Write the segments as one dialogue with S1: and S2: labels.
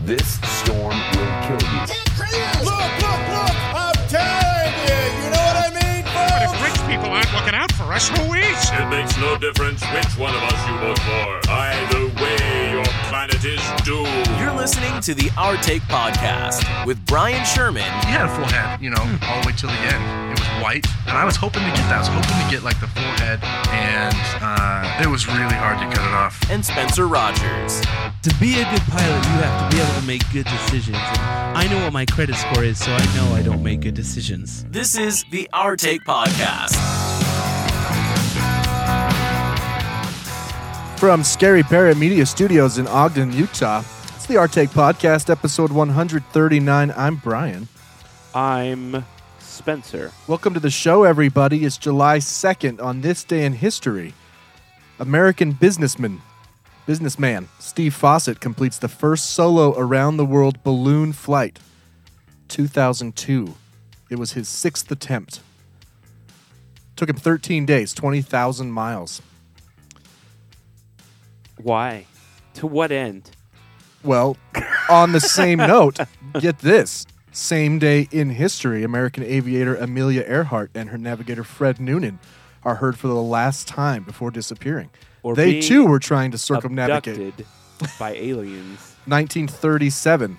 S1: This storm will kill you.
S2: Look, look, look! I'm telling you! You know what I mean,
S3: But if
S2: folks?
S3: rich people aren't looking out for us, who is?
S4: It makes no difference which one of us you vote for. Either way, your planet is doomed.
S5: You're listening to the Our Take Podcast with Brian Sherman
S6: He had a full head, you know, all the way till the end. It was white, and I was hoping to get that. I was hoping to get like the full head, and uh, it was really hard to cut it off.
S5: and Spencer Rogers.
S7: To be a good pilot, you have to be able to make good decisions. And I know what my credit score is, so I know I don't make good decisions.
S5: This is the Our Take Podcast.
S8: From Scary Parrot Media Studios in Ogden, Utah, it's the Artake Podcast, episode 139. I'm Brian.
S9: I'm Spencer.
S8: Welcome to the show, everybody. It's July 2nd on this day in history. American businessman, businessman Steve Fawcett completes the first solo around the world balloon flight. 2002. It was his sixth attempt. Took him 13 days, 20,000 miles.
S9: Why? To what end?
S8: Well, on the same note, get this. Same day in history, American aviator Amelia Earhart and her navigator Fred Noonan are heard for the last time before disappearing.
S9: Or
S8: they
S9: being
S8: too were trying to circumnavigate.
S9: Abducted by aliens.
S8: 1937.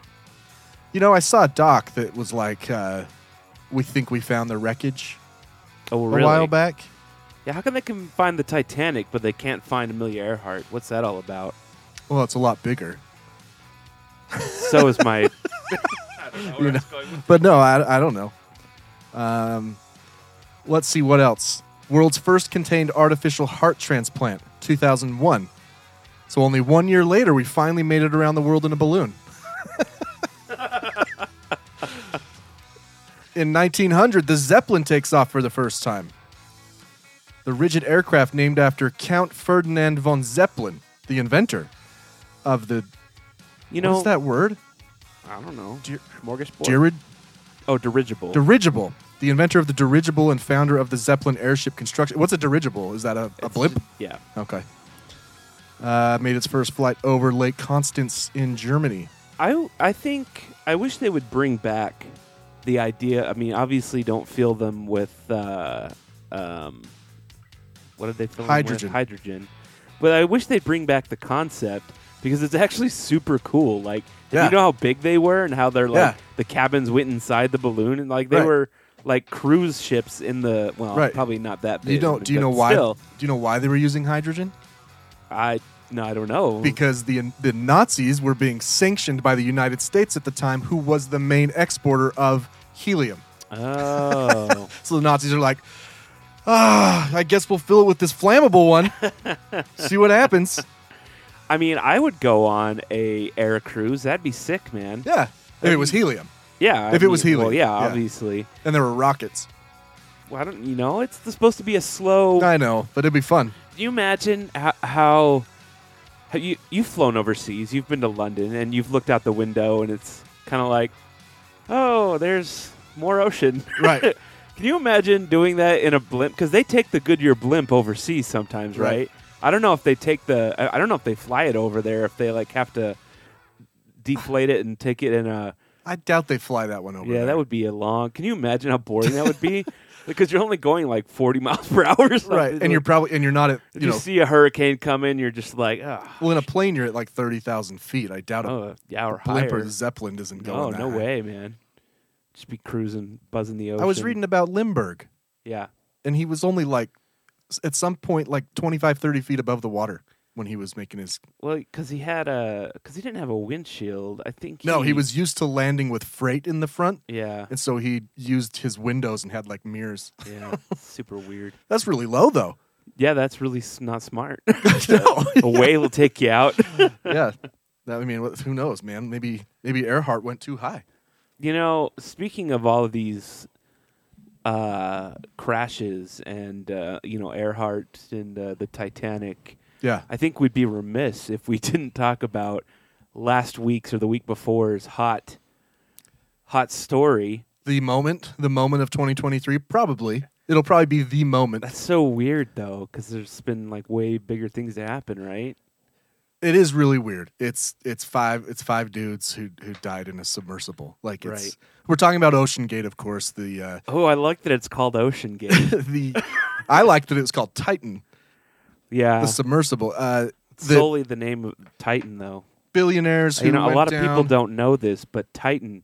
S8: You know, I saw a doc that was like, uh, we think we found the wreckage
S9: Oh, really?
S8: a while back.
S9: Yeah, how come they can find the Titanic but they can't find Amelia Earhart? What's that all about?
S8: Well, it's a lot bigger.
S9: So is my
S8: you know. But no, I, I don't know. Um, let's see what else. World's first contained artificial heart transplant, 2001. So only one year later, we finally made it around the world in a balloon. in 1900, the Zeppelin takes off for the first time. The rigid aircraft named after Count Ferdinand von Zeppelin, the inventor of the.
S9: You know
S8: what's that word?
S9: I don't know.
S8: Dir-
S9: Smorgasbord.
S8: Dirid-
S9: oh, dirigible.
S8: Dirigible. The inventor of the dirigible and founder of the Zeppelin airship construction. What's a dirigible? Is that a, a
S9: It's
S8: blimp?
S9: just- yeah.
S8: Okay. Uh, made its first flight over Lake Constance in Germany.
S9: I I think I wish they would bring back the idea. I mean, obviously, don't fill them with uh, um, what did they fill them with?
S8: Hydrogen.
S9: Hydrogen. But I wish they'd bring back the concept because it's actually super cool. Like, if
S8: Yeah.
S9: you know how big they were and how they're like
S8: Yeah.
S9: the cabins went inside the balloon and like they
S8: Right.
S9: were like cruise ships in the well,
S8: Right.
S9: probably not that big.
S8: You don't? Do you
S9: but
S8: know why?
S9: Still,
S8: Do you know why they were using hydrogen?
S9: I no, I don't know.
S8: Because the the Nazis were being sanctioned by the United States at the time, who was the main exporter of helium.
S9: oh,
S8: So the Nazis are like, ah, I guess we'll fill it with this flammable one. See what happens.
S9: I mean, I would go on a air cruise. That'd be sick, man.
S8: Yeah. If it was helium,
S9: Yeah.
S8: If it was helium,
S9: Well, yeah,
S8: yeah.
S9: obviously.
S8: and there were rockets.
S9: Well, I don't, you know, it's supposed to be a slow. Can
S8: I know, but it'd be fun.
S9: you imagine how, how, how you, you've flown overseas, you've been to London, and you've looked out the window, and it's kind of like, oh, there's more ocean.
S8: Right.
S9: Can you imagine doing that in a blimp? Because they take the Goodyear blimp overseas sometimes, right?
S8: Right.
S9: I don't know if they take the. I- I don't know if they fly it over there. If they like have to deflate it and take it in a.
S8: I doubt they fly that one over.
S9: Yeah,
S8: there.
S9: that would be a long. Can you imagine how boring that would be? because you're only going like 40 miles per hour. Or something.
S8: right. And you're probably and you're not at
S9: If
S8: you know
S9: see a hurricane coming, you're just like, oh,
S8: well in a plane you're at like thirty thousand feet. I doubt a
S9: oh yeah, or
S8: blimp
S9: higher.
S8: or zeppelin doesn't go.
S9: no,
S8: in that
S9: no
S8: high.
S9: way, man. Just be cruising, buzzing the ocean.
S8: I was reading about Lindbergh,
S9: Yeah,
S8: and he was only like s- at some point like 25, 30 feet above the water when he was making his.
S9: well, because he had a, because he didn't have a windshield. I think.
S8: No, he was used to landing with freight in the front,
S9: Yeah,
S8: and so he used his windows and had like mirrors.
S9: yeah, super weird.
S8: That's really low though.
S9: Yeah, that's really s- not smart.
S8: no.
S9: a whale will take you out.
S8: yeah. That, I mean, what- who knows, man? Maybe maybe Earhart went too high.
S9: You know, speaking of all of these uh, crashes and uh, you know Earhart and uh, the Titanic,
S8: Yeah.
S9: I think we'd be remiss if we didn't talk about last week's or the week before's hot, hot story.
S8: the moment, the moment of 2023, probably. It'll probably be the moment.
S9: That's so weird though, because there's been like way bigger things to happen, right?
S8: it is really weird. It's it's five it's five dudes who who died in a submersible. Like it's
S9: Right.
S8: we're talking about Ocean Gate, of course. The uh,
S9: Oh, I like that it's called Ocean Gate.
S8: the I liked that it was called Titan,
S9: Yeah,
S8: the submersible. Uh, the
S9: solely the name of Titan though.
S8: billionaires who
S9: you know, a
S8: went
S9: lot of
S8: down-
S9: people don't know this, but Titan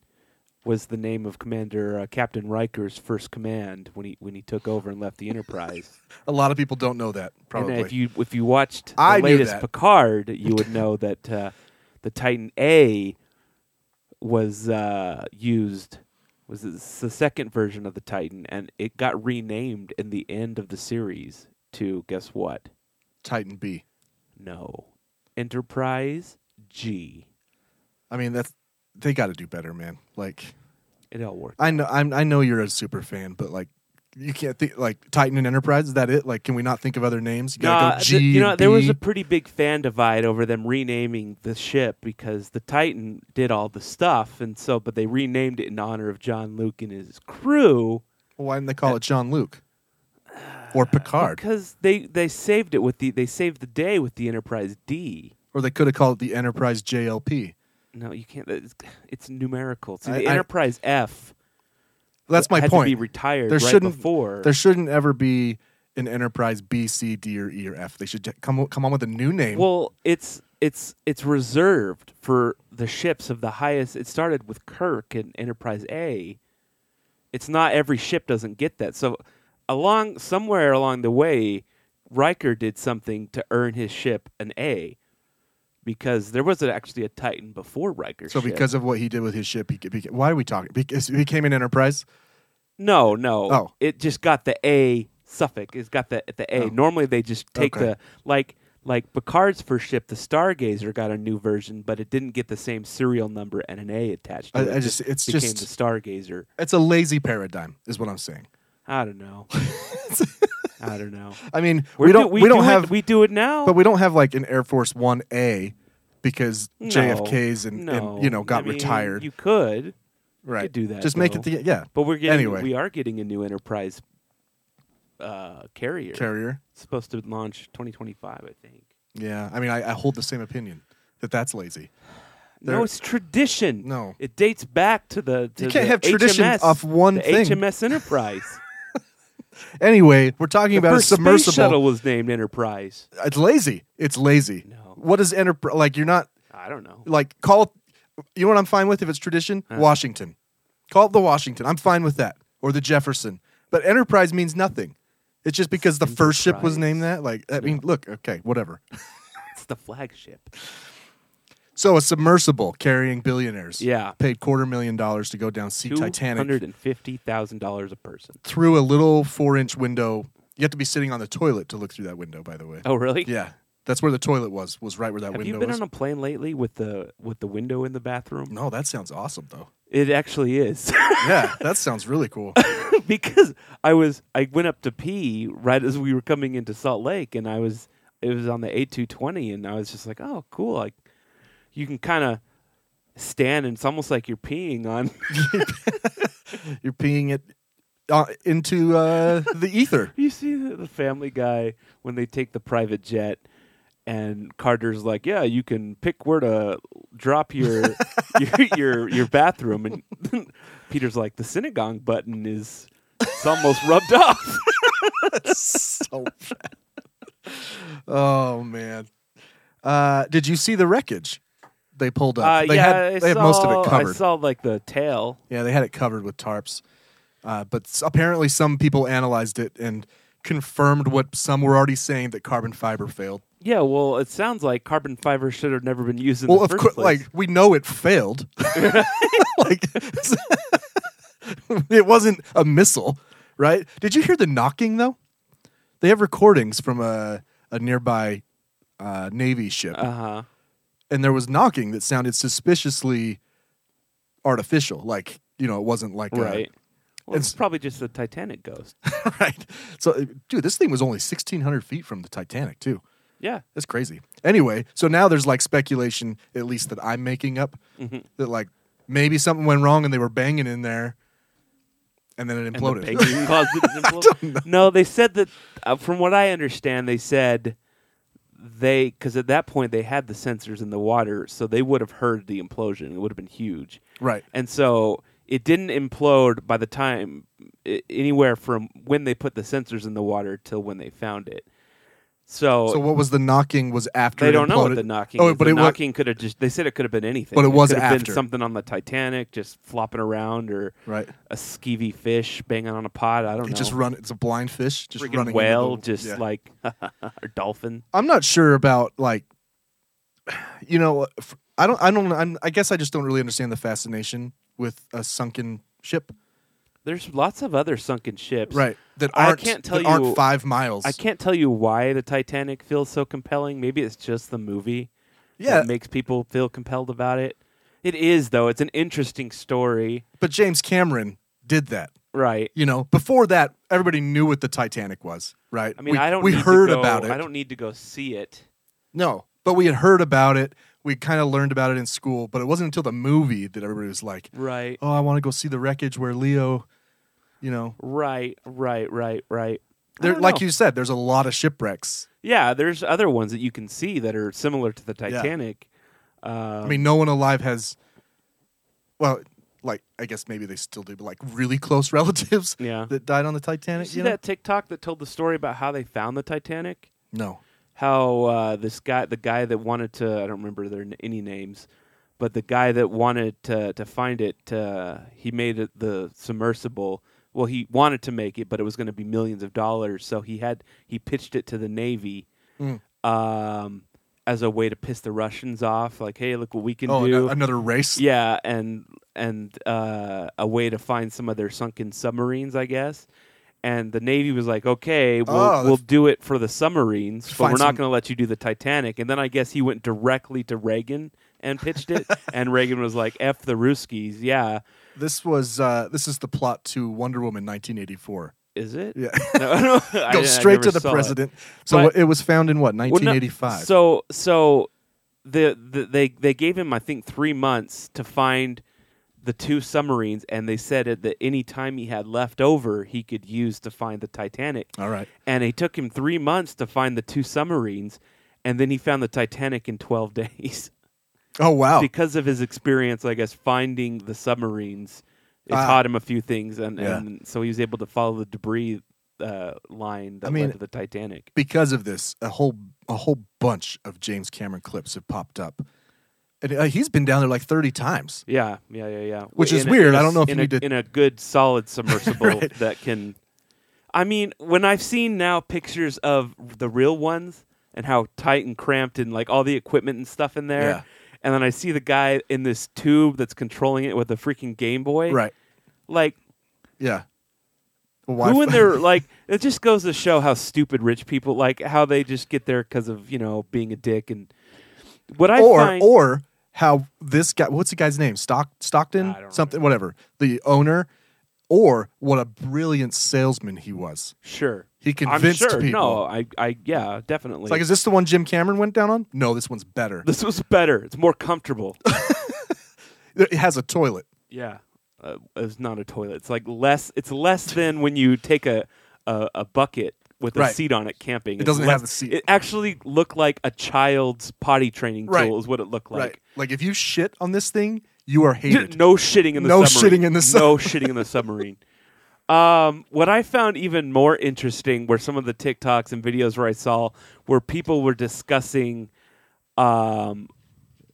S9: was the name of Commander uh, Captain Riker's first command when he when he took over and left the Enterprise.
S8: A lot of people don't know that probably.
S9: And if you if you watched the
S8: I knew
S9: latest
S8: that.
S9: Picard, you would know that uh, the Titan A was uh, used was it's the second version of the Titan, and it got renamed in the end of the series to guess what?
S8: Titan B.
S9: No, Enterprise G.
S8: I mean that's they got to do better, man. Like
S9: It all worked.
S8: I know I'm, I know you're a super fan, but like you can't think like Titan and Enterprise. Is that it? Like can we not think of other names? You gotta
S9: Nah,
S8: go
S9: th-
S8: G.
S9: you know,
S8: and
S9: there was
S8: B.
S9: a pretty big fan divide over them renaming the ship because the Titan did all the stuff, and so but they renamed it in honor of John Luke and his crew
S8: Why didn't they call it John Luke or Picard?
S9: Uh, because they they saved it with the they saved the day with the Enterprise D.
S8: Or they could have called it the Enterprise JLP.
S9: No, you can't. It's, it's numerical. See,
S8: I-
S9: the
S8: I-
S9: Enterprise F.
S8: That's my
S9: had
S8: point.
S9: To be retired
S8: there
S9: right
S8: shouldn't
S9: before.
S8: there shouldn't ever be an Enterprise B, C, D, or E, or F. They should j- come come on with a new name.
S9: Well, it's it's it's reserved for the ships of the highest. It started with Kirk and Enterprise A. It's not every ship doesn't get that. So along somewhere along the way, Riker did something to earn his ship an A, because there was actually a Titan before Riker's.
S8: so
S9: ship.
S8: because of what he did with his ship, he, he, why are we talking? Because he became an Enterprise.
S9: No, no.
S8: Oh.
S9: It just got the A suffix. It's got the the A. Normally they just take
S8: Okay.
S9: the like like Picard's first ship, the Stargazer got a new version, but it didn't get the same serial number and an A attached to
S8: I-
S9: it.
S8: I
S9: It
S8: just- it's
S9: became
S8: just-
S9: the Stargazer.
S8: It's a lazy paradigm, is what I'm saying.
S9: I don't know. I don't know.
S8: I mean,
S9: We're
S8: we don't
S9: do-
S8: we, don't
S9: do
S8: have
S9: it, we do it now.
S8: but we don't have like an Air Force One A because
S9: No.
S8: JFK's and,
S9: No.
S8: and you know got
S9: I mean,
S8: retired.
S9: You could,
S8: right?
S9: do that,
S8: Just make it
S9: though.
S8: the yeah.
S9: but we're getting
S8: Anyway.
S9: we are getting a new Enterprise uh, carrier.
S8: carrier.
S9: It's supposed to launch 2025, I think.
S8: Yeah, I mean, I, I hold the same opinion that that's lazy.
S9: no,
S8: There-
S9: it's tradition.
S8: No.
S9: it dates back to the. To
S8: You can't
S9: the
S8: have tradition
S9: HMS,
S8: off one
S9: the
S8: thing.
S9: HMS Enterprise.
S8: Anyway, we're talking
S9: the
S8: about a
S9: first
S8: submersible.
S9: space shuttle was named Enterprise.
S8: It's lazy. It's lazy.
S9: No.
S8: What is enterprise? Like you're not
S9: I don't know.
S8: like call. You know what I'm fine with if it's tradition. Washington, call it the Washington. I'm fine with that or the Jefferson. But enterprise means nothing. It's just because the first ship was
S9: Enterprise.
S8: named that. Like I mean, look, okay, whatever.
S9: It's the flagship.
S8: So a submersible carrying billionaires.
S9: Yeah.
S8: Paid quarter million dollars to go down see
S9: Two
S8: Titanic
S9: hundred and fifty thousand dollars a person.
S8: through a little four inch window. You have to be sitting on the toilet to look through that window, by the way.
S9: Oh, really?
S8: Yeah. That's where the toilet was, was right where that
S9: Have
S8: window
S9: you been
S8: was.
S9: on a plane lately with the with the window in the bathroom?
S8: no, that sounds awesome though.
S9: It actually is.
S8: Yeah, that sounds really cool.
S9: because I was I went up to pee right as we were coming into Salt Lake, and I was it was on the A two twenty, and I was just like, oh, cool, like you can kind of stand, and it's almost like you're peeing on.
S8: You're peeing it uh, into uh, the ether.
S9: you see the, the Family Guy when they take the private jet. And Carter's like, yeah, you can pick where to drop your your your, your bathroom, and Peter's like, the synagogue button is it's almost rubbed off.
S8: so bad. Oh man. Uh, did you see the wreckage they pulled up?
S9: Uh,
S8: they
S9: yeah,
S8: had,
S9: I
S8: they had most of
S9: saw-
S8: it covered.
S9: I saw like the tail.
S8: Yeah, they had it covered with tarps. Uh, but s- apparently, some people analyzed it and confirmed what some were already saying that carbon fiber failed.
S9: Yeah, well, it sounds like carbon fiber should have never been used in
S8: well,
S9: the
S8: of
S9: first
S8: course,
S9: place.
S8: like we know it failed. like it wasn't a missile, right? Did you hear the knocking though? They have recordings from a a nearby uh, navy ship,
S9: uh huh.
S8: and there was knocking that sounded suspiciously artificial. Like you know, it wasn't like a-
S9: Right. Well, it's,
S8: It's-
S9: probably just the Titanic ghost.
S8: right? So, uh, dude, this thing was only 1,600 feet from the Titanic, too.
S9: Yeah.
S8: That's crazy. Anyway, so now there's like speculation, at least that I'm making up,
S9: Mm-hmm.
S8: that like maybe something went wrong and they were banging in there and then it
S9: And the
S8: imploded.
S9: baking caused it to implode. No, they said that, uh, from what I understand, they said they because at that point they had the sensors in the water, so they would have heard the implosion. It would have been huge,
S8: Right.
S9: And so it didn't implode by the time i anywhere from when they put the sensors in the water till when they found it. So,
S8: So what was the knocking was
S9: Oh,
S8: after
S9: they
S8: it
S9: don't know what
S8: imploded?
S9: the knocking.
S8: Oh,
S9: is.
S8: but
S9: the
S8: it was
S9: knocking could have just. They said it could have been anything.
S8: But it was
S9: could have
S8: after.
S9: been something on the Titanic, just flopping around, or
S8: right.
S9: a skeevy fish banging on a pod. I don't
S8: It
S9: know.
S8: just run. It's a blind fish just
S9: Friggin'
S8: running. into
S9: whale,
S8: the-
S9: just
S8: yeah.
S9: like or dolphin.
S8: I'm not sure about like, you know, uh, f- I don't, I don't, I'm, I guess I just don't really understand the fascination with a sunken ship,
S9: There's lots of other sunken ships.
S8: right? That
S9: I
S8: aren't,
S9: can't tell
S8: that aren't
S9: you-
S8: five miles.
S9: I can't tell you why the Titanic feels so compelling. Maybe it's just the movie
S8: yeah,
S9: that makes people feel compelled about it. It is though. It's an interesting story,
S8: but James Cameron did that.
S9: right?
S8: You know, before that, everybody knew what the Titanic was, right?
S9: I mean,
S8: we,
S9: I don't.
S8: We
S9: need to
S8: heard
S9: go-
S8: about it.
S9: I don't need to go see it.
S8: No, but we had heard about it. We kind of learned about it in school, but it wasn't until the movie that everybody was like,
S9: Right.
S8: "Oh, I want to go see the wreckage where Leo." You know,
S9: Right, right, right, right. I
S8: there,
S9: don't
S8: like
S9: know.
S8: you said, there's a lot of shipwrecks.
S9: yeah. There's other ones that you can see that are similar to the Titanic. Um,
S8: I mean, no one alive has, well, like I guess maybe they still do, but like really close relatives
S9: Yeah.
S8: that died on the
S9: you
S8: Titanic.
S9: see
S8: you know?
S9: that TikTok that told the story about how they found the Titanic?
S8: No,
S9: How uh, this guy, the guy that wanted to, I don't remember their n- any names, but the guy that wanted to to find it, uh, he made it the submersible. Well, he wanted to make it, but it was going to be millions of dollars, so he had he pitched it to the Navy. Um, as a way to piss the Russians off, like, hey, look what we can
S8: oh,
S9: do.
S8: ano- another race.
S9: Yeah, and and uh, a way to find some of their sunken submarines, I guess. And the Navy was like, "Okay, we'll
S8: Oh,
S9: we'll do it for the submarines, but
S8: Find
S9: we're
S8: some-
S9: not going to let you do the Titanic." And then I guess he went directly to Reagan and pitched it, and Reagan was like, "F the Ruskies." Yeah,
S8: This was uh, this is the plot to Wonder Woman 1984.
S9: is it?
S8: Yeah,
S9: No, no, I
S8: go
S9: didn't- I
S8: straight to
S9: never
S8: the
S9: saw it.
S8: president. So
S9: But-
S8: it was found in what
S9: Well, no,
S8: 1985.
S9: so so the, the they they gave him I think three months to find the two submarines, and they said it- that any time he had left over, he could use to find the Titanic.
S8: All right.
S9: And it took him three months to find the two submarines, and then he found the Titanic in twelve days
S8: Oh wow.
S9: because of his experience, I guess, finding the submarines. It
S8: Ah.
S9: taught him a few things, and,
S8: Yeah.
S9: and so he was able to follow the debris uh, line that
S8: I mean-
S9: led to the Titanic.
S8: because of this, a whole a whole bunch of James Cameron clips have popped up, and uh, he's been down there like thirty times.
S9: Yeah, yeah, yeah, yeah.
S8: Which is
S9: a-
S8: weird.
S9: a
S8: I don't know if
S9: s- in
S8: you
S9: a,
S8: need to-
S9: in a good solid submersible
S8: Right.
S9: that can. I mean, when I've seen now pictures of the real ones and how tight and cramped and like all the equipment and stuff in there,
S8: Yeah.
S9: and then I see the guy in this tube that's controlling it with a freaking Game Boy,
S8: Right.
S9: Like
S8: Yeah. Well,
S9: who in
S8: fi-
S9: their like? It just goes to show how stupid rich people like how they just get there because of you know being a dick and what I
S8: or
S9: find
S8: or how this guy what's the guy's name Stock Stockton
S9: I don't
S8: something whatever the owner or what a brilliant salesman he was.
S9: sure
S8: He convinced
S9: I'm sure.
S8: people.
S9: No, I, I, yeah, definitely.
S8: It's like is this the one Jim Cameron went down on? No, this one's better.
S9: This was better. It's more comfortable.
S8: It has a toilet.
S9: yeah, uh, it's not a toilet. It's like less. It's less than when you take a a, a bucket with a
S8: Right.
S9: seat on it camping. It
S8: doesn't have a seat.
S9: It actually looked like a child's potty training
S8: Right.
S9: tool. Is what it looked
S8: right.
S9: like.
S8: Like if you shit on this thing, you are hated.
S9: No shitting in the
S8: No
S9: submarine.
S8: shitting in the sub-
S9: no shitting in the submarine. Um, what I found even more interesting were some of the TikToks and videos where I saw where people were discussing um,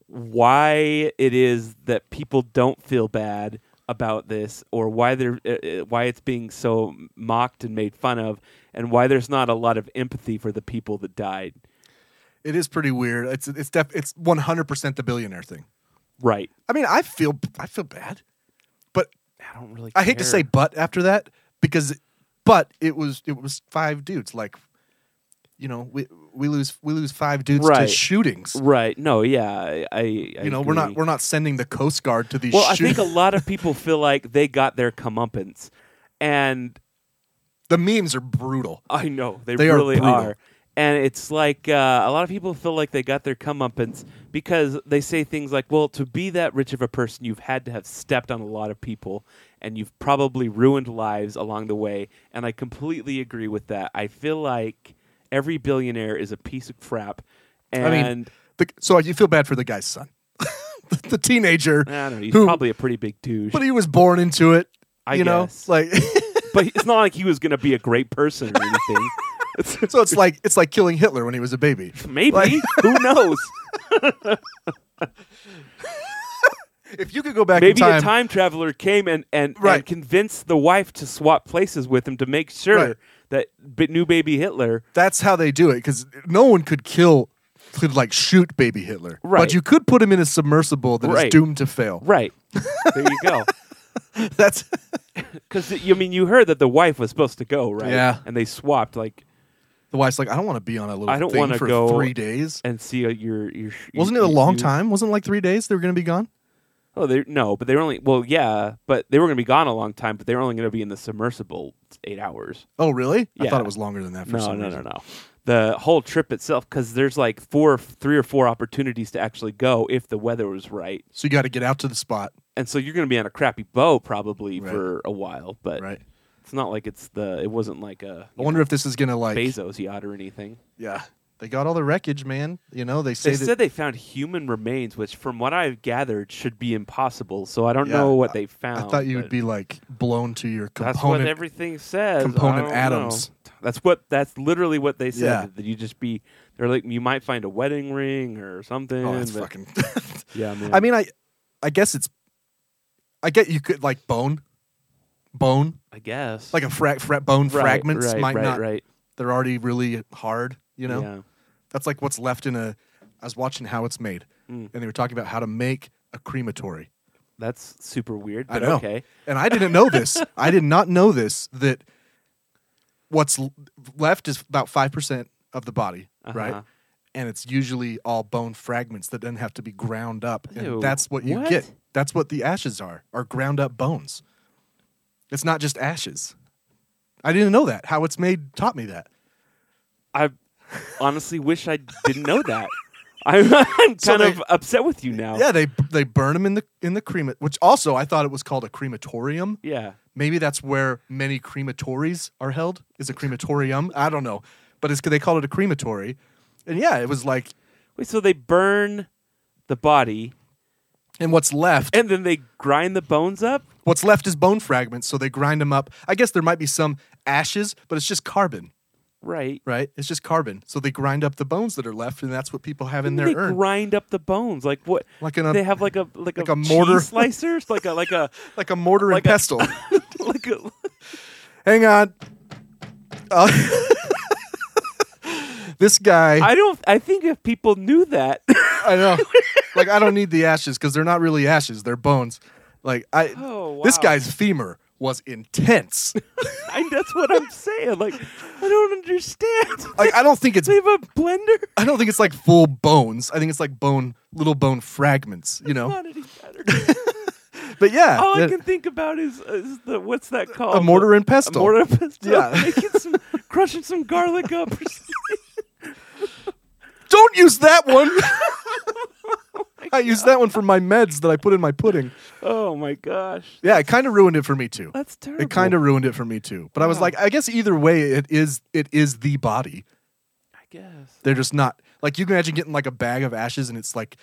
S9: why it is that people don't feel bad about this or why they're uh, uh, why it's being so mocked and made fun of and why there's not a lot of empathy for the people that died.
S8: It is pretty weird. It's it's def- it's one hundred percent the billionaire thing.
S9: Right.
S8: I mean, I feel I feel bad, but
S9: I don't really
S8: I hate to say
S9: care.
S8: but after that because but it was it was five dudes like you know we we lose we lose five dudes to
S9: Right.
S8: shootings.
S9: Right. No, yeah. I, I
S8: You know, we're not we're not sending the Coast Guard to these
S9: Well, I
S8: shootings.
S9: think a lot of people feel like they got their comeuppance, and
S8: the memes are brutal.
S9: I know they,
S8: They are
S9: really
S8: brutal.
S9: are. And it's like uh, a lot of people feel like they got their comeuppance because they say things like, "Well, to be that rich of a person, you've had to have stepped on a lot of people, and you've probably ruined lives along the way." And I completely agree with that. I feel like every billionaire is a piece of crap. And
S8: I mean, the, so you feel bad for the guy's son, the, the teenager.
S9: I don't know, he's
S8: who-
S9: probably a pretty big douche.
S8: but he was born into it.
S9: I
S8: you know,
S9: guess.
S8: like
S9: but it's not like he was going to be a great person or anything.
S8: so it's like it's like killing Hitler when he was a baby.
S9: Maybe
S8: Like-
S9: who knows?
S8: If you could go back
S9: Maybe
S8: in time,
S9: the time traveler came and and,
S8: Right.
S9: and convinced the wife to swap places with him to make sure
S8: Right.
S9: that b- new baby Hitler.
S8: that's how they do it because no one could kill could like shoot baby Hitler.
S9: Right.
S8: But you could put him in a submersible that is
S9: Right.
S8: doomed to fail.
S9: Right there, you go.
S8: That's
S9: Because I mean, you heard that the wife was supposed to go, right?
S8: Yeah.
S9: And they swapped like
S8: the wife's like, I don't want to be on a little
S9: I don't
S8: thing
S9: wanna
S8: for
S9: go-
S8: three days.
S9: and see uh, your your. sh-
S8: Wasn't it
S9: you-
S8: a long
S9: you-
S8: time? Wasn't it like three days they were going to be gone?
S9: Oh, they no, but they were only well, yeah, but they were going to be gone a long time, but they were only going to be in the submersible eight hours.
S8: Oh, really? I
S9: Yeah.
S8: thought it was longer than that. For
S9: No,
S8: some
S9: no, no,
S8: reason.
S9: no. The whole trip itself, because there's like four, three or four opportunities to actually go if the weather was right,
S8: So you got to get out to the spot,
S9: and so you're going to be on a crappy boat probably
S8: Right.
S9: for a while. But
S8: right?
S9: it's not like it's the it wasn't like a
S8: I wonder if this is going to like
S9: Bezos yacht or anything.
S8: Yeah. They got all the wreckage, man. You know, they say
S9: They
S8: that
S9: said they found human remains, which, from what I've gathered, should be impossible. So I don't
S8: Yeah,
S9: know what
S8: I-
S9: they found.
S8: I thought you would
S9: but-
S8: be like blown to your
S9: That's
S8: component.
S9: what everything says. I
S8: component
S9: don't
S8: atoms.
S9: know. That's what. That's literally what they said.
S8: Yeah.
S9: That you just be. They're like you might find a wedding ring or something.
S8: oh, that's
S9: but-
S8: fucking.
S9: Yeah, man.
S8: I mean, I, I guess it's, I get you could like bone, bone,
S9: I guess
S8: like a fra- fra- bone
S9: Right,
S8: fragments
S9: right,
S8: might
S9: right,
S8: not.
S9: Right.
S8: They're already really hard. You know,
S9: Yeah.
S8: that's like what's left in a. I was watching how it's made,
S9: Mm.
S8: and they were talking about how to make a crematory.
S9: That's super weird.
S8: I
S9: But
S8: know.
S9: okay.
S8: And I didn't know this. I did not know this that what's l- left is about 5% of the body,
S9: Uh-huh.
S8: right? And it's usually all bone fragments that then have to be ground up. And
S9: Ew,
S8: that's what you
S9: what?
S8: get. That's what the ashes are, are ground up bones. It's not just ashes. I didn't know that. How it's made taught me that.
S9: I honestly wish I didn't know that. I'm, I'm kind
S8: So they-
S9: of upset with you now.
S8: Yeah, they they burn them in the in the crema, which also I thought it was called a crematorium.
S9: Yeah.
S8: Maybe that's where many crematories are held. Is a crematorium? I don't know, but it's they call it a crematory, and yeah, it was like,
S9: Wait. So they burn the body
S8: and what's left,
S9: and then they grind the bones up.
S8: what's left is bone fragments. So they grind them up. I guess there might be some ashes, but it's just carbon,
S9: Right.
S8: right? It's just carbon. So they grind up the bones that are left, and that's what people have in
S9: Didn't
S8: their
S9: they
S8: urn,
S9: grind up the bones like what
S8: Like in a-
S9: they have like a like,
S8: like
S9: a,
S8: a mortar.
S9: cheese slicer It's like a like a
S8: like a mortar
S9: like
S8: and
S9: a-
S8: pestle.
S9: like a
S8: Hang on. Uh, this guy.
S9: i don't i think if people knew that
S8: I know. like I don't need the ashes because they're not really ashes; they're bones. Like I,
S9: Oh,
S8: this
S9: wow.
S8: guy's femur was intense.
S9: I, that's what i'm saying like i don't understand
S8: like I don't think it's,
S9: they have a blender
S8: I don't think it's like full bones. I think it's like bone, little bone fragments. You know.
S9: not any better
S8: But yeah,
S9: all i
S8: that-
S9: can think about is, is the what's that called
S8: a mortar and
S9: a
S8: pestle.
S9: mortar and pestle
S8: Yeah.
S9: making some crushing some garlic up or something.
S8: Don't use that one. I used that one for my meds that I put in my pudding.
S9: oh my gosh
S8: Yeah, it kind of ruined it for me too.
S9: that's terrible
S8: It kind of ruined it for me too. But I was like, I guess either way, it is it is the body.
S9: i guess
S8: They're just not like you can imagine getting like a bag of ashes and it's like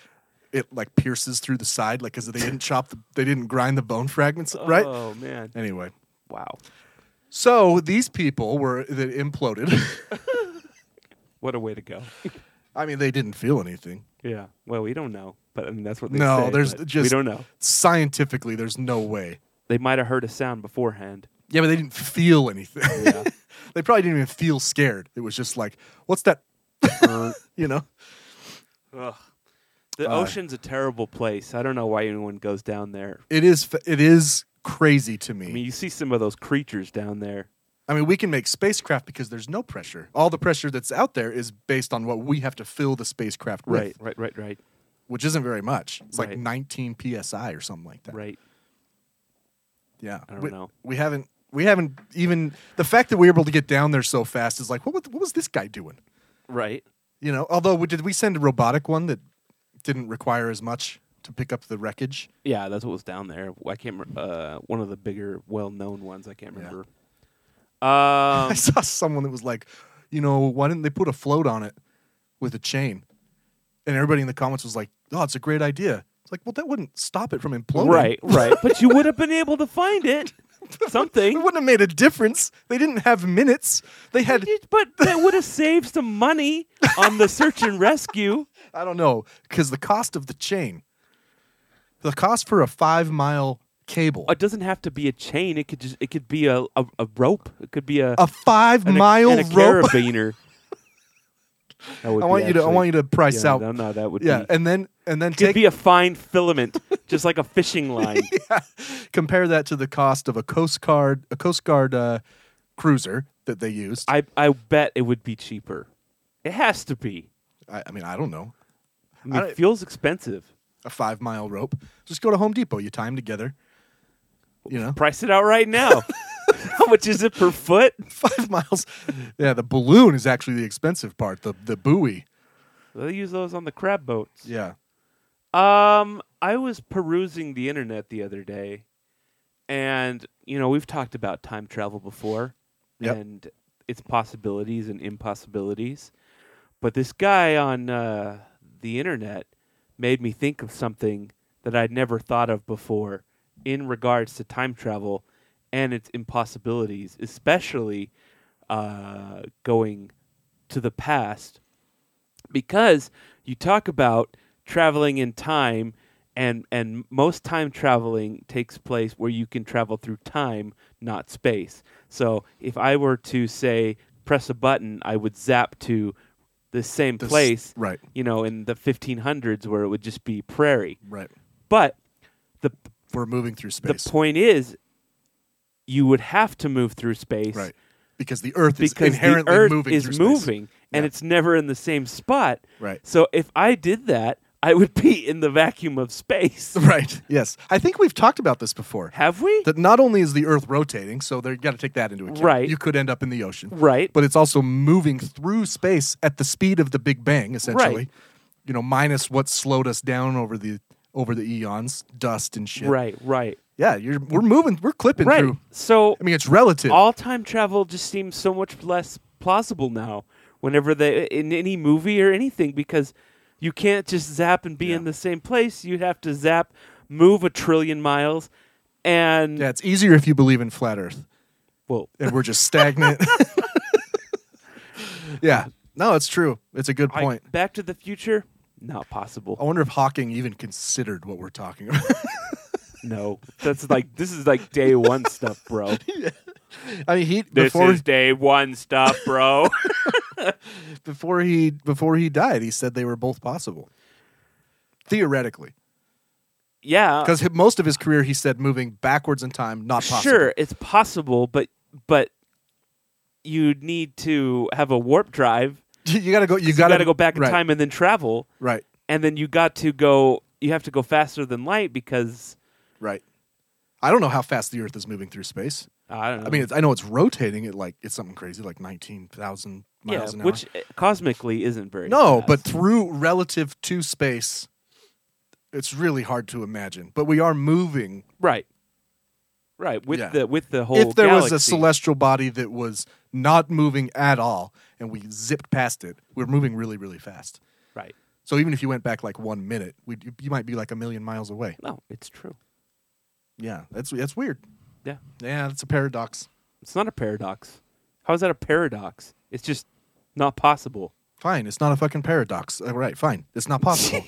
S8: it like pierces through the side like because they didn't chop the, they didn't grind the bone fragments right.
S9: oh man
S8: Anyway,
S9: wow
S8: so these people were that imploded.
S9: what a way to go
S8: I mean, they didn't feel anything.
S9: Yeah. Well, we don't know, but I mean that's what they
S8: No,
S9: say,
S8: there's
S9: but
S8: just-
S9: we don't know.
S8: Scientifically, there's no way.
S9: They might have heard a sound beforehand.
S8: Yeah, but they didn't feel anything. they probably didn't even feel scared. It was just like, what's that? you know.
S9: The
S8: Uh,
S9: ocean's a terrible place. I don't know why anyone goes down there.
S8: It is f- it is crazy to
S9: I mean, you see some of those creatures down there.
S8: I mean, we can make spacecraft because there's no pressure. All the pressure that's out there is based on what we have to fill the spacecraft with,
S9: Right, right, right, right,
S8: which isn't very much. It's like
S9: Right.
S8: 19 psi or something like that.
S9: right.
S8: Yeah.
S9: I don't
S8: we,
S9: know.
S8: We haven't. We haven't even the fact that we were able to get down there so fast is like, what? was- What was this guy doing?
S9: Right.
S8: You know. Although, we- did we send a robotic one that didn't require as much to pick up the wreckage?
S9: Yeah, that's what was down there. I can't remember uh, one of the bigger well-known ones. I can't remember.
S8: I
S9: Um
S8: saw someone that was like, you know, why didn't they put a float on it with a chain? And everybody in the comments was like, oh, it's a great idea. It's like, well, that wouldn't stop it from imploding.
S9: Right, right. but you would have been able to find it.
S8: It
S9: Something.
S8: wouldn't have made a difference. They didn't have minutes. They had,
S9: But that would have saved some money on the search and rescue.
S8: I don't know, because the cost of the chain, the cost for a five mile cable,
S9: It doesn't have to be a chain. It could just it could be a, a, a rope. It could be a
S8: a five
S9: and a-
S8: mile
S9: and a
S8: rope.
S9: carabiner. That would
S8: I
S9: be
S8: want you to, I
S9: actually-
S8: want you to price
S9: yeah,
S8: out.
S9: No, no, that would
S8: yeah,
S9: be.
S8: and then and then
S9: could
S8: take
S9: be a fine filament, just like a fishing line.
S8: compare that to the cost of a Coast Guard a Coast Guard uh, cruiser that they used. I,
S9: I I bet it would be cheaper. It has to be.
S8: I, mean, I don't know
S9: I mean,
S8: don't-
S9: it feels expensive.
S8: a five mile rope. Just go to Home Depot. You tie them together. You know,
S9: Price it out right now. How much is it per foot?
S8: five miles. Yeah, the balloon is actually the expensive part. The the buoy.
S9: They use those on the crab boats.
S8: Yeah.
S9: Um, I was perusing the internet the other day, and you know we've talked about time travel before,
S8: Yep.
S9: and its possibilities and impossibilities. But this guy on uh, the internet made me think of something that I'd never thought of before in regards to time travel and its impossibilities, especially uh, going to the past because you talk about traveling in time and and most time traveling takes place where you can travel through time not space so if i were to say press a button i would zap to the same
S8: s-
S9: place
S8: right.
S9: you know in the 1500s where it would just be prairie
S8: Right.
S9: but the
S8: We're moving through
S9: the
S8: space.
S9: point is you would have to move through space
S8: right. Because the Earth is
S9: because the
S8: inherently
S9: Earth
S8: moving
S9: is
S8: through space.
S9: moving and
S8: Yeah.
S9: it's never in the same spot.
S8: Right.
S9: So if I did that, I would be in the vacuum of space.
S8: Right. Yes. I think we've talked about this before.
S9: Have we?
S8: that not only is the Earth rotating, so they got to take that into account.
S9: Right.
S8: You could end up in the ocean.
S9: Right.
S8: But it's also moving through space at the speed of the Big Bang, essentially.
S9: Right.
S8: You know, minus what slowed us down over the over the eons, dust and shit.
S9: right, right,
S8: Yeah. You're we're moving. We're clipping
S9: right.
S8: through.
S9: So
S8: I mean, it's relative.
S9: all time travel just seems so much less plausible now. Whenever they in any movie or anything, because you can't just zap and be in the same place. You'd have to zap, move a trillion miles, and
S8: yeah. It's easier if you believe in flat Earth,
S9: well,
S8: and we're just stagnant. yeah. No, it's true. It's a good
S9: I-
S8: point.
S9: Back to the Future, not possible.
S8: I wonder if Hawking even considered what we're talking about.
S9: No, that's like this is like day one stuff, bro.
S8: I mean, he before
S9: day one stuff, bro.
S8: before he before he died, he said they were both possible. Theoretically,
S9: yeah,
S8: because most of his career, he said moving backwards in time not possible.
S9: sure, it's possible, but but you need to have a warp drive.
S8: you gotta go. You
S9: You
S8: gotta,
S9: got to go back in
S8: right,
S9: time and then travel,
S8: Right,
S9: and then you got to go. You have to go faster than light because
S8: right. I don't know how fast the Earth is moving through space.
S9: I don't know.
S8: I mean, it's, I know it's rotating at like it's something crazy, like nineteen thousand
S9: yeah,
S8: miles an hour.
S9: which uh, cosmically isn't very.
S8: no,
S9: fast.
S8: but through relative to space, it's really hard to imagine. But we are moving
S9: right, right with
S8: Yeah.
S9: the with the whole.
S8: if there was a
S9: galaxy.
S8: celestial body that was not moving at all and we zipped past it, we're moving really, really fast.
S9: right?
S8: So even if you went back like one minute, we'd, you might be like a million miles away.
S9: No, it's true.
S8: Yeah, that's that's weird.
S9: Yeah.
S8: Yeah, that's a paradox.
S9: It's not a paradox. How is that a paradox? It's just not possible.
S8: Fine, it's not a fucking paradox. All right, fine, it's not possible.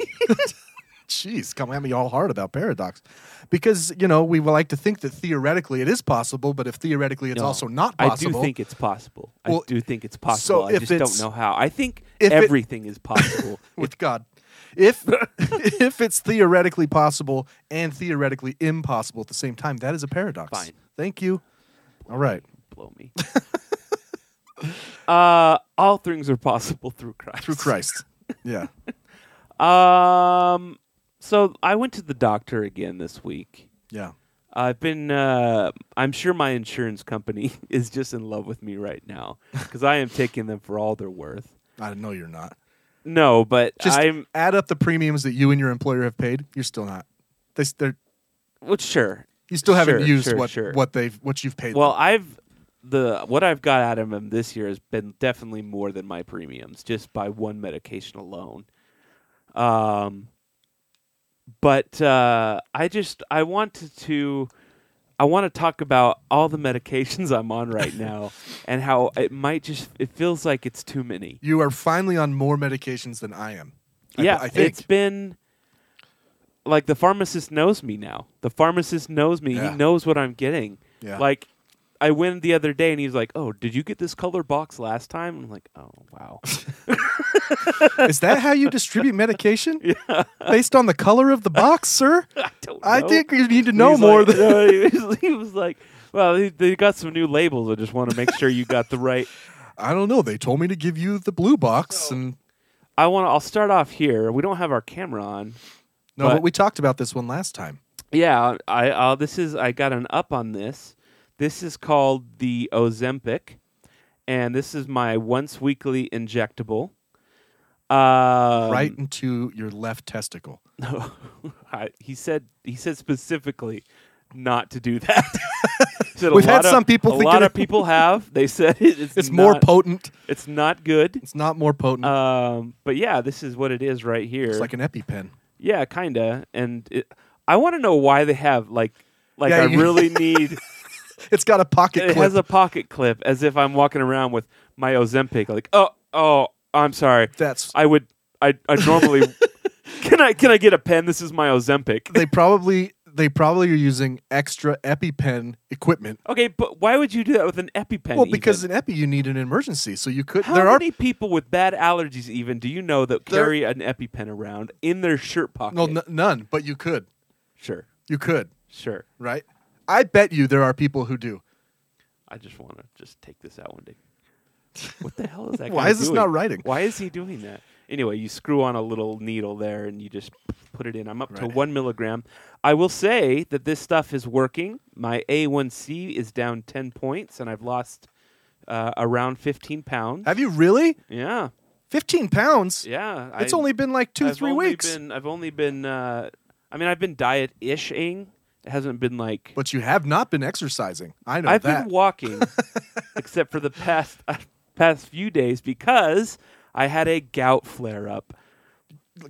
S8: Jeez, come at me all hard about paradox, because you know we like to think that theoretically it is possible, but if theoretically it's
S9: No.
S8: also not
S9: I
S8: possible,
S9: do think it's possible.
S8: Well,
S9: I do think it's possible. I
S8: if
S9: just don't
S8: it's-
S9: know how. I think
S8: if it-
S9: everything is possible.
S8: with God. If if it's theoretically possible and theoretically impossible at the same time, that is a paradox.
S9: Fine.
S8: Thank you. All right.
S9: Blow me. uh, all things are possible through Christ.
S8: Through Christ. yeah.
S9: Um, so I went to the doctor again this week.
S8: Yeah.
S9: I've been. Uh, I'm sure my insurance company is just in love with me right now because I am taking them for all they're worth.
S8: I know you're not.
S9: No, but
S8: Just
S9: I'm
S8: add up the premiums that you and your employer have paid. You're still not. They, s- they're,
S9: well, sure.
S8: you still haven't
S9: Sure,
S8: used
S9: sure,
S8: what
S9: sure.
S8: what they've what you've paid.
S9: Well,
S8: them.
S9: I've the what I've got out of him this year has been definitely more than my premiums just by one medication alone. Um, but uh, I just I wanted to I want to talk about all the medications I'm on right now and how it might just it feels like it's too many.
S8: You are finally on more medications than I am. I-
S9: yeah,
S8: I think.
S9: it's been like the pharmacist knows me now. The pharmacist knows me.
S8: Yeah.
S9: He knows what I'm getting.
S8: Yeah.
S9: Like I went the other day and he's like, "Oh, did you get this color box last time?" I'm like, "Oh, wow."
S8: Is that how you distribute medication? Based on the color of the box, sir?
S9: I don't
S8: I
S9: know.
S8: think you need to
S9: And
S8: know
S9: he's
S8: more
S9: like-
S8: than
S9: No, he, was, he was like, "Well, they- they got some new labels. I just want to make sure you got the right
S8: I don't know. They told me to give you the blue box and
S9: I want to I'll start off here. We don't have our camera on.
S8: No, but,
S9: But-
S8: we talked about this one last time.
S9: Yeah, I uh, this is I got an up on this. This is called the Ozempic, and this is my once weekly injectable. Um,
S8: right into your left testicle.
S9: I, he said he said specifically not to do that. He said a
S8: We've had
S9: lot of-
S8: some people
S9: A
S8: thinking
S9: lot
S8: it-
S9: of people have. They said it- it's
S8: It's more
S9: not-
S8: potent.
S9: It's not good.
S8: It's not more potent.
S9: Um, but yeah, this is what it is right here.
S8: it's like an EpiPen.
S9: Yeah, kinda. And it, I want to know why they have like like
S8: Yeah,
S9: I
S8: you-
S9: really need.
S8: It's got a pocket
S9: it
S8: clip.
S9: has a pocket clip as if I'm walking around with my Ozempic. Like, oh, oh, I'm sorry.
S8: That's
S9: I would, I, I normally. can I, can I get a pen? This is my Ozempic.
S8: they probably they probably are using extra EpiPen equipment.
S9: Okay, but why would you do that with an EpiPen?
S8: Well, because
S9: even?
S8: in Epi you need an emergency, so you could.
S9: how
S8: there
S9: many people with bad allergies even do you know that
S8: There-
S9: carry an EpiPen around in their shirt
S8: are
S9: pocket?
S8: no n- none, but you could.
S9: sure,
S8: You could,
S9: sure.
S8: right? I bet you there are people who do.
S9: I just want to just take this out one day. What the hell is that?
S8: Why
S9: guy
S8: is this
S9: doing?
S8: not writing?
S9: Why is he doing that? Anyway, you screw on a little needle there and you just put it in. I'm up to one milligram. I will say that this stuff is working. My A1C is down ten points, and I've lost uh, around fifteen pounds.
S8: Have you really?
S9: yeah,
S8: Fifteen pounds.
S9: yeah.
S8: It's
S9: I-
S8: only been like 2
S9: I've
S8: three
S9: only
S8: weeks.
S9: Been, I've only been. Uh, I mean, I've been diet-ishing. It hasn't been like
S8: But you have not been exercising. I know
S9: I've
S8: that.
S9: been walking, except for the past uh, past few days because I had a gout flare up.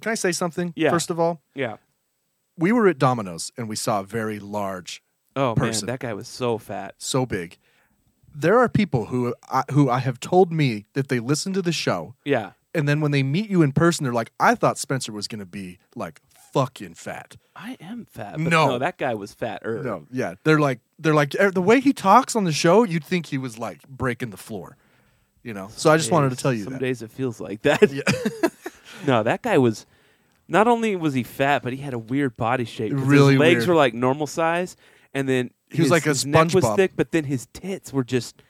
S8: Can I say something?
S9: Yeah.
S8: First of all,
S9: Yeah.
S8: we were at Domino's and we saw a very large,
S9: Oh
S8: Person.
S9: man, that guy was so fat.
S8: so big. There are people who I, who I have told me that they listen to the show
S9: Yeah.
S8: and then when they meet you in person, they're like, "I thought Spencer was gonna be like fucking fat."
S9: I am fat. But
S8: No.
S9: no. that guy was fatter.
S8: No, yeah, they're like, they're like "Eh, the way he talks on the show, you'd think he was like breaking the floor, you know. So I just wanted to
S9: days-
S8: tell you
S9: Some
S8: that.
S9: days it feels like that. no, that guy was. Not only was he fat, but he had a weird body shape. 'cause
S8: Really
S9: his legs
S8: weird.
S9: were like normal size, and then
S8: He was
S9: his-
S8: like a
S9: his neck was
S8: SpongeBob.
S9: thick, but then his tits were just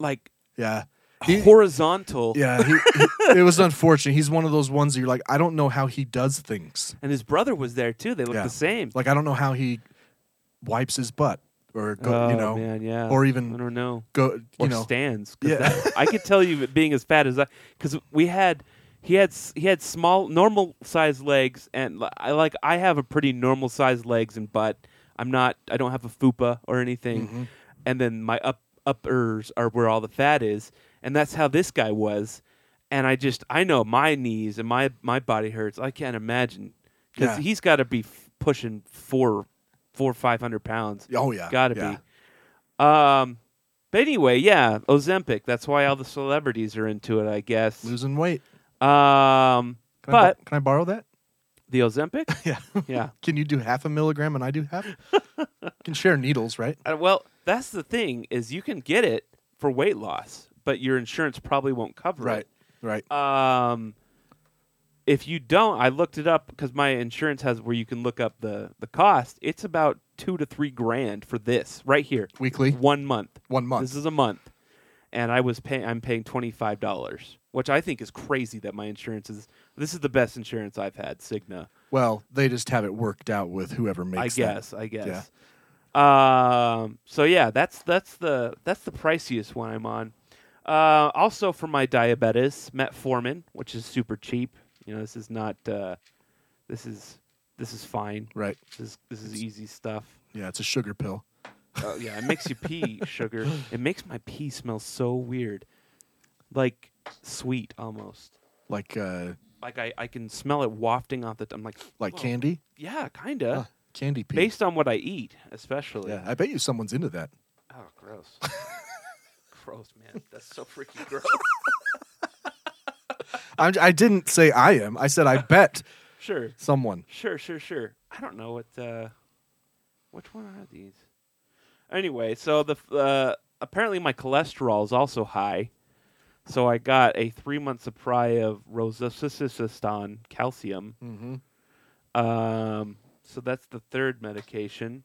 S9: like
S8: Yeah,
S9: horizontal.
S8: yeah, he, he- it was unfortunate. He's one of those ones that you're like, I don't know how he does things.
S9: And his brother was there too. They looked
S8: Yeah.
S9: the same.
S8: Like I don't know how he wipes his butt or go,
S9: oh,
S8: you know,
S9: man, yeah.
S8: or
S9: I
S8: even
S9: don't know.
S8: go, you
S9: Or
S8: know,
S9: stands. 'cause
S8: Yeah.
S9: that- I could tell you that being as fat as I, because we had he had s- he had small normal sized legs, and li- I like I have a pretty normal sized legs and butt. I'm not. I don't have a fupa or anything.
S8: Mm-hmm.
S9: And then my up uppers are where all the fat is, and that's how this guy was. And I just I know my knees and my my body hurts. I can't imagine because
S8: Yeah.
S9: he's got to be f- pushing four four five hundred pounds.
S8: Oh, yeah,
S9: gotta be.
S8: yeah.
S9: Um, but anyway, yeah, Ozempic. That's why all the celebrities are into it, I guess.
S8: losing weight.
S9: Um,
S8: Can I,
S9: but
S8: bo- can I borrow that?
S9: the Ozempic,
S8: Yeah.
S9: yeah.
S8: Can you do half a milligram and I do half? can share needles, right?
S9: Uh, well, that's the thing is you can get it for weight loss, but your insurance probably won't cover it.
S8: Right.
S9: Um, if you don't, I looked it up because my insurance has where you can look up the the cost. It's about two to three grand for this right here
S8: Weekly?
S9: one month.
S8: One month.
S9: This is a month, and I was paying. I'm paying twenty five dollars, which I think is crazy that my insurance is. This is the best insurance I've had, Cigna.
S8: Well, they just have it worked out with whoever
S9: I
S8: makes that.
S9: guess. I guess. Um. So yeah, that's that's the that's the priciest one I'm on. Uh, also for my diabetes, metformin, which is super cheap. You know, this is not. Uh, this is this is fine.
S8: Right.
S9: This is, this is easy stuff.
S8: Yeah, it's a sugar pill.
S9: Oh yeah, it makes you pee, sugar. It makes my pee smell so weird, like sweet almost.
S8: Like uh,
S9: Like I, I can smell it wafting off the. T- I'm like
S8: like
S9: "Whoa."
S8: candy,
S9: Yeah, kinda.
S8: Huh, candy pee.
S9: Based on what I eat, especially.
S8: yeah, I bet you someone's into that.
S9: Oh, gross. gross, man. That's so freaking gross.
S8: I, I didn't say I am. I said I bet
S9: sure,
S8: someone.
S9: sure, sure, sure. I don't know what. Uh, which one are these? Anyway, so the f- uh, apparently my cholesterol is also high, so I got a three month supply of rosucicliston calcium.
S8: Mm-hmm.
S9: Um, so that's the third medication.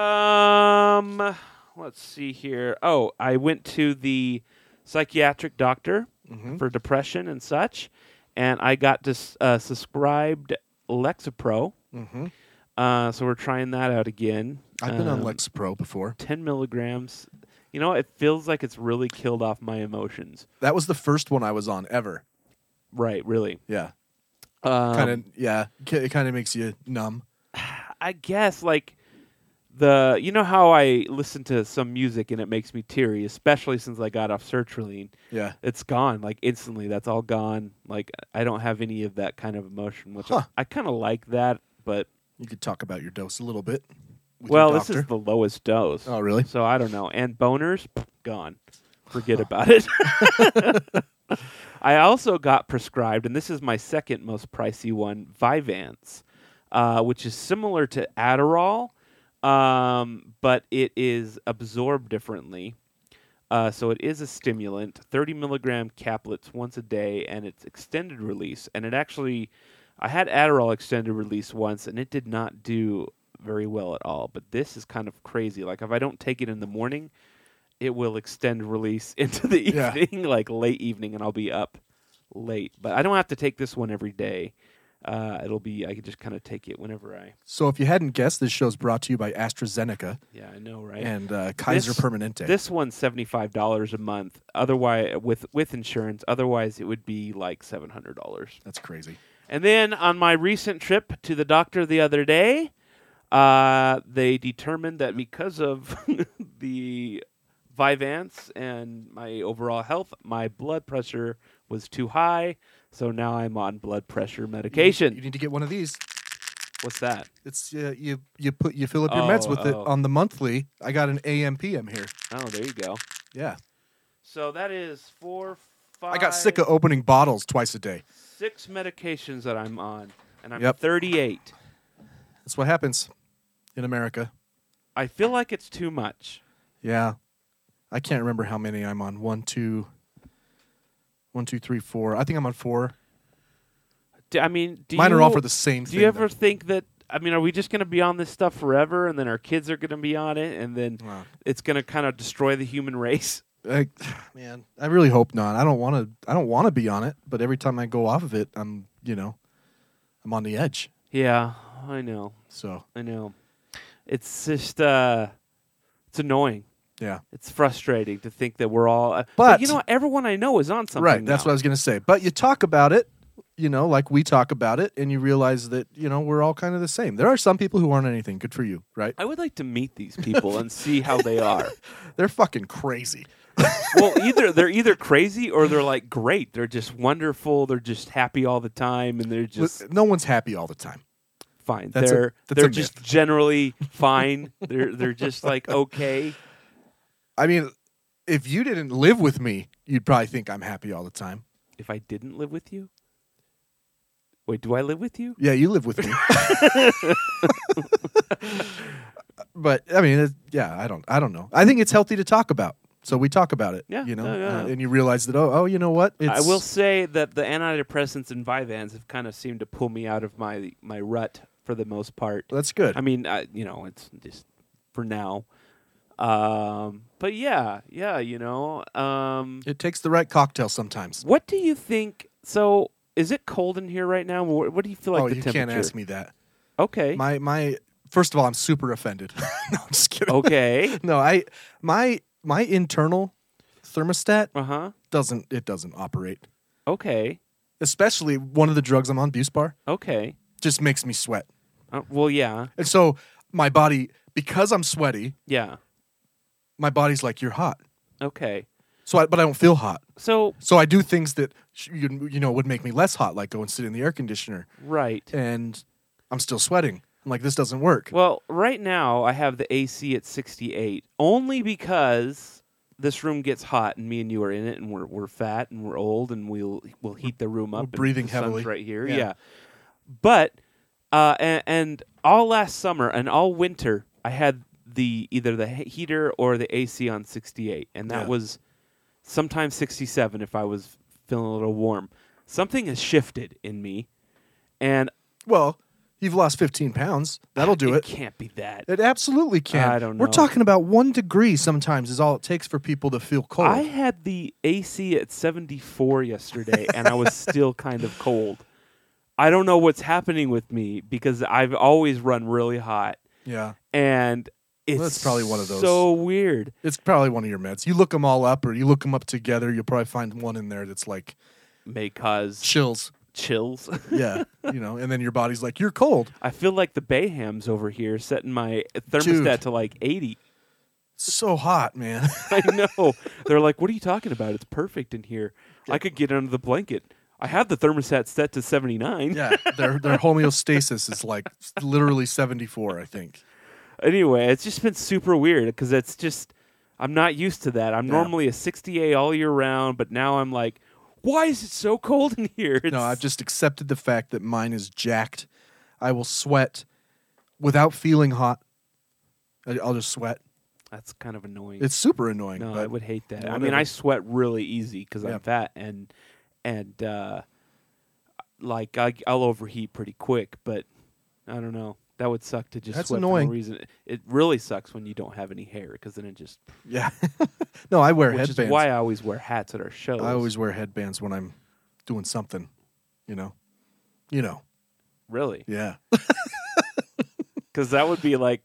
S9: Um, let's see here. Oh, I went to the psychiatric doctor
S8: Mm-hmm.
S9: for depression and such, and I got dis- uh, subscribed Lexapro.
S8: Mm-hmm.
S9: Uh, so we're trying that out again.
S8: I've been on
S9: Um,
S8: Lexapro before.
S9: ten milligrams. You know, it feels like it's really killed off my emotions.
S8: That was the first one I was on ever.
S9: Right, really.
S8: Yeah,
S9: Um,
S8: kind of. yeah, ki- it kind of makes you numb.
S9: I guess like the you know how I listen to some music and it makes me teary, especially since I got off sertraline.
S8: Yeah,
S9: It's gone like instantly. That's all gone. Like I don't have any of that kind of emotion, which
S8: Huh.
S9: I, kind of like that. But
S8: you could talk about your dose a little bit. with your
S9: well, this is
S8: doctor.
S9: the lowest dose.
S8: oh really?
S9: So I don't know. And boners pff, gone. Forget about it. I also got prescribed, and this is my second most pricey one, Vyvanse, uh, which is similar to Adderall, um, but it is absorbed differently. Uh, so it is a stimulant, 30 milligram caplets once a day, and it's extended release. And it actually, I had Adderall extended release once, and it did not do very well at all. But this is kind of crazy. Like if I don't take it in the morning, it will extend release into the
S8: Yeah.
S9: evening, like late evening, and I'll be up late. But I don't have to take this one every day. Uh, it'll be I can just kind of take it whenever I.
S8: So if you hadn't guessed, this show's brought to you by AstraZeneca
S9: Yeah, I know, right?
S8: and uh, Kaiser
S9: This-
S8: Permanente.
S9: This one's seventy five dollars a month. Otherwise, with with insurance, otherwise it would be like seven hundred dollars.
S8: That's crazy.
S9: And then on my recent trip to the doctor the other day, uh, they determined that because of the Vyvanse and my overall health, my blood pressure was too high. So now I'm on blood pressure
S8: You
S9: medication.
S8: need to get one of these.
S9: What's that?
S8: It's uh, you you put you fill up your meds
S9: Oh,
S8: with it
S9: oh.
S8: on the monthly. I got an AM PM here.
S9: Oh, there you go.
S8: Yeah,
S9: So that is four, five.
S8: I got sick of opening bottles twice a day.
S9: six medications that I'm on, and I'm
S8: Yep.
S9: 38.
S8: That's what happens in America.
S9: I feel like it's too much.
S8: Yeah, I can't remember how many I'm on. One, two, one, two, three, four. I think I'm on four.
S9: Do, I mean, do
S8: Mine
S9: you,
S8: are all for the same.
S9: Do
S8: thing,
S9: you ever
S8: though.
S9: think that? I mean, are we just going to be on this stuff forever, and then our kids are going to be on it, and then
S8: Wow.
S9: it's going to kind of destroy the human race?
S8: I, man, I really hope not. I don't want to. I don't want to be on it. But every time I go off of it, I'm you know, I'm on the edge.
S9: Yeah, I know,
S8: So
S9: I know. It's just, uh, it's annoying.
S8: yeah,
S9: It's frustrating to think that we're all. uh, But,
S8: But-
S9: you know, everyone I know is on something.
S8: right. That's what
S9: now.
S8: I was gonna say. But you talk about it, you know, like we talk about it, and you realize that you know we're all kind of the same. There are some people who aren't anything. Good for you, right?
S9: I would like to meet these people and see how they are.
S8: They're fucking crazy.
S9: well, either they're either crazy or they're like great. They're just wonderful. They're just happy all the time, and they're just
S8: no one's happy all the time.
S9: fine.
S8: That's a-
S9: they're
S8: that's a
S9: they're
S8: myth.
S9: just generally fine. they're they're just like okay.
S8: I mean, if you didn't live with me, you'd probably think I'm happy all the time.
S9: If I didn't live with you, wait, do I live with you?
S8: Yeah, you live with me. but I mean, it, yeah, I don't, I don't know. I think it's healthy to talk about, so we talk about it.
S9: Yeah,
S8: you know,
S9: no, yeah.
S8: uh, and you realize that oh, oh, you know what? It's,
S9: I will say that the antidepressants and Vyvanse have kind of seemed to pull me out of my my rut for the most part.
S8: That's good.
S9: I mean, I, you know, it's just for now. Um, but yeah, yeah, you know, um,
S8: it takes the right cocktail sometimes.
S9: What do you think? So, is it cold in here right now? What, what do you feel like
S8: oh,
S9: the
S8: you
S9: temperature?
S8: can't ask me that.
S9: Okay.
S8: My, my. First of all, I'm super offended. no, I'm just kidding.
S9: okay.
S8: No, I, my, my internal thermostat
S9: Uh huh.
S8: doesn't. It doesn't operate.
S9: Okay.
S8: Especially one of the drugs I'm on, Buspar,
S9: Okay.
S8: just makes me sweat.
S9: Uh, well, yeah.
S8: And so my body, because I'm sweaty,
S9: Yeah.
S8: my body's like you're hot.
S9: Okay.
S8: So, I, but I don't feel hot.
S9: So
S8: So I do things that sh- you, you know would make me less hot, like go and sit in the air conditioner,
S9: right.
S8: and I'm still sweating. I'm like, this doesn't work.
S9: Well, right now I have the AC at 68 only because this room gets hot and me and you are in it and we're we're fat and we're old and we'll we'll heat the room up. and
S8: breathing
S9: the sun's
S8: heavily.
S9: right here. Yeah.
S8: Yeah.
S9: But uh and, and all last summer and all winter I had the either the he- heater or the AC on 68 and that
S8: Yeah.
S9: was sometimes 67 if I was feeling a little warm. Something has shifted in me and
S8: Well, you've lost 15 pounds. That'll do it.
S9: can't be that.
S8: It absolutely can.
S9: I don't
S8: We're
S9: know.
S8: talking about one degree sometimes is all it takes for people to feel cold.
S9: I had the AC at 74 yesterday and I was still kind of cold. I don't know what's happening with me because I've always run really hot
S8: yeah.
S9: and it's
S8: that's probably one of those.
S9: so weird.
S8: It's probably one of your meds. You look them all up or you look them up together. You'll probably find one in there that's like
S9: May cause
S8: chills.
S9: chills.
S8: Yeah. you know, and then your body's like, you're cold.
S9: I feel like the Bayhams over here setting my thermostat
S8: Dude.
S9: to like 80.
S8: It's so hot, man.
S9: I know. They're like, "What are you talking about? It's perfect in here. I could get under the blanket. I have the thermostat set to 79."
S8: yeah. Their, their homeostasis is like literally 74, I think.
S9: anyway, it's just been super weird because it's just I'm not used to that. I'm
S8: Yeah.
S9: normally a 68 all year round, but now I'm like, why is it so cold in here?
S8: No,
S9: It's-
S8: I've just accepted the fact that mine is jacked. I will sweat without feeling hot. I- I'll just sweat.
S9: that's kind of annoying.
S8: It's super annoying.
S9: no,
S8: but
S9: I would hate that. I mean,
S8: whatever.
S9: I sweat really easy because
S8: Yeah.
S9: I'm fat and and uh, like I, I'll overheat pretty quick. But I don't know. That would suck to just
S8: That's
S9: sweat
S8: annoying.
S9: for no reason. It, it really sucks when you don't have any hair because then it just
S8: Yeah. no, I wear
S9: which
S8: headbands.
S9: is why I always wear hats at our shows.
S8: I always wear headbands when I'm doing something, you know. You know.
S9: really
S8: Yeah.
S9: because that would be like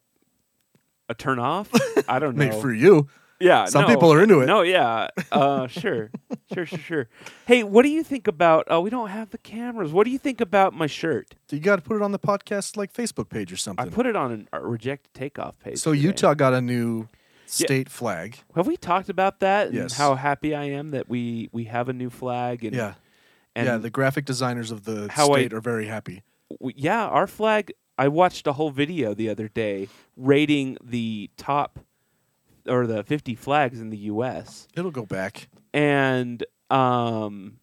S9: a turn off. I don't know.
S8: Made for you.
S9: Yeah,
S8: Some
S9: no.
S8: people are into it.
S9: No, yeah, uh, sure, sure, sure, sure. Hey, what do you think about? Oh, we don't have the cameras. What do you think about my shirt?
S8: You got to put it on the podcast like Facebook page or something.
S9: I put it on an a rejected takeoff page.
S8: so
S9: today.
S8: Utah got a new state flag.
S9: Have we talked about that? And
S8: Yes.
S9: How happy I am that we we have a new flag. And,
S8: Yeah.
S9: And
S8: yeah, the graphic designers of the
S9: How I-
S8: state are very happy.
S9: w- yeah, our flag. I watched a whole video the other day rating the top or the 50 flags in the U.S.
S8: It'll go back.
S9: and um,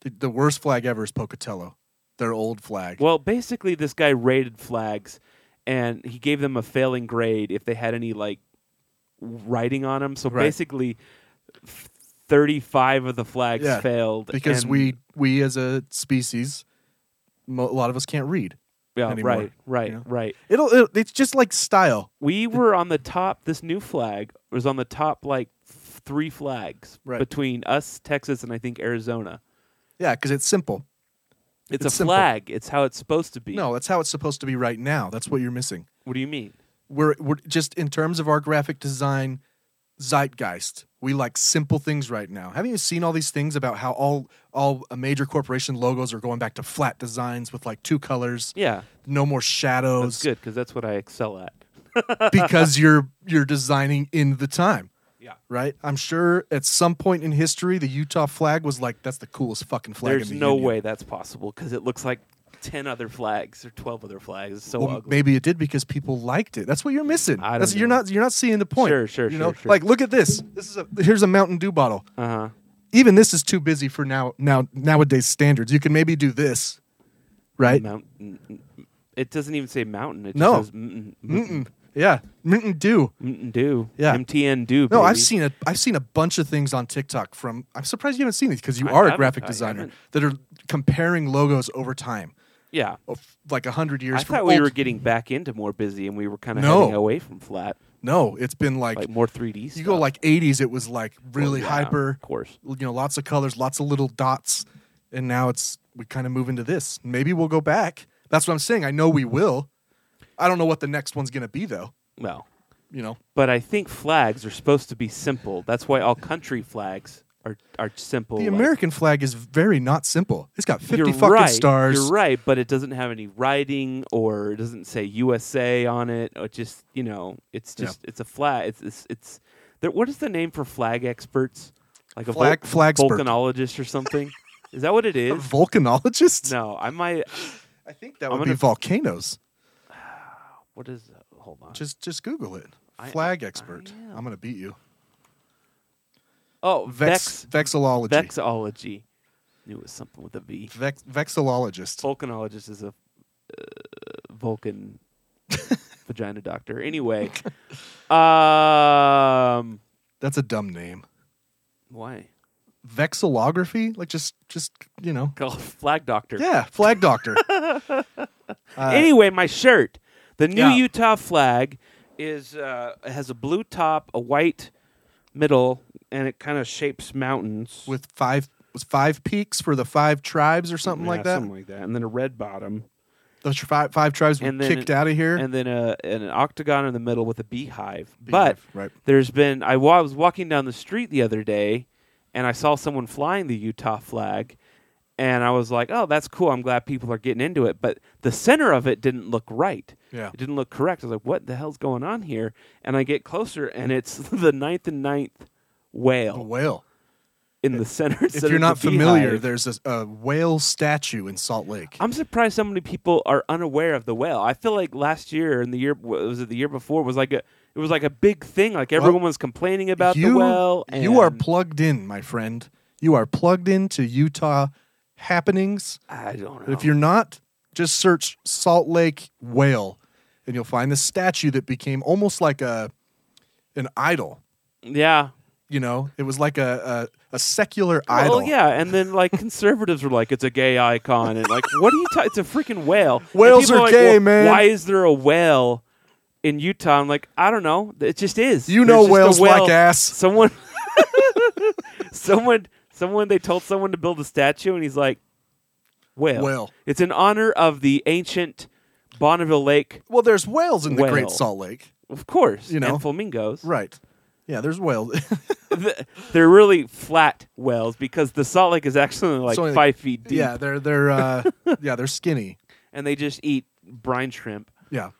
S8: The, the worst flag ever is Pocatello. Their old flag.
S9: Well, basically, this guy rated flags, and he gave them a failing grade if they had any like writing on them. So
S8: Right.
S9: basically, f- thirty-five of the flags
S8: Yeah,
S9: failed
S8: because
S9: and-
S8: we we as a species mo- a lot of us can't read.
S9: yeah,
S8: anymore,
S9: right, right,
S8: you know?
S9: right.
S8: It'll, it'll it's just like style,
S9: We were on the top. This new flag was on the top like f- three flags
S8: Right.
S9: between us, Texas, and I think Arizona.
S8: yeah, because it's simple.
S9: It's,
S8: It's
S9: a
S8: simple.
S9: flag. It's how it's supposed to be.
S8: No, that's how it's supposed to be right now. That's what you're missing.
S9: what do you mean?
S8: We're we're just in terms of our graphic design zeitgeist. We like simple things right now. Haven't you seen all these things about how all all uh, major corporation logos are going back to flat designs with like two colors,
S9: Yeah,
S8: no more
S9: that's
S8: shadows
S9: good because that's what I excel at.
S8: because you're you're designing in the time.
S9: Yeah.
S8: Right? I'm sure at some point in history the Utah flag was like that's the coolest fucking flag
S9: There's
S8: in the
S9: no
S8: Union."
S9: way that's possible because it looks like ten other flags or twelve other flags. It's so
S8: Well,
S9: ugly.
S8: maybe it did because people liked it. That's what you're missing.
S9: I don't
S8: That's- You're
S9: know.
S8: not you're not seeing the point.
S9: Sure, sure,
S8: you know?
S9: sure, sure.
S8: Like look at this. This is a here's a Mountain Dew bottle.
S9: Uh huh.
S8: Even this is too busy for now now nowadays standards. You can maybe do this, right?
S9: Mountain. It doesn't even say mountain. It
S8: No.
S9: just says mm mm
S8: Yeah, Mountain Dew.
S9: mm do.
S8: Yeah.
S9: MTN do.
S8: No, I've
S9: baby.
S8: seen a I've seen a bunch of things on TikTok from. I'm surprised you haven't seen these because you
S9: I
S8: are a
S9: haven't,
S8: graphic
S9: I
S8: designer
S9: haven't.
S8: that are comparing logos over time,
S9: Yeah.
S8: of like hundred years.
S9: I
S8: from
S9: thought we
S8: old-
S9: were getting back into more busy and we were kind of
S8: No.
S9: heading away from flat,
S8: no. It's been like,
S9: like more 3D. Stuff.
S8: you go like 80s. It was like really
S9: Yeah,
S8: hyper.
S9: Of course.
S8: you know, lots of colors, lots of little dots, and now it's we kind of move into this. Maybe we'll go back. That's what I'm saying. I know we will. I don't know what the next one's gonna be though.
S9: Well,
S8: You know,
S9: but I think flags are supposed to be simple. That's why all country flags are are simple.
S8: The
S9: like-
S8: American flag is very not simple. It's got 50
S9: You're
S8: fucking
S9: right,
S8: stars.
S9: You're right, but it doesn't have any writing or it doesn't say USA on it. Or just you know, it's
S8: Yeah.
S9: just it's a flag. It's it's, it's there, what is the name for flag experts? Like a vul-
S8: Flag- flagspert.
S9: volcanologist or something? is that what it
S8: A
S9: is?
S8: volcanologist?
S9: No, I might.
S8: I think that
S9: I'm
S8: would be
S9: gonna-
S8: volcanoes.
S9: What is? Hold on.
S8: Just just Google it.
S9: I-
S8: Flag expert.
S9: I am.
S8: I'm going to beat you.
S9: oh,
S8: Vex,
S9: vex,
S8: vexillology.
S9: vexology. Knew it was something with a V.
S8: Vex, vexillologist.
S9: Volcanologist is a uh, Vulcan vagina doctor. Anyway, um,
S8: That's a dumb name.
S9: why?
S8: Vexillography? Like just just, you know.
S9: Call flag doctor.
S8: Yeah, flag doctor.
S9: anyway, my shirt. The new
S8: Yeah.
S9: Utah flag is uh, has a blue top, a white middle, and it kind of shapes mountains
S8: with five was five peaks for the five tribes or something
S9: Yeah,
S8: like that.
S9: something like that, and then a red bottom,
S8: Those five five tribes were
S9: and then
S8: kicked
S9: an-
S8: out of here.
S9: and then a and an octagon in the middle with a beehive. But
S8: right.
S9: there's been I, wa- I was walking down the street the other day, and I saw someone flying the Utah flag. And I was like, "Oh, that's cool. I'm glad people are getting into it." But the center of it didn't look right.
S8: Yeah.
S9: it didn't look correct. I was like, "What the hell's going on here?" And I get closer, and it's the ninth and ninth
S8: A
S9: whale
S8: whale.
S9: in the center.
S8: If you're not familiar,
S9: beehive.
S8: there's a, a whale statue in Salt Lake.
S9: I'm surprised so many people are unaware of the whale. I feel like last year and the year was it the year before was like a it was like a big thing. Like everyone was complaining about the whale. And
S8: you are plugged in, my friend. You are plugged into Utah happenings.
S9: I don't know.
S8: If you're not, just search Salt Lake whale, and you'll find the statue that became almost like a an idol.
S9: yeah.
S8: You know, it was like a a, a secular
S9: Well,
S8: idol.
S9: yeah, and then like conservatives were like, "It's a gay icon," and like, what are you? Ta- it's a freaking whale. And
S8: Whales
S9: people
S8: are
S9: like,
S8: gay,
S9: "Well,
S8: man."
S9: Why is there a whale in Utah? I'm like, I don't know. It just is.
S8: You
S9: There's
S8: know
S9: just a
S8: whales
S9: whale.
S8: like ass.
S9: Someone, someone, someone. They told someone to build a statue, and he's like, "Whale."
S8: Whale.
S9: It's in honor of the ancient Bonneville Lake,
S8: Well, there's whales in the
S9: Whale.
S8: Great Salt Lake.
S9: of course.
S8: You know.
S9: and flamingos.
S8: Right. Yeah, there's whales.
S9: Th- They're really flat whales because the Salt Lake is actually like
S8: It's only-
S9: five feet deep.
S8: yeah, they're they're uh, yeah, they're skinny.
S9: and they just eat brine shrimp.
S8: Yeah.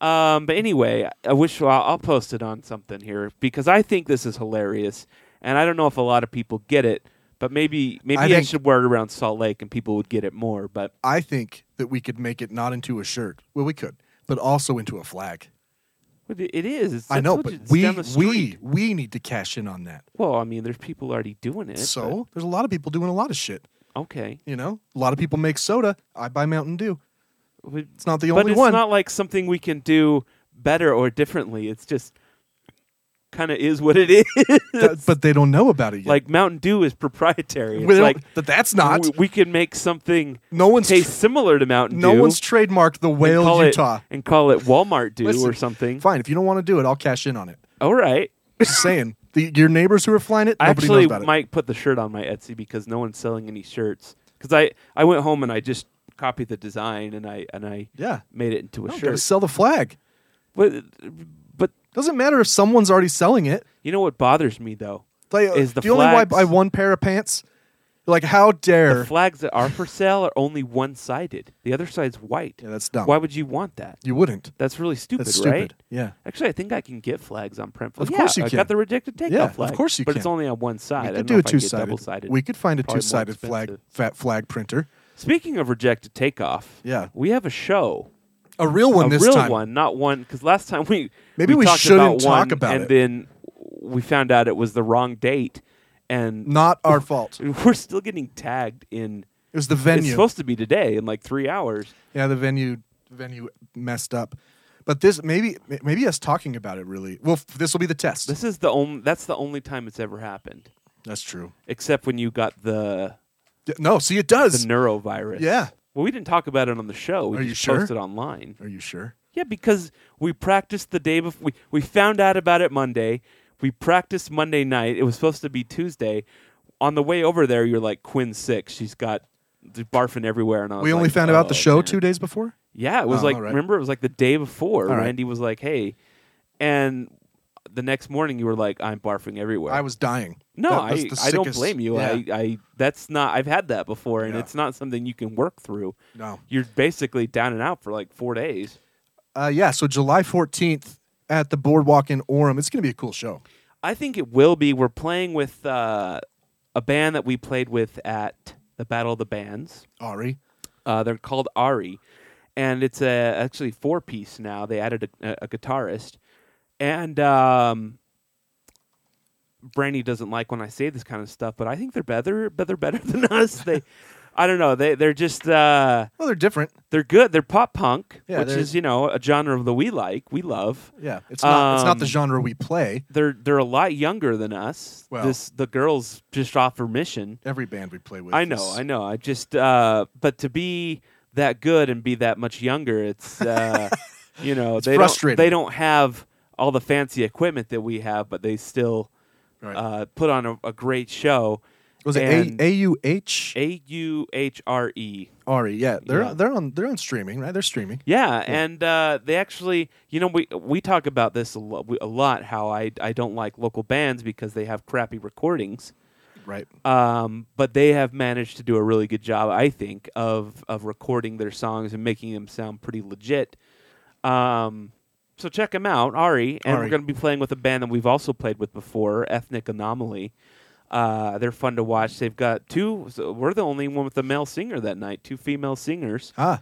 S9: Um, but anyway, I wish I'll, I'll post it on something here because I think this is hilarious, and I don't know if a lot of people get it, but maybe maybe
S8: I
S9: I,
S8: think-
S9: should wear it around Salt Lake and people would get it more. But
S8: I think that we could make it not into a shirt. Well, we could, but also into a flag.
S9: but it it is. It's,
S8: I know,
S9: told
S8: but
S9: you, it's
S8: we
S9: down the
S8: we
S9: street.
S8: we need to cash in on that.
S9: Well, I mean, there's people already doing it.
S8: so there's a lot of people doing a lot of shit.
S9: but- okay,
S8: You know, a lot of people make soda. I buy Mountain Dew.
S9: But-
S8: It's not the
S9: but
S8: only
S9: it's
S8: one.
S9: not like something we can do better or differently. It's just kind of is what it is.
S8: That- but they don't know about it yet.
S9: like Mountain Dew is proprietary.
S8: We
S9: It's
S8: don't-
S9: like
S8: but that's not.
S9: we, we can make something
S8: no one's
S9: taste similar to Mountain
S8: no
S9: Dew.
S8: one's trademarked the
S9: and
S8: whale
S9: call it-
S8: Utah.
S9: and call it Walmart Dew
S8: Listen,
S9: or something.
S8: Fine, if you don't want to do it, I'll cash in on it.
S9: All right.
S8: Just saying, the, your neighbors who are flying it,
S9: I
S8: nobody
S9: actually
S8: knows about it.
S9: might put the shirt on my Etsy because no one's selling any shirts. Because I, I went home and I just copied the design and I and I
S8: Yeah.
S9: made it into a
S8: No, gotta
S9: shirt.
S8: sell the flag.
S9: But but
S8: Doesn't matter if someone's already selling it.
S9: you know what bothers me though?
S8: Like,
S9: Is the
S8: do you only buy,
S9: flags-
S8: buy one pair of pants? Like, how
S9: The
S8: dare?
S9: flags that are for sale are only one sided. The other side's white.
S8: Yeah, that's dumb.
S9: Why would you want that?
S8: you wouldn't.
S9: That's really stupid,
S8: That's
S9: right?
S8: stupid. Yeah.
S9: Actually, I think I can get flags on print.
S8: Of
S9: Yeah,
S8: course you
S9: I
S8: can.
S9: got the rejected takeout
S8: Yeah, of
S9: flag.
S8: course you
S9: But it's
S8: can.
S9: only on one side.
S8: we
S9: I
S8: could
S9: don't
S8: do
S9: know
S8: a
S9: if I
S8: two
S9: could get double-sided.
S8: sided. We could find a
S9: Probably more
S8: two sided flag
S9: expensive.
S8: fat flag printer.
S9: Speaking of rejected takeoff,
S8: Yeah.
S9: we have a show,
S8: A real one
S9: a
S8: this
S9: real
S8: time.
S9: one, not one, because last time we
S8: Maybe we
S9: talked
S8: shouldn't
S9: about one,
S8: talk about
S9: and
S8: it.
S9: then we found out it was the wrong date, and
S8: Not our fault. It
S9: we're still getting tagged in.
S8: was the
S9: It's
S8: venue.
S9: supposed to be today in like three hours.
S8: yeah, the venue venue messed up. But this maybe maybe us talking about it really. Well, f- this will be the test.
S9: This is the only that's the only time it's ever happened,
S8: That's true.
S9: except when you got the
S8: Yeah, No, see, it
S9: the
S8: does.
S9: neurovirus.
S8: Yeah.
S9: Well, we didn't talk about it on the show. We
S8: Are
S9: just
S8: you sure?
S9: posted online.
S8: Are you sure?
S9: Yeah, because we practiced the day before. We, we found out about it Monday. We practiced Monday night. It was supposed to be Tuesday. On the way over there, you're like Quinn's sick. She's got the barfing everywhere. And I was
S8: We only
S9: like,
S8: found out about the
S9: "Oh,
S8: show
S9: man."
S8: two days before.
S9: Yeah, it was
S8: Oh,
S9: like
S8: all right.
S9: remember it was like the day before.
S8: All right.
S9: Randy was like, "Hey," and the next morning you were like, I'm barfing everywhere.
S8: I was dying.
S9: no,
S8: That was
S9: I,
S8: the
S9: I don't
S8: sickest-
S9: blame you. I,
S8: yeah.
S9: I that's not I've had that before and
S8: Yeah.
S9: it's not something you can work through.
S8: No.
S9: You're basically down and out for like four days.
S8: Uh, yeah, so July 14th at the Boardwalk in Orem. It's going to be a cool show.
S9: I think it will be. We're playing with uh, a band that we played with at the Battle of the Bands.
S8: Ari.
S9: Uh, they're called Ari, and it's a actually four piece now. They added a, a guitarist, and um, Brandy doesn't like when I say this kind of stuff, but I think they're better, but they're better than us. They, I don't know. They they're just uh,
S8: Well, they're different.
S9: they're good. They're pop punk,
S8: Yeah,
S9: which
S8: they're-
S9: is you know a genre that we like, we love.
S8: Yeah, it's not, it's not the
S9: Um,
S8: genre we play.
S9: They're they're a lot younger than us.
S8: Well-
S9: this the girls just off her mission.
S8: Every band we play with.
S9: I know,
S8: is-
S9: I know. I just, uh, but to be that good and be that much younger, it's, uh, you know, they
S8: frustrating.
S9: Don't, they don't have all the fancy equipment that we have, but they still
S8: Right.
S9: uh, put on a, a great show.
S8: was it
S9: and-
S8: A U H
S9: A U H R E.
S8: Ari? Yeah, they're
S9: Yeah.
S8: they're on they're on streaming, right? They're streaming.
S9: Yeah, and uh, they actually, you know, we we talk about this a, lo- we- a lot. How I I don't like local bands because they have crappy recordings.
S8: Right.
S9: um, but they have managed to do a really good job, I think, of of recording their songs and making them sound pretty legit. Um, so check them out, Ari, and
S8: Ari.
S9: we're going to be playing with a band that we've also played with before, Ethnic Anomaly. Uh, they're fun to watch. They've got two. So we're the only one with a male singer that night. Two female singers.
S8: Ah,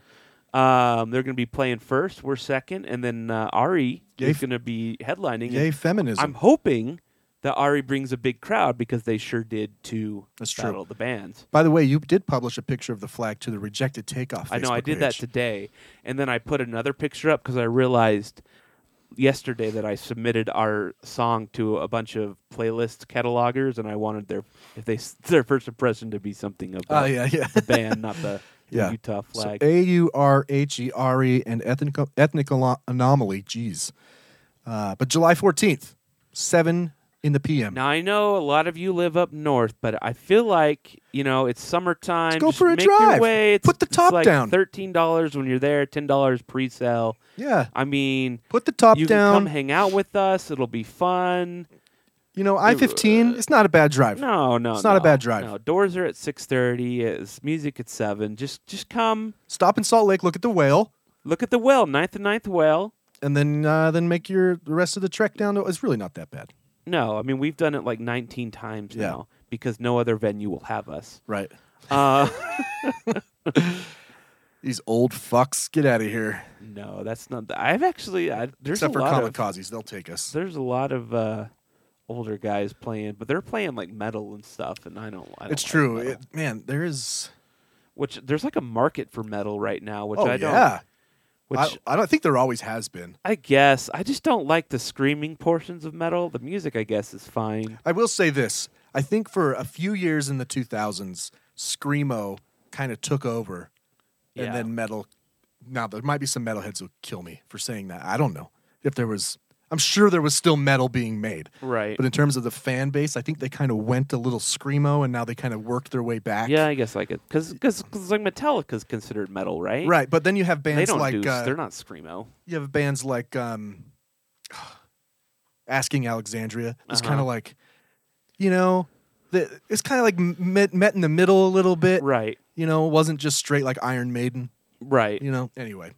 S9: Um, they're going to be playing first. We're second, and then uh, Ari
S8: Yay
S9: is
S8: f-
S9: going to be headlining.
S8: yay,
S9: And
S8: feminism.
S9: I'm hoping that Ari brings a big crowd because they sure did to
S8: That's true.
S9: Battle of the Bands.
S8: By the way, you did publish a picture of the flag to the rejected takeoff.
S9: I know I
S8: Facebook
S9: did that
S8: page.
S9: today, and then I put another picture up because I realized yesterday that I submitted our song to a bunch of playlist catalogers, and I wanted their if they s- their first impression to be something of
S8: Oh
S9: the,
S8: yeah, yeah.
S9: the band, not the, the
S8: Yeah.
S9: Utah
S8: So
S9: flag.
S8: A U R H E R E and ethnic ethnic Ano- anomaly. Jeez. Uh, but July 14th, seven in the p.m.
S9: now I know a lot of you live up north, but I feel like you know it's summertime.
S8: Let's go
S9: Just
S8: for a
S9: make
S8: drive.
S9: Your way. It's,
S8: Put the
S9: it's
S8: top
S9: like
S8: down.
S9: Thirteen dollars when you're there. Ten dollars pre-sale.
S8: yeah,
S9: I mean,
S8: put the top
S9: you can come
S8: down.
S9: hang out with us. It'll be fun.
S8: You know, I 15. It's not a bad drive.
S9: No, no,
S8: It's not a
S9: no,
S8: bad drive.
S9: No, doors are at six thirty. It's music at seven. Just, just come.
S8: Stop in Salt Lake, look at the whale,
S9: Look at the well, ninth and ninth well.
S8: and then uh, then make your the rest of the trek down. To, it's really not that bad.
S9: No, I mean we've done it like nineteen times
S8: Yeah.
S9: now because no other venue will have us.
S8: Right.
S9: Uh,
S8: These old fucks, get out of here.
S9: no, that's not. I've actually I, there's
S8: Except
S9: a
S8: for
S9: lot of
S8: kamikazes, they'll take us.
S9: there's a lot of uh, older guys playing, but they're playing like metal and stuff, and I don't. I don't
S8: It's
S9: like
S8: true,
S9: metal.
S8: it, man. There is.
S9: which there's like a market for metal right now, which
S8: oh
S9: I don't.
S8: yeah.
S9: Which
S8: I, I don't think there always has been.
S9: I guess I just don't like the screaming portions of metal. The music, I guess, is fine.
S8: I will say this. I think for a few years in the 2000s, screamo kind of took over,
S9: Yeah.
S8: and then metal. Now there might be some metalheads who kill me for saying that. I don't know if there was. I'm sure there was still metal being made,
S9: Right.
S8: But in terms of the fan base, I think they kind of went a little screamo, and now they kind of worked their way back.
S9: yeah, I guess I could, because because like Metallica's considered metal, right?
S8: right. But then you have
S9: They
S8: bands
S9: don't
S8: like
S9: do.
S8: uh,
S9: they're not screamo.
S8: you have bands like um, Asking Alexandria. It's
S9: Uh-huh.
S8: kind of like, you know, the, it's kind of like m- met, met in the middle a little bit.
S9: Right.
S8: You know, it wasn't just straight like Iron Maiden.
S9: Right.
S8: You know, anyway.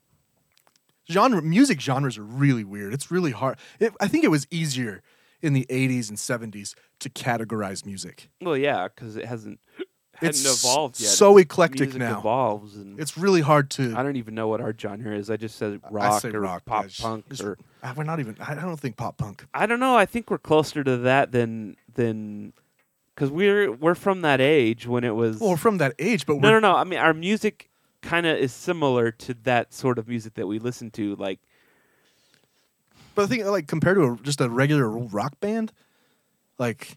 S8: Genre music genres are really weird. It's really hard. It, I think it was easier in the 80s and 70s to categorize music.
S9: Well, yeah, because it hasn't hadn't
S8: It's
S9: evolved yet.
S8: so
S9: It's-
S8: eclectic
S9: music
S8: now.
S9: Evolves and
S8: It's really hard to
S9: I don't even know what our genre is. I just said rock
S8: say
S9: or
S8: rock, yeah,
S9: pop
S8: it's-
S9: punk
S8: it's-
S9: or
S8: Ah, we're not even I don't think pop punk.
S9: I don't know. I think we're closer to that than than because we're we're from that age when it was.
S8: Well, we're from that age, but
S9: No,
S8: we're
S9: no, no. I mean, our music kind of is similar to that sort of music that we listen to. Like,
S8: But I think like compared to a, just a regular rock band, like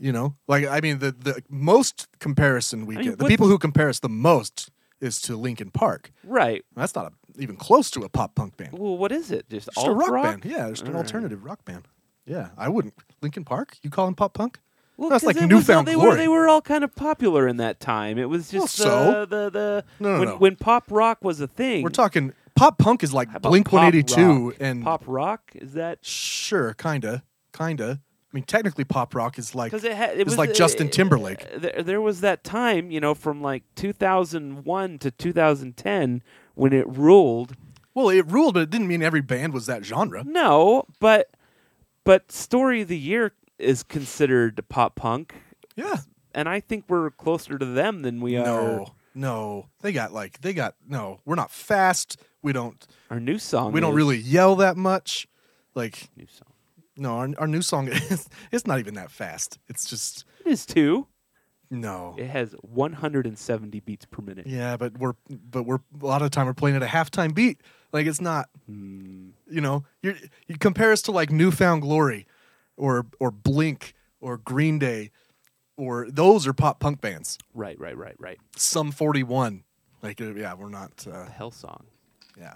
S8: you know, like I mean the the most comparison we
S9: I mean,
S8: get, the
S9: what-
S8: people who compare us the most is to Linkin Park.
S9: right?
S8: That's not a, even close to a pop punk band.
S9: Well, what is it? Just,
S8: Just a
S9: alt
S8: rock,
S9: rock
S8: band. Yeah, just an
S9: All right.
S8: alternative rock band. Yeah, I wouldn't. Linkin Park? You call them pop punk?
S9: Well,
S8: That's
S9: 'cause
S8: like
S9: it was all-
S8: newfound
S9: they Were,
S8: glory.
S9: they were all kind of popular in that time. It was
S8: Well,
S9: just
S8: so?
S9: uh, the the
S8: No, no,
S9: when,
S8: no.
S9: when pop rock was a thing.
S8: We're talking Pop punk is like
S9: How about
S8: Blink
S9: pop
S8: 182
S9: rock?
S8: and
S9: pop rock is that
S8: sure, kinda, kinda. I mean, technically, pop rock is like
S9: because it, ha- it
S8: it's
S9: was
S8: like
S9: uh,
S8: Justin Timberlake.
S9: uh, There, there was that time, you know, from like 2001 to 2010 when it ruled.
S8: Well, it ruled, but it didn't mean every band was that genre.
S9: No, but but story of the year is considered pop punk,
S8: Yeah.
S9: and I think we're closer to them than we
S8: No, no, they got like they got no. We're not fast. We don't.
S9: are. Our new song.
S8: We don't
S9: is-
S8: really yell that much. Like
S9: New song.
S8: no, our, our new song is it's not even that fast. It's just
S9: It is too.
S8: no.
S9: It has 170 beats per minute.
S8: Yeah, but we're but we're a lot of the time we're playing at a halftime beat. Like it's not. You know, you you compare us to like Newfound Glory, or or Blink or Green Day, or those are pop punk bands.
S9: Right, right, right, right.
S8: Some Forty One. Like uh, yeah, we're not. Uh,
S9: Hell song.
S8: yeah.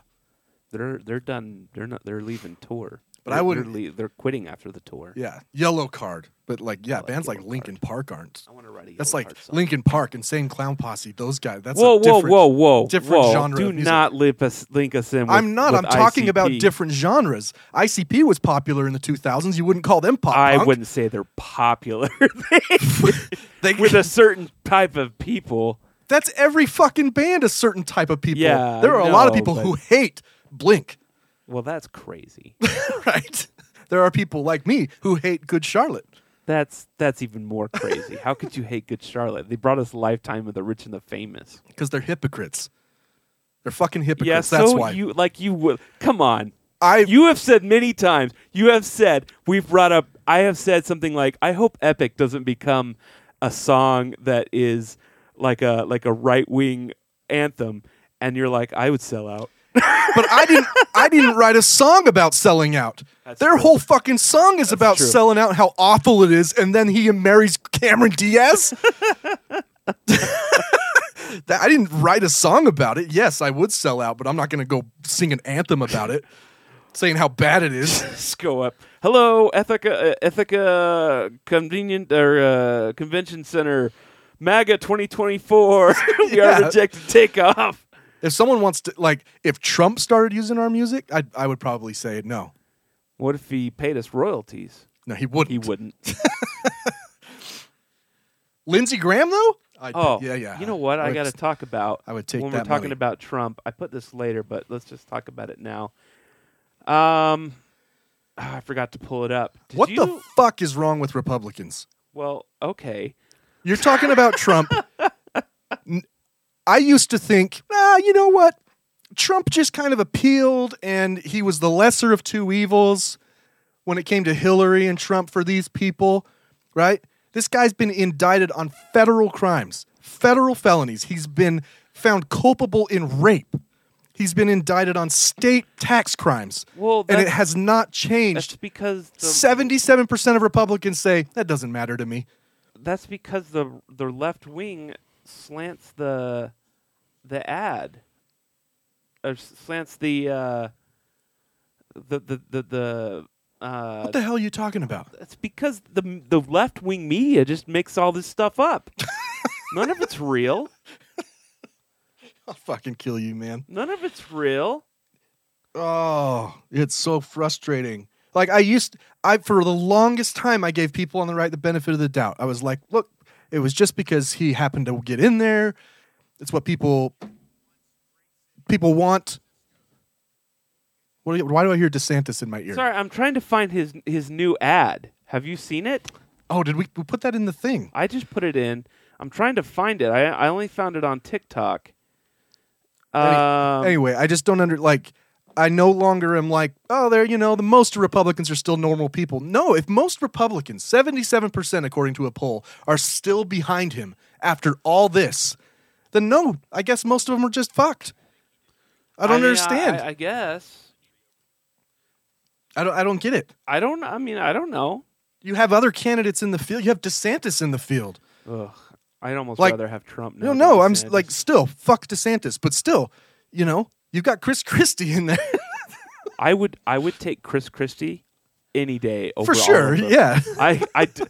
S9: They're they're done. They're not. They're leaving tour.
S8: But I
S9: They're-
S8: wouldn't-
S9: They're, le- they're quitting after the tour.
S8: Yeah, Yellow Card. But like, yeah, bands like
S9: Yellow
S8: Linkin Park aren't.
S9: I want to write a.
S8: That's
S9: Yellow
S8: like
S9: Card song.
S8: Linkin Park, Insane Clown Posse. Those guys. That's
S9: whoa,
S8: a different,
S9: whoa, whoa, whoa,
S8: different
S9: whoa.
S8: genre.
S9: Do
S8: of music.
S9: not lip us, link us in. With,
S8: I'm not.
S9: with
S8: I'm talking about
S9: ICP.
S8: different genres. ICP was popular in the 2000s. You wouldn't call them pop.
S9: I
S8: punk.
S9: wouldn't say they're popular
S8: They-
S9: with a certain type of people.
S8: That's every fucking band. A certain type of people.
S9: Yeah,
S8: there are
S9: I
S8: a lot of
S9: know,
S8: people who
S9: but-
S8: hate Blink.
S9: Well, that's crazy.
S8: Right. There are people like me who hate Good Charlotte.
S9: That's that's even more crazy. How could you hate Good Charlotte? They brought us Lifetime of the Rich and the Famous.
S8: because they're hypocrites. They're fucking hypocrites.
S9: yeah,
S8: that's
S9: so
S8: why
S9: you like you would come on.
S8: I
S9: You have said many times. You have said we've brought up. I have said something like, "I hope Epic doesn't become a song that is like a like a right wing anthem." And you're like, "I would sell out."
S8: but I didn't I didn't write a song about selling out.
S9: That's
S8: Their
S9: true.
S8: whole fucking song is about
S9: true.
S8: selling out how awful it is and then he marries Cameron Diaz. That- I didn't write a song about it. Yes, I would sell out, but I'm not going to go sing an anthem about it saying how bad it is.
S9: Let's go up. Hello, Ethica, uh, Ethica Convenient or uh, Convention Center, MAGA 2024. we
S8: Yeah.
S9: are rejected. Take off.
S8: If someone wants to like if Trump started using our music, I I would probably say no.
S9: What if he paid us royalties?
S8: No, he wouldn't.
S9: He wouldn't.
S8: Lindsey Graham though? I,
S9: Oh,
S8: yeah, yeah.
S9: You know what? I
S8: would
S9: got to talk about.
S8: I would take
S9: when we're
S8: that
S9: talking
S8: money.
S9: about Trump. I put this later, but let's just talk about it now. Um, ah, I forgot to pull it up. Did
S8: What
S9: you?
S8: the fuck is wrong with Republicans?
S9: well, okay.
S8: You're talking about Trump. N- I used to think, ah, you know what? Trump just kind of appealed and he was the lesser of two evils when it came to Hillary and Trump for these people, right? This guy's been indicted on federal crimes, federal felonies. He's been found culpable in rape. He's been indicted on state tax crimes.
S9: Well,
S8: and it
S9: that's-
S8: has not changed
S9: That's because the,
S8: Seventy-seven percent of Republicans say that doesn't matter to me.
S9: that's because the the left wing slants the the ad or s- slants the uh, the the the, the uh,
S8: What the hell are you talking about?
S9: It's because the the left wing media just makes all this stuff up. None of it's real.
S8: I'll fucking kill you, man.
S9: None of it's real.
S8: Oh, it's so frustrating. Like I used, I for the longest time, I gave people on the right the benefit of the doubt. I was like, look, it was just because he happened to get in there. It's what people people want. What? do you- Why do I hear DeSantis in my ear?
S9: Sorry, I'm trying to find his his new ad. Have you seen it?
S8: Oh, did we, we put that in the thing?
S9: I just put it in. I'm trying to find it. I I only found it on TikTok. Um,
S8: anyway, I just don't under like. I no longer am like, oh, there, you know, the most Republicans are still normal people. No, if most Republicans, seventy-seven percent according to a poll, are still behind him after all this, then no, I guess most of them are just fucked. I don't
S9: mean,
S8: understand.
S9: I, I guess
S8: I don't. I don't get it.
S9: I don't. I mean, I don't know.
S8: You have other candidates in the field. You have DeSantis in the field.
S9: Ugh, I'd almost
S8: Like-
S9: rather have Trump. now
S8: No,
S9: than
S8: no, I'm s-
S9: DeSantis.
S8: like still fuck DeSantis, but still, you know, you've got Chris Christie in there
S9: I would. I would take Chris Christie any day over
S8: for
S9: all
S8: sure.
S9: of them.
S8: Yeah.
S9: I, I d-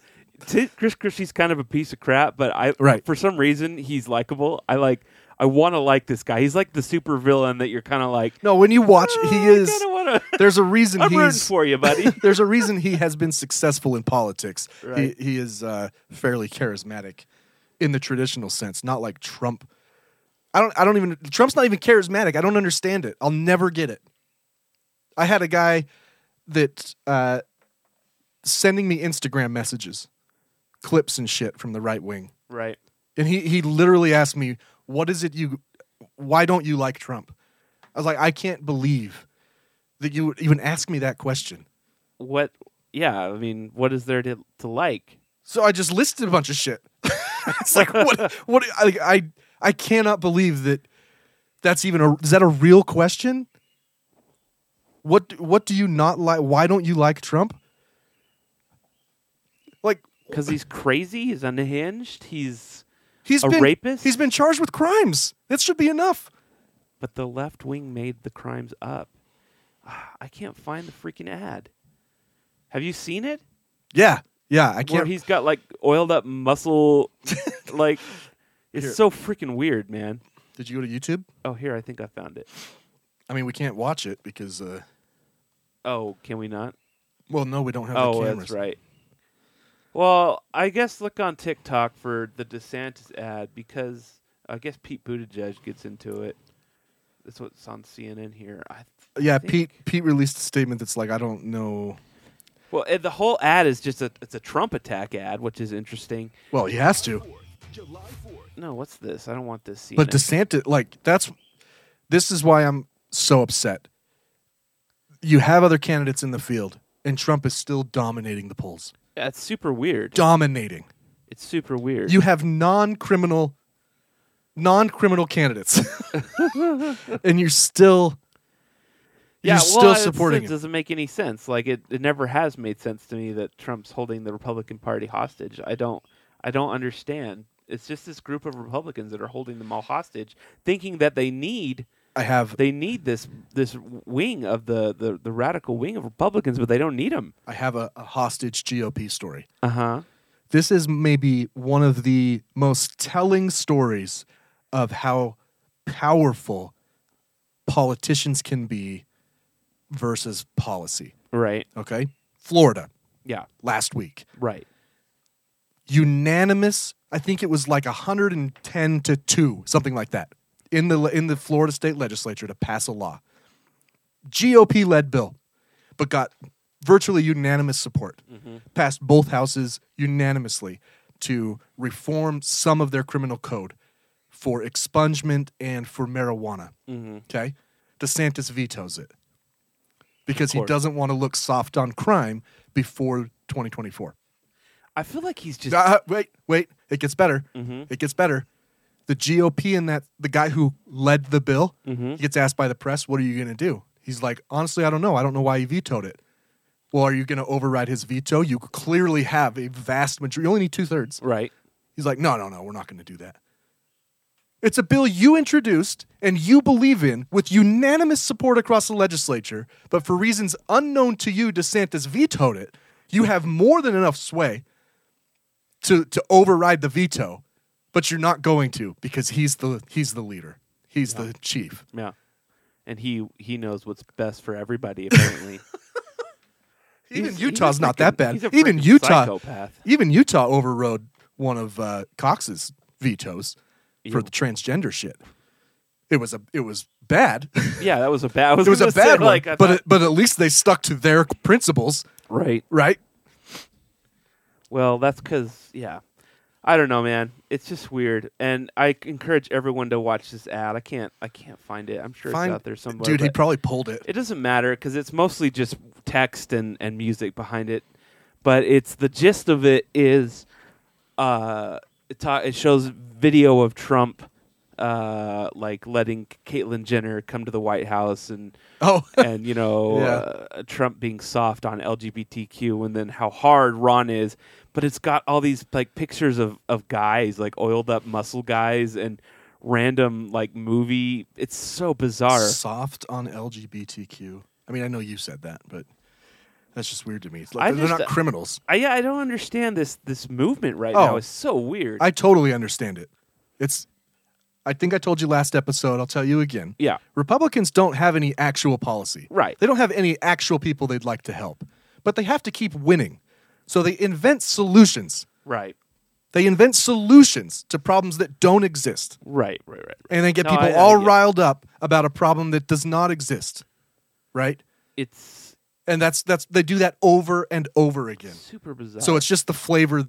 S9: t- Chris Christie's kind of a piece of crap, but I
S8: Right.
S9: for some reason he's likable. I like I want to like this guy. He's like the supervillain that you're kind of like.
S8: No, when you watch, he
S9: "Ah,
S8: is.
S9: I kinda wanna-
S8: There's a reason
S9: I'm rooting
S8: he's.
S9: for you, buddy.
S8: There's a reason he has been successful in politics.
S9: Right.
S8: He, he is uh, fairly charismatic in the traditional sense, not like Trump. I don't. I don't even. Trump's not even charismatic. I don't understand it. I'll never get it. I had a guy that uh, sending me Instagram messages, clips and shit from the right wing,
S9: right.
S8: and he he literally asked me, "What is it you? Why don't you like Trump?" I was like, "I can't believe that you would even ask me that question."
S9: What? Yeah. I mean, what is there to to like?
S8: So I just listed a bunch of shit. it's like what what I, I I cannot believe that that's even a is that a real question? What what do you not like? Why don't you like Trump? Like
S9: Because he's crazy. He's unhinged. He's.
S8: he's
S9: A
S8: been
S9: rapist?
S8: He's been charged with crimes. That should be enough.
S9: But the left wing made the crimes up. Ah, I can't find the freaking ad. Have you seen it?
S8: Yeah, yeah. I
S9: Where
S8: can't.
S9: he's got like oiled up muscle, like it's
S8: Here.
S9: so freaking weird, man.
S8: Did you go to YouTube?
S9: Oh, here I think I found it.
S8: I mean, we can't watch it because. Uh,
S9: Oh, can we not?
S8: well, no, we don't have
S9: Oh,
S8: the cameras.
S9: that's right. Well, I guess look on TikTok for the DeSantis ad because I guess Pete Buttigieg gets into it. That's what's on CNN here. I
S8: Yeah,
S9: think-
S8: Pete. Pete released a statement that's like, I don't know.
S9: Well, eh, the whole ad is just a it's a Trump attack ad, which is interesting.
S8: Well, he has to.
S9: No, what's this? I don't want this. CNN.
S8: But DeSantis, like that's this is why I'm so upset. You have other candidates in the field, and Trump is still dominating the polls.
S9: Yeah, it's super weird.
S8: Dominating.
S9: It's super weird.
S8: You have non-criminal, non-criminal candidates, and you're still
S9: yeah,
S8: you're
S9: well,
S8: still
S9: it's-
S8: supporting
S9: It
S8: him.
S9: doesn't make any sense. Like it, it never has made sense to me that Trump's holding the Republican Party hostage. I don't, I don't understand. It's just this group of Republicans that are holding them all hostage, thinking that they need
S8: I have
S9: they need this this wing of the the, the radical wing of Republicans, but they don't need them.
S8: I have a, a hostage GOP story.
S9: Uh
S8: Uh-huh.
S9: huh.
S8: this is maybe one of the most telling stories of how powerful politicians can be versus policy.
S9: Right.
S8: Okay. Florida
S9: Yeah.
S8: last week,
S9: Right.
S8: unanimous, I think it was like 110 to 2, something like that, in the, in the Florida state legislature to pass a law. GOP led bill, but got virtually unanimous support. Passed both houses unanimously to reform some of their criminal code for expungement and for marijuana. Okay? DeSantis vetoes it because he doesn't want to look soft on crime before 2024.
S9: I feel like he's just
S8: Uh, wait, wait. It gets better. It gets better. The GOP and that the guy who led the bill he gets asked by the press, "What are you going to do?" He's like, "Honestly, I don't know. I don't know why he vetoed it." Well, are you going to override his veto? You clearly have a vast majority. You only need two thirds.
S9: right.
S8: He's like, "No, no, no. We're not going to do that." It's a bill you introduced and you believe in with unanimous support across the legislature, but for reasons unknown to you, DeSantis vetoed it. You have more than enough sway to to override the veto, but you're not going to because he's the he's the leader. He's the chief.
S9: Yeah. And he he knows what's best for everybody apparently.
S8: Even
S9: He's-
S8: Utah's
S9: he's a
S8: not that
S9: freaking-
S8: bad.
S9: he's a
S8: Even
S9: freaking
S8: Utah,
S9: psychopath.
S8: even Utah overrode one of uh, Cox's vetoes for
S9: Ew.
S8: the transgender shit. It was a it was bad.
S9: yeah, that was a bad. I was
S8: it was
S9: gonna
S8: a bad
S9: say,
S8: one,
S9: Like, I
S8: but
S9: thought-
S8: it- but at least they stuck to their principles,
S9: right.
S8: right?
S9: Well, that's because yeah, I don't know, man. It's just weird, and I c- encourage everyone to watch this ad. I can't. I can't find it. I'm sure
S8: Fine.
S9: it's out there somewhere.
S8: Dude, he
S9: but
S8: probably pulled it.
S9: it doesn't matter because it's mostly just text and and music behind it. But it's the gist of it is, uh, it, ta- it shows video of Trump. Uh, like letting Caitlyn Jenner come to the White House and
S8: Oh,
S9: and you know
S8: Yeah.
S9: uh, Trump being soft on LGBTQ, and then how hard Ron is. But it's got all these like pictures of of guys, like oiled up muscle guys, and random like movie. It's so bizarre.
S8: soft on LGBTQ. I mean, I know you said that, but that's just weird to me. It's like
S9: I
S8: they're
S9: just- uh,
S8: not criminals.
S9: I yeah, I don't understand this this movement right
S8: Oh.
S9: now. It's so weird.
S8: I totally understand it. It's I think I told you last episode. I'll tell you again.
S9: Yeah.
S8: Republicans don't have any actual policy.
S9: Right.
S8: They don't have any actual people they'd like to help, but they have to keep winning. So they invent solutions.
S9: Right.
S8: They invent solutions to problems that don't exist.
S9: Right. Right. Right.
S8: And they get
S9: No,
S8: people
S9: I- I
S8: all
S9: get it.
S8: riled up about a problem that does not exist. Right?
S9: It's
S8: And that's that's they do that over and over again.
S9: super bizarre.
S8: So it's just the flavor.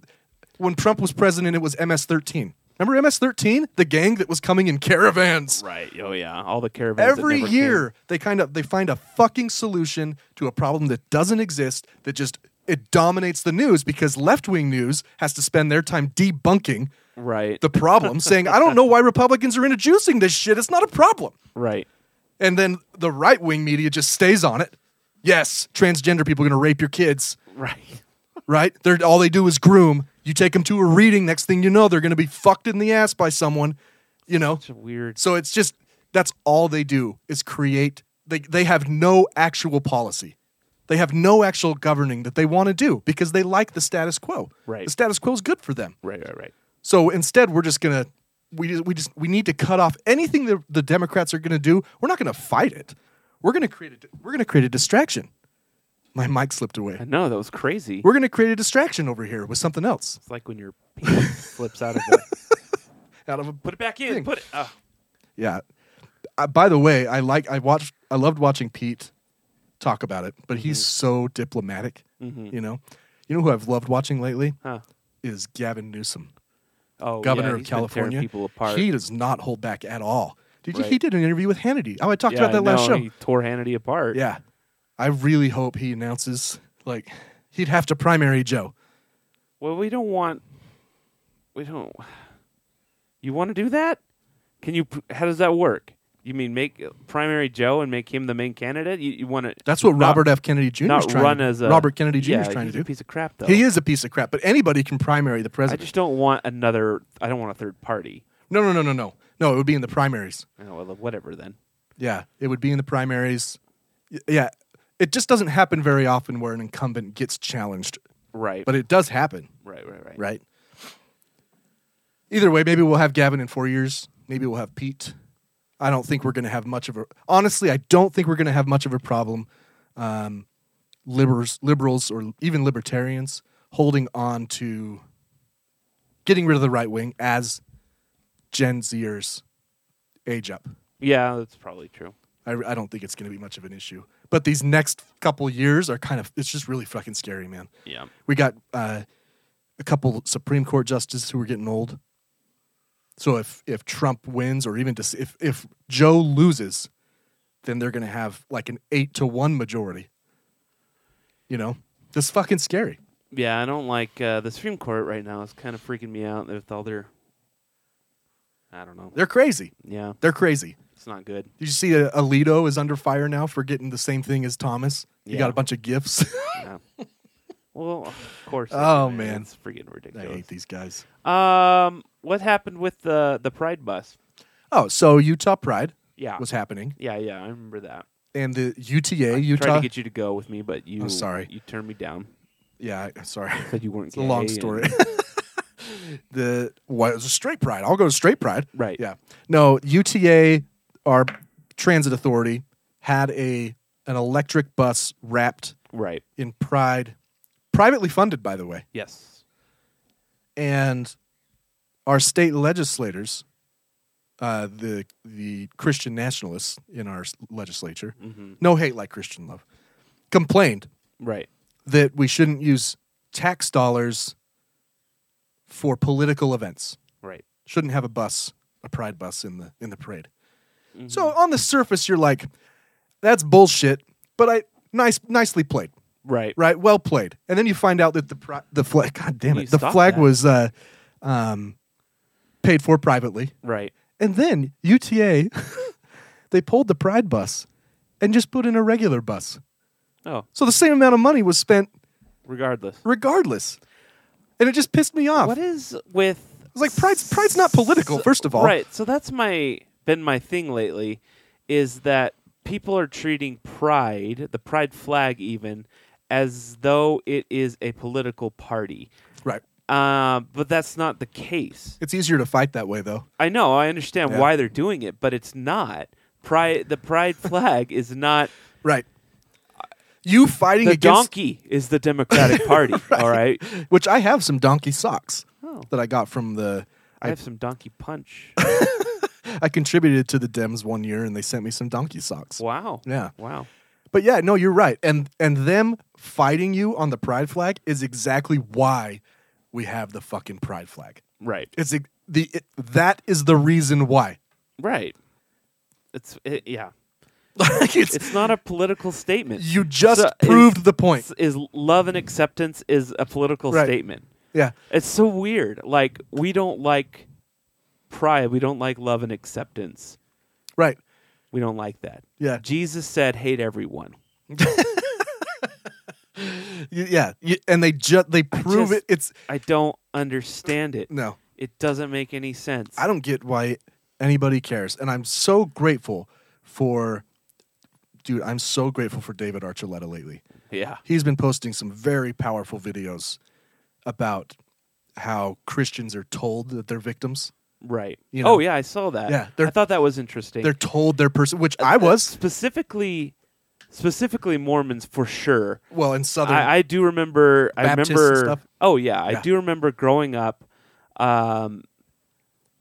S8: When Trump was president, it was MS-13. Remember MS-13, the gang that was coming in caravans.
S9: right. Oh yeah. All the caravans. that
S8: Every
S9: never
S8: year, they kind of they find a fucking solution to a problem that doesn't exist. That just it dominates the news because left-wing news has to spend their time debunking
S9: came. Right.
S8: the problem, saying, "I don't know why Republicans are introducing this shit. It's not a problem."
S9: right.
S8: And then the right-wing media just stays on it. Yes, transgender people are going to rape your kids
S9: Right.
S8: right? They're all they do is groom. You take them to a reading. Next thing you know, they're going to be fucked in the ass by someone. You know,
S9: It's weird.
S8: so it's just that's all they do is create. They they have no actual policy. They have no actual governing that they want to do because they like the status quo.
S9: Right.
S8: The status quo is good for them.
S9: Right. Right. Right.
S8: So instead, we're just gonna we just, we just we need to cut off anything that the Democrats are gonna do. We're not gonna fight it. We're gonna create a we're gonna create a distraction. My mic slipped away.
S9: I know that was crazy.
S8: We're gonna create a distraction over here with something else.
S9: It's like when your penis slips out of the.
S8: out of a
S9: Put it back in.
S8: Thing.
S9: Put it. Uh,
S8: yeah. I, by the way, I like I watched I loved watching Pete talk about it, but he's
S9: Mm-hmm.
S8: so diplomatic. You know, you know who I've loved watching lately
S9: huh.
S8: is Gavin Newsom,
S9: Oh,
S8: governor
S9: yeah,
S8: of
S9: he's been tearing
S8: California.
S9: People apart.
S8: He does not hold back at all. Did you, he
S9: Right.
S8: did an interview with Hannity? Oh, I talked
S9: yeah,
S8: about that
S9: I
S8: last
S9: know,
S8: show.
S9: He tore Hannity apart.
S8: yeah, I really hope he announces like he'd have to primary Joe.
S9: Well, we don't want. We don't. You want to do that? Can you? pr- How does that work? You mean make primary Joe and make him the main candidate? You, you want to
S8: That's what Robert F. Kennedy Jr. is
S9: not
S8: trying.
S9: run as a
S8: Robert Kennedy Jr.
S9: Yeah,
S8: is trying
S9: he's
S8: to
S9: a
S8: do.
S9: piece of crap though.
S8: He is a piece of crap, but anybody can primary the
S9: I
S8: president.
S9: just don't want another. I don't want a third party.
S8: No, no, no, no, no. No, it would be in the primaries.
S9: Oh, well, whatever then.
S8: Yeah, it would be in the primaries. Y- Yeah, it just doesn't happen very often where an incumbent gets challenged,
S9: Right.
S8: but it does happen,
S9: right. Right. Right.
S8: right? Either way, maybe we'll have Gavin in four years. Maybe we'll have Pete. I don't think we're going to have much of a. Honestly, I don't think we're going to have much of a problem. Um, liberals, liberals, or even libertarians holding on to getting rid of the right wing as Gen Zers age up.
S9: Yeah, that's probably true.
S8: I, I don't think it's going to be much of an issue. But these next couple years are kind of, it's just really fucking scary, man.
S9: Yeah.
S8: We got uh, a couple Supreme Court justices who are getting old. So if, if Trump wins or even dis- if, if Joe loses, then they're going to have like an eight to one majority. You know, that's fucking scary.
S9: Yeah, I don't like uh, the Supreme Court right now. It's kind of freaking me out with all their. I don't know.
S8: They're crazy.
S9: Yeah,
S8: They're crazy.
S9: it's not good.
S8: Did you see uh, Alito is under fire now for getting the same thing as Thomas? He
S9: Yeah.
S8: got a bunch of gifts.
S9: Yeah. well, of course.
S8: Oh,
S9: it's-
S8: man.
S9: it's freaking
S8: I
S9: ridiculous.
S8: hate these guys.
S9: Um, what happened with the the Pride bus?
S8: Oh, so Utah Pride
S9: Yeah,
S8: was happening,
S9: yeah, yeah. I remember that.
S8: and the UTA
S9: Tried
S8: Utah.
S9: to get you to go with me, but you.
S8: I'm sorry.
S9: You turned me down.
S8: yeah, I- sorry,
S9: Said you weren't.
S8: it's a
S9: gay
S8: long
S9: and-
S8: story. the what it was a straight pride? I'll go to straight pride.
S9: Right.
S8: Yeah. No, UTA, our transit authority, had a an electric bus wrapped
S9: Right.
S8: in pride, privately funded, by the way,
S9: Yes.
S8: and our state legislators. Uh, the the Christian nationalists in our s- legislature,
S9: Mm-hmm.
S8: no hate like Christian love, complained
S9: Right.
S8: that we shouldn't use tax dollars for political events.
S9: Right.
S8: Shouldn't have a bus, a pride bus in the in the parade.
S9: Mm-hmm.
S8: So on the surface you're like that's bullshit, but I nice nicely played,
S9: Right.
S8: right? Well played. And then you find out that the pri- the flag god damn
S9: You
S8: it, the
S9: stopped
S8: flag
S9: that.
S8: was uh um paid for privately.
S9: Right.
S8: And then UTA they pulled the pride bus and just put in a regular bus.
S9: Oh,
S8: So the same amount of money was spent
S9: regardless.
S8: regardless. And it just pissed me off.
S9: What is with?
S8: It's like pride's pride's not political, first of all.
S9: Right. So that's my been my thing lately is that people are treating pride, the pride flag even as though it is a political party.
S8: Right.
S9: Uh, but that's not the case.
S8: It's easier to fight that way, though.
S9: I know, I understand
S8: Yeah.
S9: why they're doing it, but it's not. Pride, the pride flag is not
S8: Right. You fighting
S9: the
S8: against
S9: donkey. Is the Democratic Party all right?
S8: which I have some donkey socks
S9: Oh.
S8: that I got from the.
S9: I
S8: I,
S9: have some donkey punch.
S8: I contributed to the Dems one year, and they sent me some donkey socks.
S9: wow.
S8: Yeah.
S9: Wow.
S8: But yeah, no, you're right, and and them fighting you on the pride flag is exactly why we have the fucking pride flag.
S9: Right.
S8: It's ex- the it, that is the reason why.
S9: Right. It's it, yeah.
S8: like it's,
S9: It's not a political statement.
S8: you just
S9: So is-
S8: proved the point.
S9: Is love and acceptance is a political
S8: Right.
S9: statement.
S8: yeah,
S9: It's so weird. Like we don't like pride. We don't like love and acceptance.
S8: right.
S9: We don't like that.
S8: Yeah.
S9: Jesus said, "Hate everyone."
S8: Y- yeah, Y- and they just they prove
S9: just-
S8: it. It's
S9: I don't understand it.
S8: no.
S9: It doesn't make any sense.
S8: I don't get why anybody cares. And I'm so grateful for, dude, I'm so grateful for David Archuleta lately.
S9: yeah.
S8: He's been posting some very powerful videos about how Christians are told that they're victims.
S9: Right.
S8: You
S9: Oh
S8: know.
S9: yeah, I saw that.
S8: Yeah, they're-
S9: I thought that was interesting.
S8: They're told they're person, which I was.
S9: specifically specifically Mormons for sure.
S8: Well, in Southern,
S9: I, I do remember. I
S8: Baptists and
S9: remember.
S8: stuff?
S9: Oh yeah, I
S8: Yeah.
S9: do remember growing up. Um,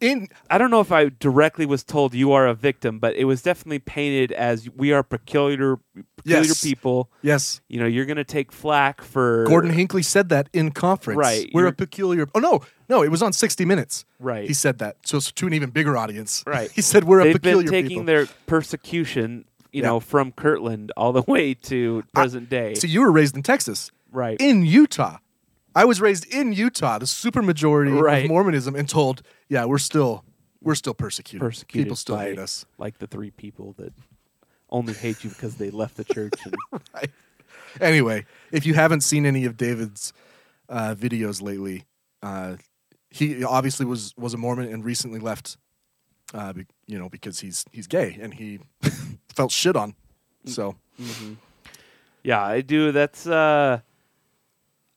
S8: in
S9: I don't know if I directly was told you are a victim, but it was definitely painted as we are peculiar, peculiar
S8: Yes.
S9: people.
S8: yes,
S9: You know, you're going to take flack for
S8: Gordon Hinckley said that in conference.
S9: Right,
S8: we're a
S9: you're-
S8: peculiar. Oh no, no, it was on 60 Minutes.
S9: Right.
S8: he said that. So it's to an even bigger audience.
S9: Right.
S8: he said we're a
S9: They've
S8: peculiar
S9: been taking
S8: people.
S9: their persecution, you
S8: Yeah.
S9: know, from Kirtland all the way to present day.
S8: so you were raised in Texas.
S9: right.
S8: in Utah. I was raised in Utah, the supermajority
S9: Right.
S8: of Mormonism, and told, "Yeah, we're still we're still persecuted.
S9: persecuted
S8: People still
S9: by,
S8: hate us."
S9: like the three people that only hate you because they left the church and
S8: Right. Anyway, if you haven't seen any of David's uh, videos lately, uh, he obviously was was a Mormon and recently left, uh, be, you know, because he's he's gay and he felt shit on. So
S9: Yeah, I do. That's uh,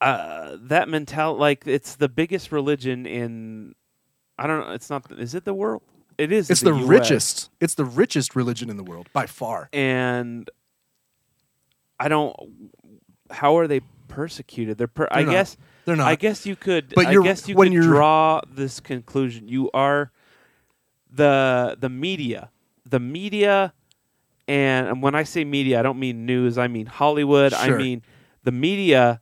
S9: uh, that mentality. Like it's the biggest religion in. I don't know. It's not. Is it the world? It is.
S8: it's the,
S9: US.
S8: richest. It's the richest religion in the world by far.
S9: and I don't. How are they persecuted? They're. Per, I
S8: They're not.
S9: guess
S8: They're not.
S9: I guess you could.
S8: But
S9: I
S8: you're-
S9: guess you
S8: when
S9: could
S8: you're-
S9: draw this conclusion. You are the the media, the media, and, and when I say media, I don't mean news. I mean Hollywood. I
S8: Sure.
S9: mean the media.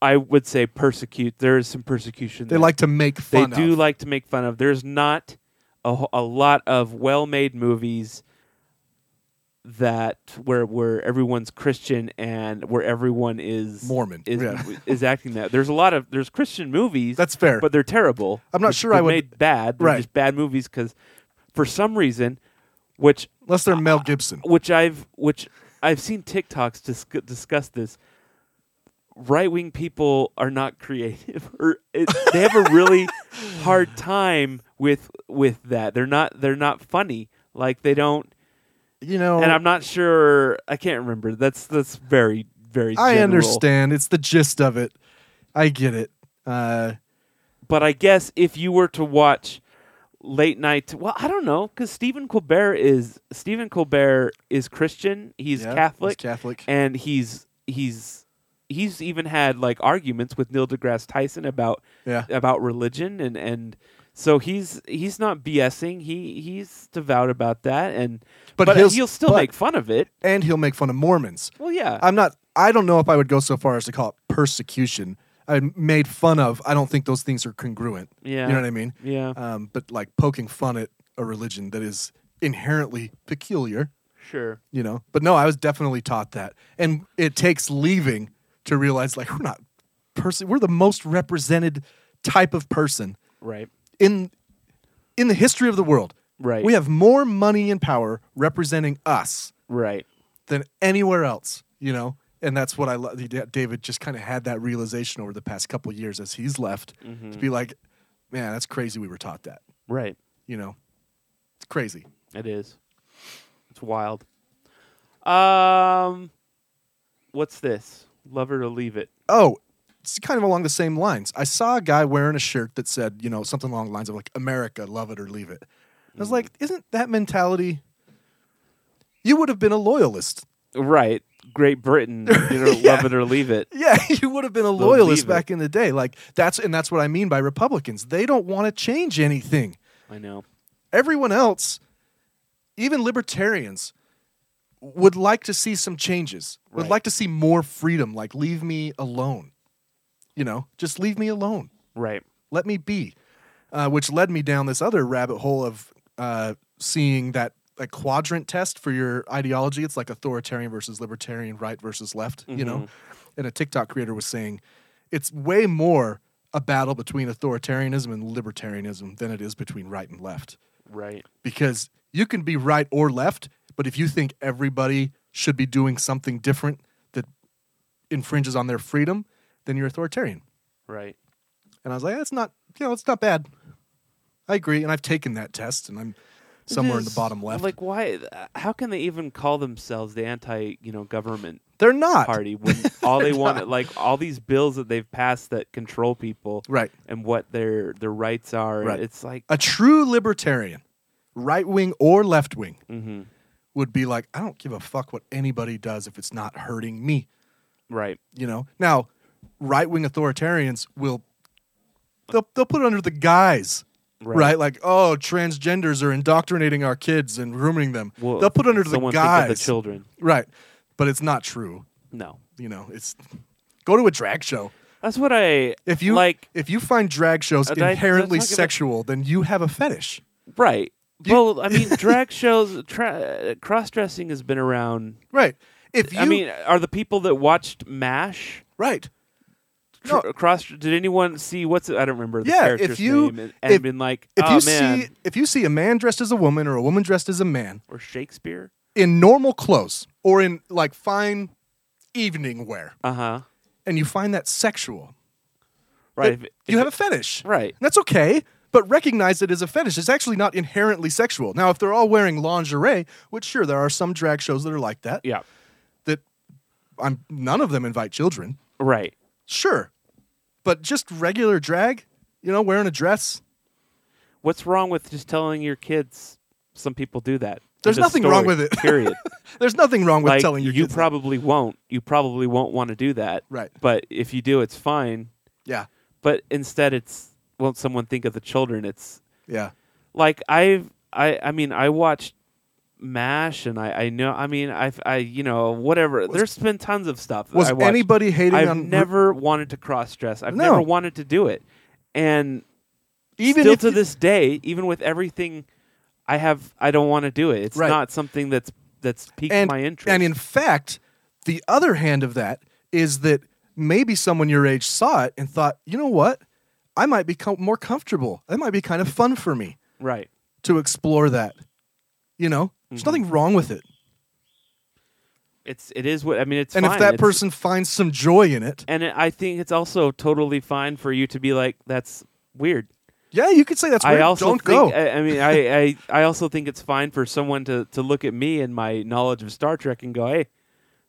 S9: I would say persecute. There is some persecution.
S8: They
S9: there.
S8: like to make
S9: They
S8: fun.
S9: do
S8: of.
S9: like to make fun of. There's not a, wh- a lot of well-made movies that where where everyone's Christian and where everyone is
S8: Mormon,
S9: is,
S8: yeah.
S9: is acting that. There's a lot of there's Christian movies.
S8: That's fair.
S9: but they're terrible.
S8: I'm not
S9: They're-
S8: sure I
S9: they're
S8: would-
S9: made bad. They're
S8: Right.
S9: just bad movies because for some reason, which
S8: unless they're Mel Gibson.
S9: which I've which I've seen TikToks dis- discuss this. Right wing people are not creative, or it, they have a really hard time with with that. They're not they're not funny. Like they don't,
S8: You know,
S9: and I'm not sure. I can't remember. That's that's very very.
S8: I
S9: general.
S8: understand. It's the gist of it. I get it. Uh,
S9: but I guess if you were to watch late night, well, I don't know, because Stephen Colbert is Stephen Colbert is Christian. He's
S8: Yeah, he's
S9: Catholic.
S8: Catholic.
S9: and he's he's he's even had like arguments with Neil deGrasse Tyson about
S8: Yeah.
S9: about religion and and. So he's he's not BSing. He he's devout about that, and
S8: But
S9: but,
S8: he'll-
S9: he'll, still
S8: but-
S9: make fun of it.
S8: and he'll make fun of Mormons.
S9: Well, yeah,
S8: I'm not. I don't know if I would go so far as to call it persecution. I made fun of. I don't think those things are congruent.
S9: Yeah.
S8: you know what I mean.
S9: Yeah.
S8: Um, but like poking fun at a religion that is inherently peculiar,
S9: sure.
S8: you know. But no, I was definitely taught that, and it takes leaving to realize like we're not person. We're the most represented type of person
S9: Right,
S8: in in the history of the world.
S9: Right.
S8: We have more money and power representing us
S9: right.
S8: than anywhere else, you know? And that's what I love. David just kind of had that realization over the past couple years as he's left to be like, man, that's crazy we were taught that,
S9: Right.
S8: you know? It's crazy.
S9: It is. It's wild. Um, what's this? Love it or leave it?
S8: Oh, it's kind of along the same lines. I saw a guy wearing a shirt that said, you know, something along the lines of like America, love it or leave it. I was like, isn't that mentality? You would have been a loyalist.
S9: Right. Great Britain, you know, love it or leave it.
S8: Yeah, you would have been a
S9: They'll
S8: loyalist
S9: leave it.
S8: back in the day. Like that's and that's what I mean by Republicans. They don't want to change anything.
S9: I know.
S8: everyone else, even libertarians, would like to see some changes. Would
S9: Right.
S8: like to see more freedom. Like leave me alone. You know, just leave me alone.
S9: Right.
S8: Let me be. Uh, which led me down this other rabbit hole of uh, seeing that like quadrant test for your ideology. It's like authoritarian versus libertarian, right versus left. You know, and a TikTok creator was saying it's way more a battle between authoritarianism and libertarianism than it is between right and left
S9: Right.
S8: because you can be right or left, but if you think everybody should be doing something different that infringes on their freedom, then you're authoritarian.
S9: Right.
S8: And I was like, that's not, you know, it's not bad. I agree, and I've taken that test, and I'm somewhere in the
S9: Just-
S8: bottom left.
S9: Like why how can they even call themselves the anti, you know, government
S8: They're not
S9: party when all they want like all these bills that they've passed that control people
S8: Right.
S9: and what their their rights are.
S8: Right.
S9: It's like
S8: a true libertarian, right wing or left wing,
S9: Mhm.
S8: would be like, I don't give a fuck what anybody does if it's not hurting me.
S9: right.
S8: you know now right wing authoritarians will they'll, they'll put it under the guise right.
S9: Right.
S8: like oh transgenders are indoctrinating our kids and grooming them
S9: Well,
S8: they'll put it under the
S9: someone think of
S8: guise
S9: the children.
S8: right but it's not true
S9: No.
S8: you know it's go to a drag show
S9: That's what I
S8: if you
S9: like
S8: if you find drag shows
S9: Uh, did I- did I
S8: inherently
S9: talk about-
S8: sexual then you have a fetish
S9: right. well, I mean, drag shows, tra- cross dressing has been around.
S8: right if you
S9: I mean, are the people that watched MASH
S8: right
S9: tr-
S8: No.
S9: cross? Did anyone see what's? I don't remember the
S8: Yeah, if
S9: character's
S8: you-
S9: name and, and
S8: if-
S9: been like,
S8: if
S9: oh
S8: you
S9: man,
S8: see if you see a man dressed as a woman or a woman dressed as a man
S9: or Shakespeare.
S8: in normal clothes or in like fine evening wear
S9: Uh huh.
S8: and you find that sexual,
S9: Right. if-
S8: that
S9: if
S8: you have
S9: it-
S8: a fetish.
S9: right.
S8: And that's okay, but recognize it as a fetish. It's actually not inherently sexual. Now, if they're all wearing lingerie, which sure, there are some drag shows that are like that,
S9: Yeah.
S8: that I'm, none of them invite children.
S9: Right.
S8: Sure. But just regular drag, you know, wearing a dress,
S9: What's wrong with just telling your kids? Some people do that.
S8: There's
S9: End of
S8: nothing wrong
S9: story,
S8: with it.
S9: Period.
S8: there's nothing wrong with
S9: like
S8: telling your
S9: you
S8: kids. that.
S9: probably won't. You probably won't want to do that.
S8: Right.
S9: But if you do, it's fine.
S8: yeah.
S9: But instead, it's won't someone think of the children? It's
S8: Yeah.
S9: like I've I I mean I watched Mash and I I know I mean I I you know whatever. There's been tons of stuff. that
S8: Was
S9: I watched.
S8: anybody hating
S9: I've
S8: on
S9: never wanted to cross dress. I've
S8: No.
S9: never wanted to do it, and
S8: even
S9: still
S8: if
S9: to
S8: you-
S9: this day, even with everything, I have I don't want to do it. It's
S8: Right.
S9: not something that's that's piqued
S8: and,
S9: my interest.
S8: And in fact, the other hand of that is that maybe someone your age saw it and thought, you know what? I might become more comfortable. That might be kind of fun for me
S9: right.
S8: to explore that. You know, there's
S9: Mm-hmm.
S8: nothing wrong with it.
S9: It's it is what I mean. It's
S8: and
S9: fine.
S8: if that
S9: It's-
S8: person finds some joy in it,
S9: and it, I think it's also totally fine for you to be like that's weird.
S8: yeah, you could say that's weird.
S9: I also
S8: Don't
S9: think, uh,
S8: go.
S9: I, I mean, I, I, I also think it's fine for someone to, to look at me and my knowledge of Star Trek and go, hey,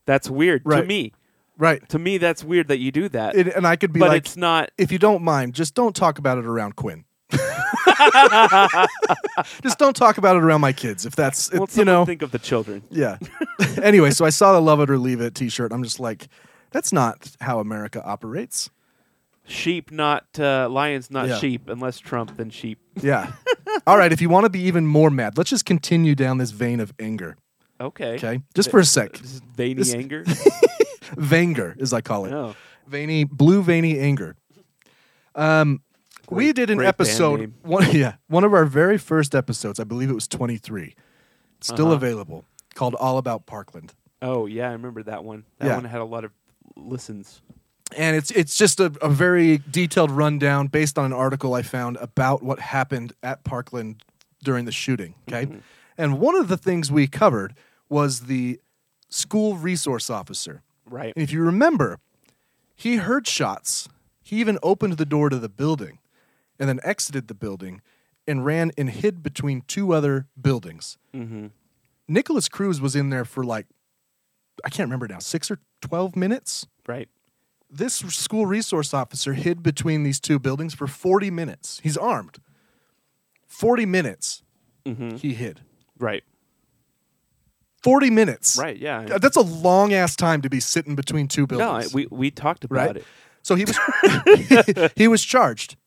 S9: that's weird
S8: Right.
S9: to me.
S8: right.
S9: To me, that's weird that you do that.
S8: It, and I could be
S9: but
S8: like,
S9: it's not.
S8: if you don't mind, just don't talk about it around Quinn. just don't talk about it around my kids if that's
S9: Well,
S8: if, you know
S9: think of the children.
S8: Yeah. anyway, so I saw the Love It or Leave It t shirt. I'm just like, that's not how America operates.
S9: Sheep, not uh, lions, not
S8: Yeah.
S9: sheep. Unless Trump, then sheep.
S8: Yeah. All right, if you want to be even more mad, let's just continue down this vein of anger.
S9: Okay.
S8: Okay? Just for a sec.
S9: This is veiny
S8: This-
S9: anger.
S8: Vanger, as I call it.
S9: No.
S8: Veiny, blue veiny anger. Um, we did an
S9: great band
S8: episode,
S9: name.
S8: one, yeah, one of our very first episodes, I believe it was 23, It's still
S9: Uh-huh.
S8: available, called All About Parkland.
S9: Oh yeah, I remember that one. That
S8: Yeah.
S9: one had a lot of listens.
S8: and it's it's just a, a very detailed rundown based on an article I found about what happened at Parkland during the shooting. Okay, and one of the things we covered was the school resource officer.
S9: Right.
S8: And if you remember, he heard shots. He even opened the door to the building, and then exited the building, and ran and hid between two other buildings. Nicholas Cruz was in there for like I can't remember now six or twelve minutes
S9: Right.
S8: This school resource officer hid between these two buildings for 40 minutes. He's armed. 40 minutes
S9: Mm-hmm.
S8: he hid.
S9: Right.
S8: 40 minutes.
S9: Right, yeah.
S8: Th- That's a long ass time to be sitting between two
S9: No, I,
S8: buildings.
S9: we we talked about
S8: right?
S9: it.
S8: So he was he was charged.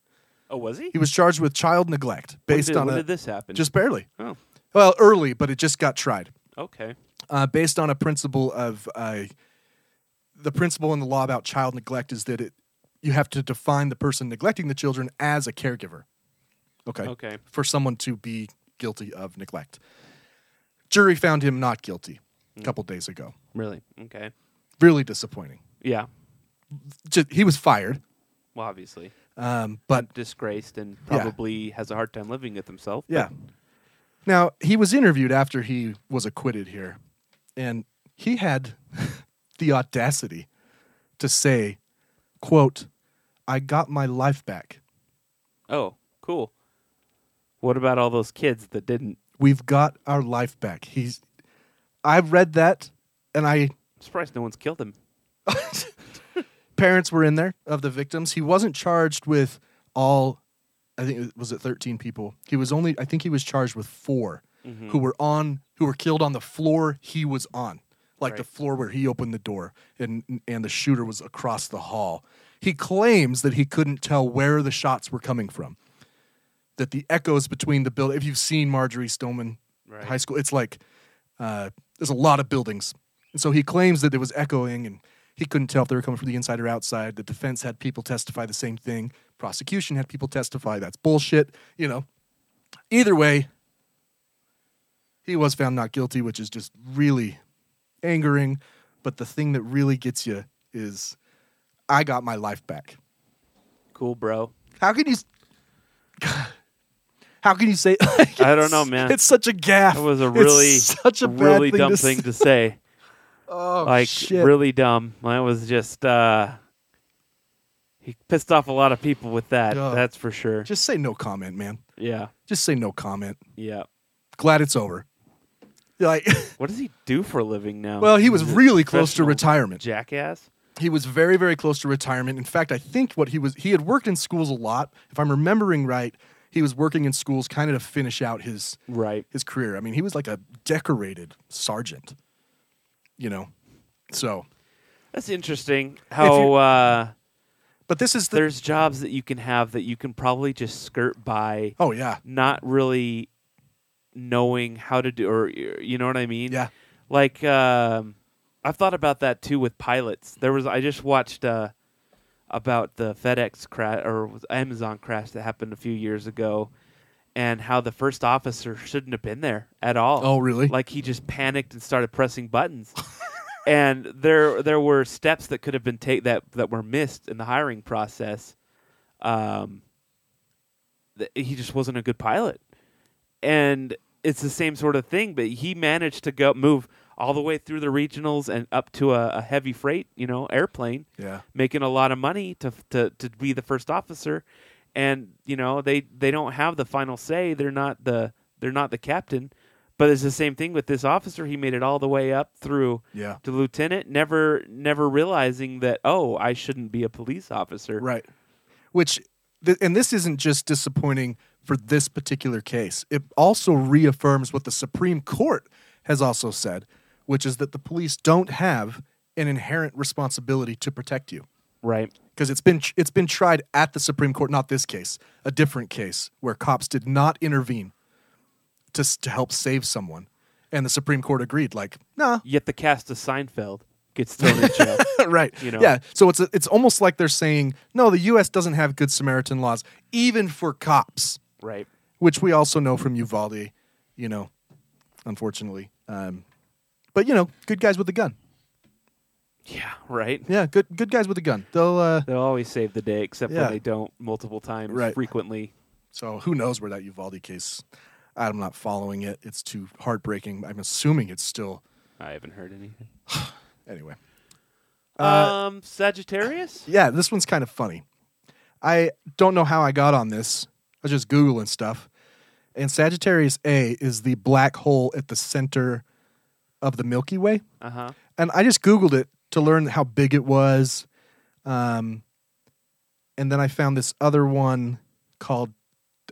S9: Oh, was he?
S8: He was charged with child neglect
S9: When
S8: based
S9: did-
S8: on
S9: when
S8: a,
S9: did this happen?
S8: just barely.
S9: oh,
S8: Well, early, but it just got tried.
S9: okay.
S8: uh, based on a principle of uh, the principle in the law about child neglect is that it you have to define the person neglecting the children as a caregiver. Okay.
S9: Okay.
S8: For someone to be guilty of neglect. Jury found him not guilty a couple days ago.
S9: Really? Okay.
S8: Really disappointing.
S9: Yeah.
S8: Just, he was fired,
S9: Well, obviously
S8: um, but
S9: disgraced and probably has a hard time living with himself. but-
S8: Yeah. Now, he was interviewed after he was acquitted here, and he had the audacity to say, quote, I got my life back.
S9: Oh, cool. What about all those kids that didn't?
S8: We've got our life back. He's I read that and I
S9: I'm surprised no one's killed him.
S8: parents were in there of the victims. He wasn't charged with all I think it was it 13 people. He was only I think he was charged with 4
S9: Mm-hmm.
S8: who were on who were killed on the floor he was on. Like the
S9: Right.
S8: floor where he opened the door and and the shooter was across the hall. He claims that he couldn't tell where the shots were coming from. That the echoes between the building if you've seen Marjorie Stoneman
S9: Right.
S8: High School, it's like uh, there's a lot of buildings. And so he claims that it was echoing and he couldn't tell if they were coming from the inside or outside. The defense had people testify the same thing. Prosecution had people testify that's bullshit, you know. Either way, he was found not guilty, which is just really angering. But the thing that really gets you is I got my life back.
S9: Cool, bro.
S8: How can you How can you say
S9: I don't know, man.
S8: It's such a gaff.
S9: That was a
S8: It's
S9: really,
S8: such a bad
S9: really
S8: thing
S9: dumb
S8: to
S9: thing
S8: say.
S9: to say.
S8: Oh,
S9: like
S8: shit.
S9: really dumb. That was just uh he pissed off a lot of people with that.
S8: Yeah.
S9: That's for sure.
S8: Just say no comment, man.
S9: yeah.
S8: Just say no comment.
S9: Yeah.
S8: Glad it's over. Like,
S9: What does he do for a living now?
S8: well, he was
S9: He's a
S8: really close to
S9: professional
S8: retirement.
S9: Jackass.
S8: He was very, very close to retirement. In fact, I think what he was, he had worked in schools a lot. If I'm remembering right, he was working in schools kind of to finish out his
S9: Right.
S8: his career. I mean, he was like a decorated sergeant, you know. So,
S9: That's interesting.
S8: you-
S9: How uh
S8: but this is the
S9: there's jobs that you can have that you can probably just skirt by
S8: oh yeah,
S9: not really knowing how to do or you know what I mean?
S8: Yeah.
S9: Like um I've thought about that too with pilots. There was I just watched uh about the FedEx crash or was Amazon crash that happened a few years ago and how the first officer shouldn't have been there at all.
S8: Oh, really?
S9: Like he just panicked and started pressing buttons. and there there were steps that could have been take that that were missed in the hiring process. Um th- he just wasn't a good pilot. And it's the same sort of thing, but he managed to go move all the way through the regionals and up to a, a heavy freight, you know, airplane
S8: yeah.
S9: making a lot of money to, to to be the first officer and you know they they don't have the final say they're not the they're not the captain but it's the same thing with this officer he made it all the way up through
S8: Yeah.
S9: to lieutenant never never realizing that oh I shouldn't be a police officer
S8: Right. Which, th- and this isn't just disappointing for this particular case, it also reaffirms what the Supreme Court has also said, which is that the police don't have an inherent responsibility to protect you.
S9: right
S8: Because it's been it's been tried at the Supreme Court, not this case, a different case where cops did not intervene to s- to help save someone, and the Supreme Court agreed, like, nah,
S9: yet the cast of Seinfeld gets thrown in jail
S8: right.
S9: You know?
S8: Yeah. So it's it's almost like they're saying, no, the U.S. doesn't have good Samaritan laws, even for cops,
S9: right
S8: which we also know from Uvalde, you know, unfortunately. Um, but you know, good guys with a gun.
S9: yeah right
S8: Yeah, good good guys with a gun. They'll. Uh,
S9: they'll always save the day except
S8: Yeah.
S9: when they don't multiple times
S8: Right.
S9: frequently
S8: so who knows where that Uvalde case? I'm not following it. It's too heartbreaking. I'm assuming it's still
S9: I haven't heard anything
S8: anyway. Uh,
S9: um Sagittarius
S8: Yeah, this one's kind of funny. I don't know how I got on this. I was just Googling stuff. And Sagittarius A is the black hole at the center of the Milky Way.
S9: uh huh
S8: And I just Googled it to learn how big it was. Um, and then I found this other one called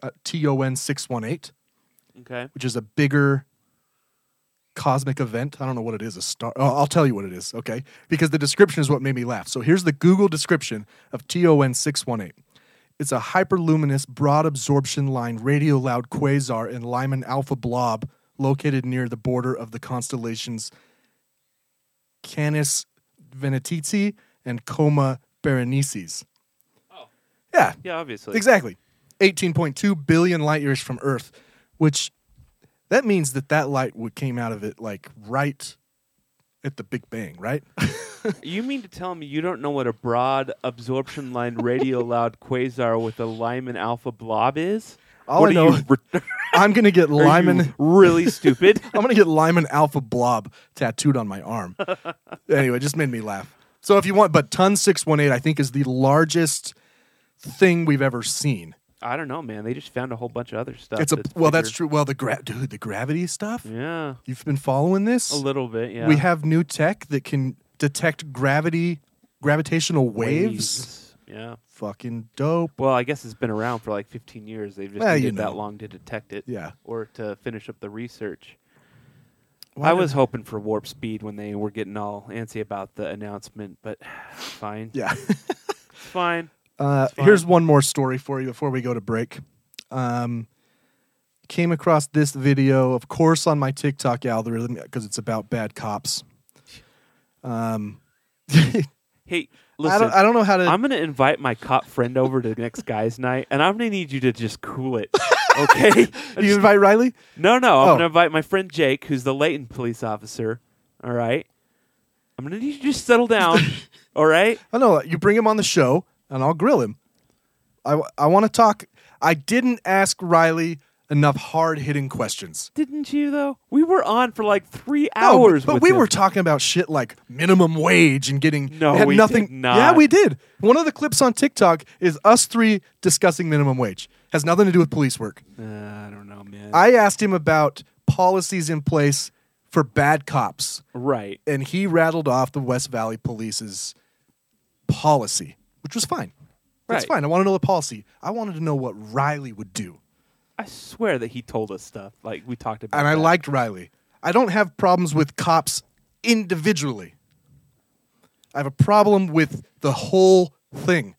S8: uh, TON 618,
S9: Okay.
S8: which is a bigger cosmic event. I don't know what it is. A star. Oh, I'll tell you what it is. Okay, because the description is what made me laugh. So here's the Google description of TON 618. It's a hyperluminous broad absorption line radio loud quasar and Lyman alpha blob located near the border of the constellations Canis Venatici and Coma Berenices. Oh. Yeah,
S9: Yeah, obviously.
S8: Exactly. 18.2 billion light years from Earth, which that means that that light would came out of it like right at the Big Bang, right?
S9: You mean to tell me you don't know what a broad absorption line radio loud quasar with a Lyman alpha blob is?
S8: All
S9: what
S8: I
S9: are
S8: know-
S9: you, re-
S8: I'm going to get
S9: are you
S8: Lyman
S9: really stupid.
S8: I'm going to get Lyman alpha blob tattooed on my arm. anyway, it just made me laugh. So if you want but ton 618 I think is the largest thing we've ever seen.
S9: I don't know, man. They just found a whole bunch of other stuff.
S8: it's a well that's
S9: bigger.
S8: true. Well the gra- dude, the gravity stuff?
S9: Yeah,
S8: You've been following this?
S9: a little bit. Yeah,
S8: We have new tech that can detect gravity, gravitational waves.
S9: Yeah.
S8: Fucking dope.
S9: Well, I guess it's been around for like 15 years. They've just
S8: Well, you
S9: needed that
S8: know.
S9: long to detect it.
S8: Yeah.
S9: Or to finish up the research.
S8: Why
S9: I
S8: did-
S9: was hoping for warp speed when they were getting all antsy about the announcement, but fine.
S8: Yeah.
S9: It's fine.
S8: Uh, here's one more story for you before we go to break. Um, came across this video, of course, on my TikTok algorithm because it's about bad cops.
S9: Hey,
S8: I
S9: listen.
S8: don't, I don't know how to.
S9: I'm gonna invite my cop friend over to next guys' night, and I'm gonna need you to just cool it, okay?
S8: you invite Riley?
S9: no, no, I'm
S8: Oh.
S9: gonna invite my friend Jake, who's the Layton police officer. All right, I'm gonna need you to just settle down. all right,
S8: I know you bring him on the show, and I'll grill him. I I want to talk. I didn't ask Riley enough hard hitting questions.
S9: didn't you though? We were on for like three
S8: No,
S9: hours,
S8: Oh, But
S9: with
S8: we
S9: him.
S8: were talking about shit like minimum wage and getting
S9: No,
S8: it had
S9: we
S8: nothing.
S9: did not.
S8: Yeah, we did. One of the clips on TikTok is us three discussing minimum wage. Has nothing to do with police work.
S9: Uh, I don't know, man.
S8: I asked him about policies in place for bad cops,
S9: right?
S8: and he rattled off the West Valley Police's policy, which was fine. That's
S9: Right.
S8: fine. I want to know the policy. I wanted to know what Riley would do,
S9: I swear that he told us stuff like we talked about.
S8: and I
S9: that.
S8: liked Riley. I don't have problems with cops individually. I have a problem with the whole thing.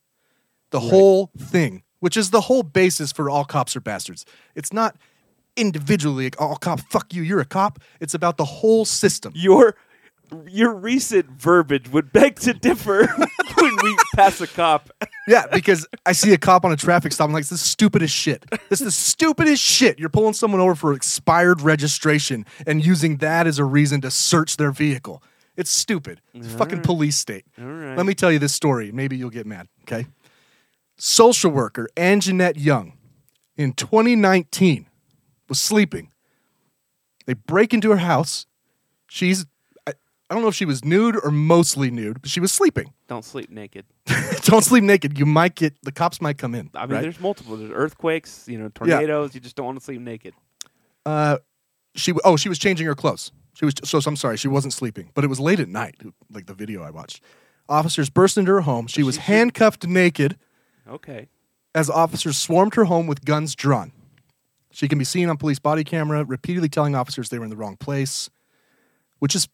S8: The whole thing, which is the whole basis for all cops are bastards. It's not individually, like, all cop, fuck you, you're a cop. It's about the whole system.
S9: your your recent verbiage would beg to differ when we pass a cop.
S8: yeah, because I see a cop on a traffic stop. I'm like, this is stupid as shit. This is the stupidest shit. You're pulling someone over for expired registration and using that as a reason to search their vehicle. It's stupid. It's a fucking police state.
S9: right.
S8: Let me tell you this story. Maybe you'll get mad. Okay. Social worker Anjanette Young in 2019 was sleeping. They break into her house. She's, I, I don't know if she was nude or mostly nude, but she was sleeping.
S9: Don't sleep naked.
S8: don't sleep naked. You might get the cops might come in.
S9: I mean,
S8: right?
S9: there's multiple. There's earthquakes, you know, tornadoes. You just don't want to sleep naked.
S8: she oh she was changing her clothes. She was so I'm sorry she wasn't sleeping, but it was late at night. Like the video I watched, officers burst into her home. She was handcuffed naked
S9: Okay.
S8: as officers swarmed her home with guns drawn. She can be seen on police body camera repeatedly telling officers they were in the wrong place, which is,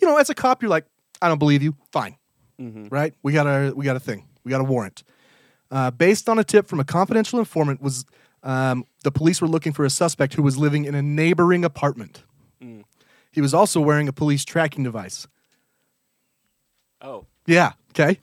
S8: you know, as a cop you're like, I don't believe you. Fine,
S9: Mm-hmm.
S8: right? We got a we got a thing. We got a warrant. uh, based on a tip from a confidential informant, was um, the police were looking for a suspect who was living in a neighboring apartment.
S9: Mm.
S8: He was also wearing a police tracking device.
S9: Oh,
S8: Yeah. Okay.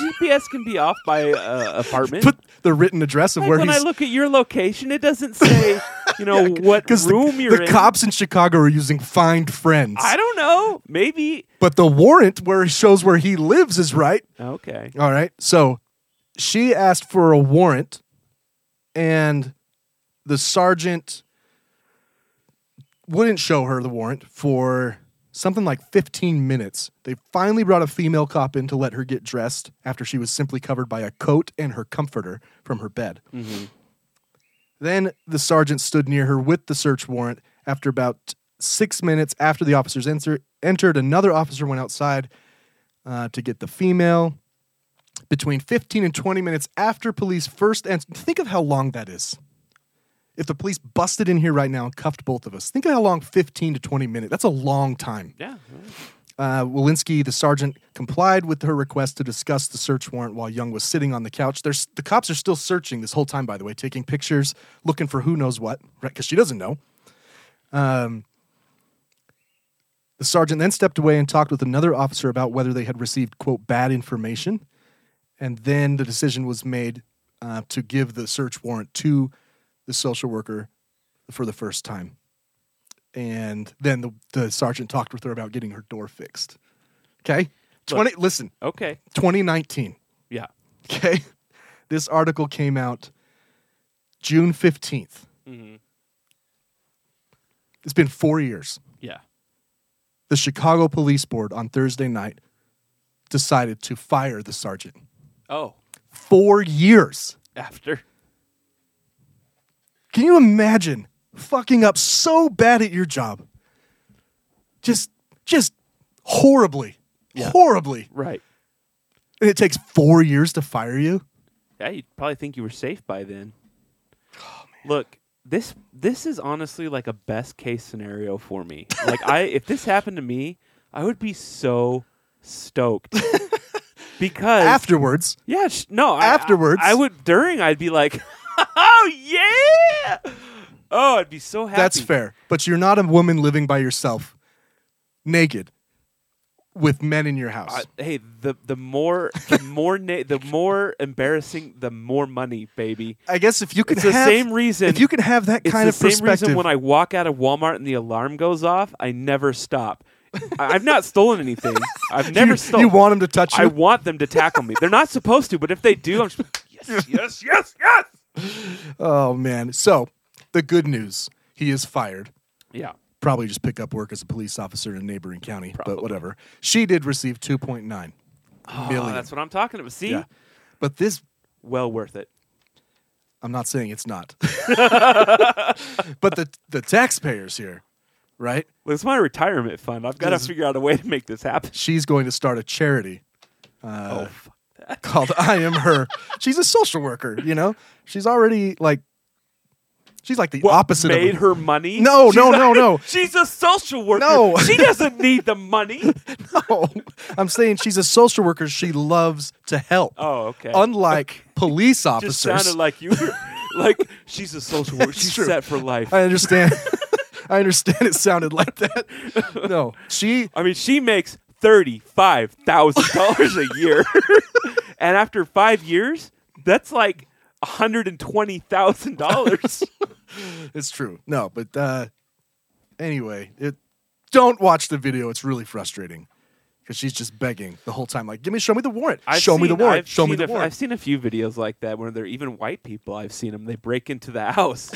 S9: GPS can be off by uh, apartment.
S8: Put the written address of
S9: Like,
S8: where
S9: when I
S8: he's.
S9: look at your location, it doesn't say, you know, what
S8: Because the,
S9: room you're
S8: the
S9: in.
S8: cops in Chicago are using find friends,
S9: I don't know. Maybe.
S8: but the warrant where it shows where he lives is right.
S9: Okay.
S8: All right. So she asked for a warrant, and the sergeant wouldn't show her the warrant for something like 15 minutes. They finally brought a female cop in to let her get dressed after she was simply covered by a coat and her comforter from her bed. Then the sergeant stood near her with the search warrant. After about six minutes after the officers enter- entered, another officer went outside uh, to get the female. between 15 and 20 minutes after police first and think of how long that is. If the police busted in here right now and cuffed both of us, think of how long 15 to 20 minutes. That's a long time.
S9: Yeah.
S8: Uh, Walensky, the sergeant, complied with her request to discuss the search warrant while Young was sitting on the couch. There's, the cops are still searching this whole time, by the way, taking pictures, looking for who knows what, right? Because she doesn't know. Um, the sergeant then stepped away and talked with another officer about whether they had received, quote, bad information. And then the decision was made uh, to give the search warrant to the social worker for the first time and then the, the sergeant talked with her about getting her door fixed. Okay, twenty. listen,
S9: Okay.
S8: twenty nineteen.
S9: Yeah.
S8: Okay, this article came out June 15th It's been four years.
S9: Yeah.
S8: The Chicago Police Board on Thursday night decided to fire the sergeant.
S9: Oh,
S8: Four years.
S9: after.
S8: Can you imagine fucking up so bad at your job? Just, just horribly, horribly.
S9: Right.
S8: And it takes four years to fire you?
S9: Yeah, you'd probably think you were safe by then.
S8: Oh,
S9: Look, this this is honestly like a best case scenario for me. Like I if this happened to me, I would be so stoked. because
S8: Afterwards,
S9: Yeah, sh- no, I-
S8: Afterwards.
S9: I, I would during I'd be like, "Oh yeah!" Oh, I'd be so happy.
S8: that's fair. But you're not a woman living by yourself, naked, with men in your house.
S9: I- hey, the the more the more na- the more embarrassing, the more money, baby.
S8: I, guess if you could
S9: It's the
S8: have
S9: same reason.
S8: if you can have that
S9: It's
S8: kind
S9: the
S8: of
S9: same
S8: perspective.
S9: reason when I walk out of Walmart and the alarm goes off, I never stop. I- I've not stolen anything. I've never
S8: you,
S9: stolen.
S8: you want him to touch you.
S9: I want them to tackle me. They're not supposed to, but if they do, I'm just yes, yes, yes, yes.
S8: oh man. So the good news, he is fired.
S9: Yeah,
S8: Probably just pick up work as a police officer in a neighboring county, but whatever. She did receive 2.9 million.
S9: oh, that's what I'm talking about. See,
S8: Yeah. But this
S9: well worth it.
S8: I'm not saying it's not. but the the taxpayers here, right?
S9: Well, it's my retirement fund. I've got to
S8: This-
S9: figure out a way to make this happen.
S8: She's going to start a charity
S9: oh,
S8: uh,
S9: fuck.
S8: called I Am Her. She's a social worker, you know? She's already like she's like the
S9: What,
S8: opposite
S9: made
S8: of a-
S9: her money.
S8: No,
S9: She's
S8: no,
S9: not-
S8: no, no.
S9: She's a social worker.
S8: No.
S9: she doesn't need the money.
S8: No. I'm saying she's a social worker. She loves to help.
S9: Oh, okay.
S8: Unlike police
S9: Just
S8: officers.
S9: sounded like you were like she's a social worker.
S8: It's
S9: She's
S8: true.
S9: set for life.
S8: I understand. I understand it sounded like that. No. She
S9: I mean, she makes thirty-five thousand dollars a year, and after five years, that's like hundred and twenty thousand dollars.
S8: It's true. No, but uh, anyway, it, don't watch the video. It's really frustrating because she's just begging the whole time, like, "Give me, show me the warrant. show me the warrant. show me
S9: i
S8: the
S9: I've
S8: warrant."
S9: seen a few videos like that where they're even white people. I've seen them. They break into the house.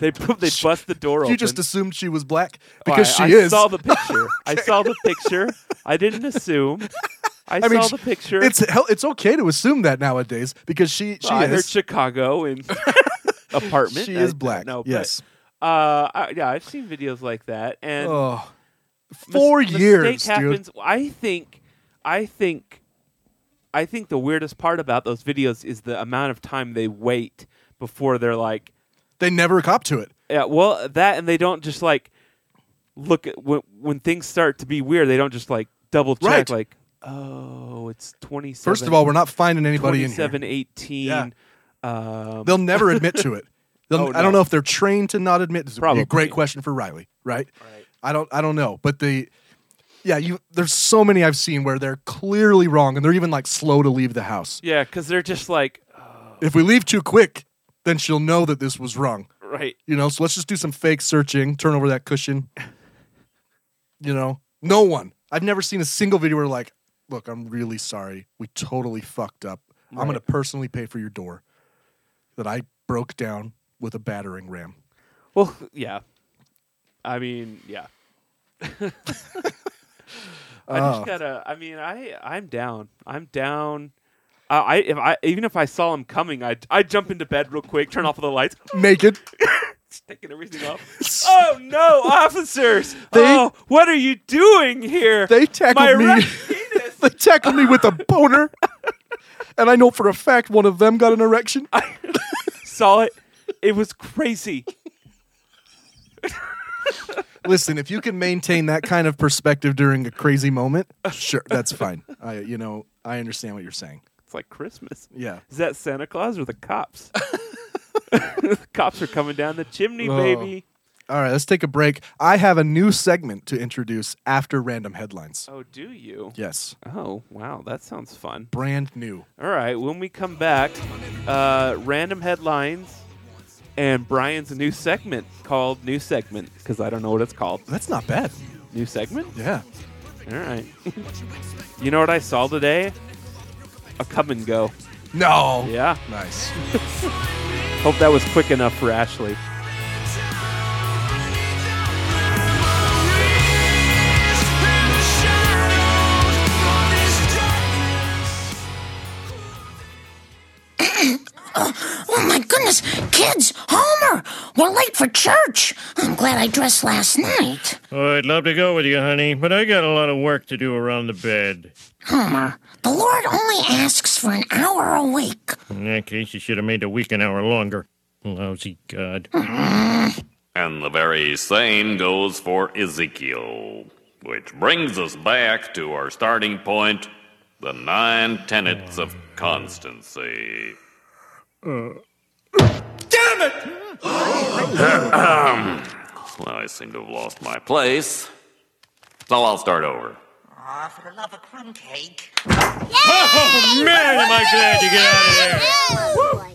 S9: they pu- they bust the door open.
S8: You just assumed she was black
S9: Oh, I-
S8: because she
S9: I
S8: is.
S9: saw the picture. I saw the picture. I didn't assume. I,
S8: I mean,
S9: saw
S8: she-
S9: the picture.
S8: It's hell- it's okay to assume that nowadays because she she
S9: Well, I heard
S8: is
S9: Chicago and apartment.
S8: she
S9: I
S8: is
S9: don't
S8: black.
S9: know, but,
S8: yes.
S9: uh, I, yeah, I've seen videos like that, and
S8: Oh,
S9: mis-
S8: four
S9: mistake
S8: years, dude.
S9: happens. I think, I think, I think the weirdest part about those videos is the amount of time they wait before they're like,
S8: They never cop to it.
S9: yeah, well, that, and they don't just like look at when when things start to be weird. They don't just like double check,
S8: Right.
S9: like, oh, it's twenty seven.
S8: First of all, we're not finding anybody in here.
S9: twenty-seven eighteen.
S8: Yeah.
S9: Um,
S8: They'll never admit to it. They'll-
S9: Oh,
S8: I don't
S9: no.
S8: know if they're trained to not admit. This would be
S9: Probably.
S8: a great question for Riley, right? I don't. I don't know, but the yeah, you. There's so many I've seen where they're clearly wrong, and they're even like slow to leave the house.
S9: yeah, because they're just like,
S8: If we leave too quick, then she'll know that this was wrong.
S9: right.
S8: You know, so let's just do some fake searching. Turn over that cushion. You know, no one. I've never seen a single video where like, look, I'm really sorry. We totally fucked up. I'm gonna personally pay for your door that I broke down with a battering ram.
S9: Well, yeah. I mean, yeah. I
S8: Oh.
S9: just gotta. I mean, I I'm down. I'm down. I I if I even if I saw him coming, I I jump into bed real quick, turn off all the lights,
S8: Naked.
S9: taking everything off. oh no, officers! oh, what are you doing here?
S8: They tackled
S9: My
S8: me.
S9: erect penis.
S8: They tackled me with a boner and I know for a fact one of them got an erection.
S9: Saw it. It was crazy.
S8: Listen, if you can maintain that kind of perspective during a crazy moment, sure, that's fine. I, you know, I understand what you're saying.
S9: It's like Christmas.
S8: Yeah.
S9: Is that Santa Claus or the cops? the cops are coming down the chimney,
S8: Oh.
S9: baby.
S8: All right, let's take a break. I have a new segment to introduce after random headlines.
S9: Oh, do you?
S8: Yes,
S9: Oh, wow. That sounds fun.
S8: brand new.
S9: All right. When we come back, uh, random headlines and Brian's new segment called New Segment because I don't know what it's called.
S8: That's not bad.
S9: New segment?
S8: Yeah.
S9: All right. you know what I saw today? A come and go.
S8: No.
S9: Yeah.
S8: Nice.
S9: Hope that was quick enough for Ashley.
S10: Oh my goodness, kids, Homer, hmm. we're late for church. I'm glad I dressed last night.
S11: Oh, I'd love to go with you, honey, but I got a lot of work to do around the bed.
S10: Homer, the Lord only asks for an hour a week.
S11: In that case, you should have made the week an hour longer. Lousy God.
S4: And the very same goes for Ezekiel. Which brings us back to our starting point the nine tenets of constancy. Damn it! well, I seem to have lost my place, so I'll start over.
S10: Aw, for the love of crumb cake.
S11: Oh, man, am I glad to get out of there!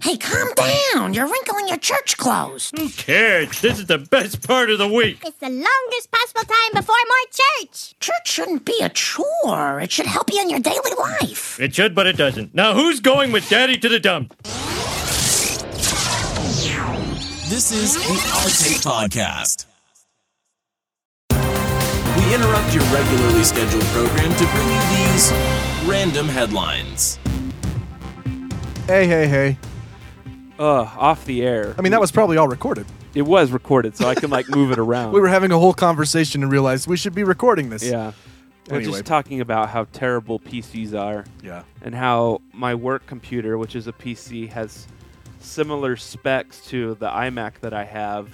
S10: Hey, calm down. You're wrinkling your church clothes.
S11: Who cares? This is the best part of the week.
S10: It's the longest possible time before more church. Church shouldn't be a chore. It should help you in your daily life.
S11: It should, but it doesn't. Now, who's going with Daddy to the dump?
S5: This is the Our Take Podcast. We interrupt your regularly scheduled program to bring you these random headlines.
S8: Hey, hey, hey.
S9: Uh, off the air.
S8: I mean, that was probably all recorded.
S9: It was recorded, so I can like move it around.
S8: We were having a whole conversation and realized we should be recording this.
S9: yeah. We're
S8: Anyway.
S9: just talking about how terrible PCs are
S8: Yeah.
S9: and how my work computer, which is a PC, has similar specs to the iMac that I have.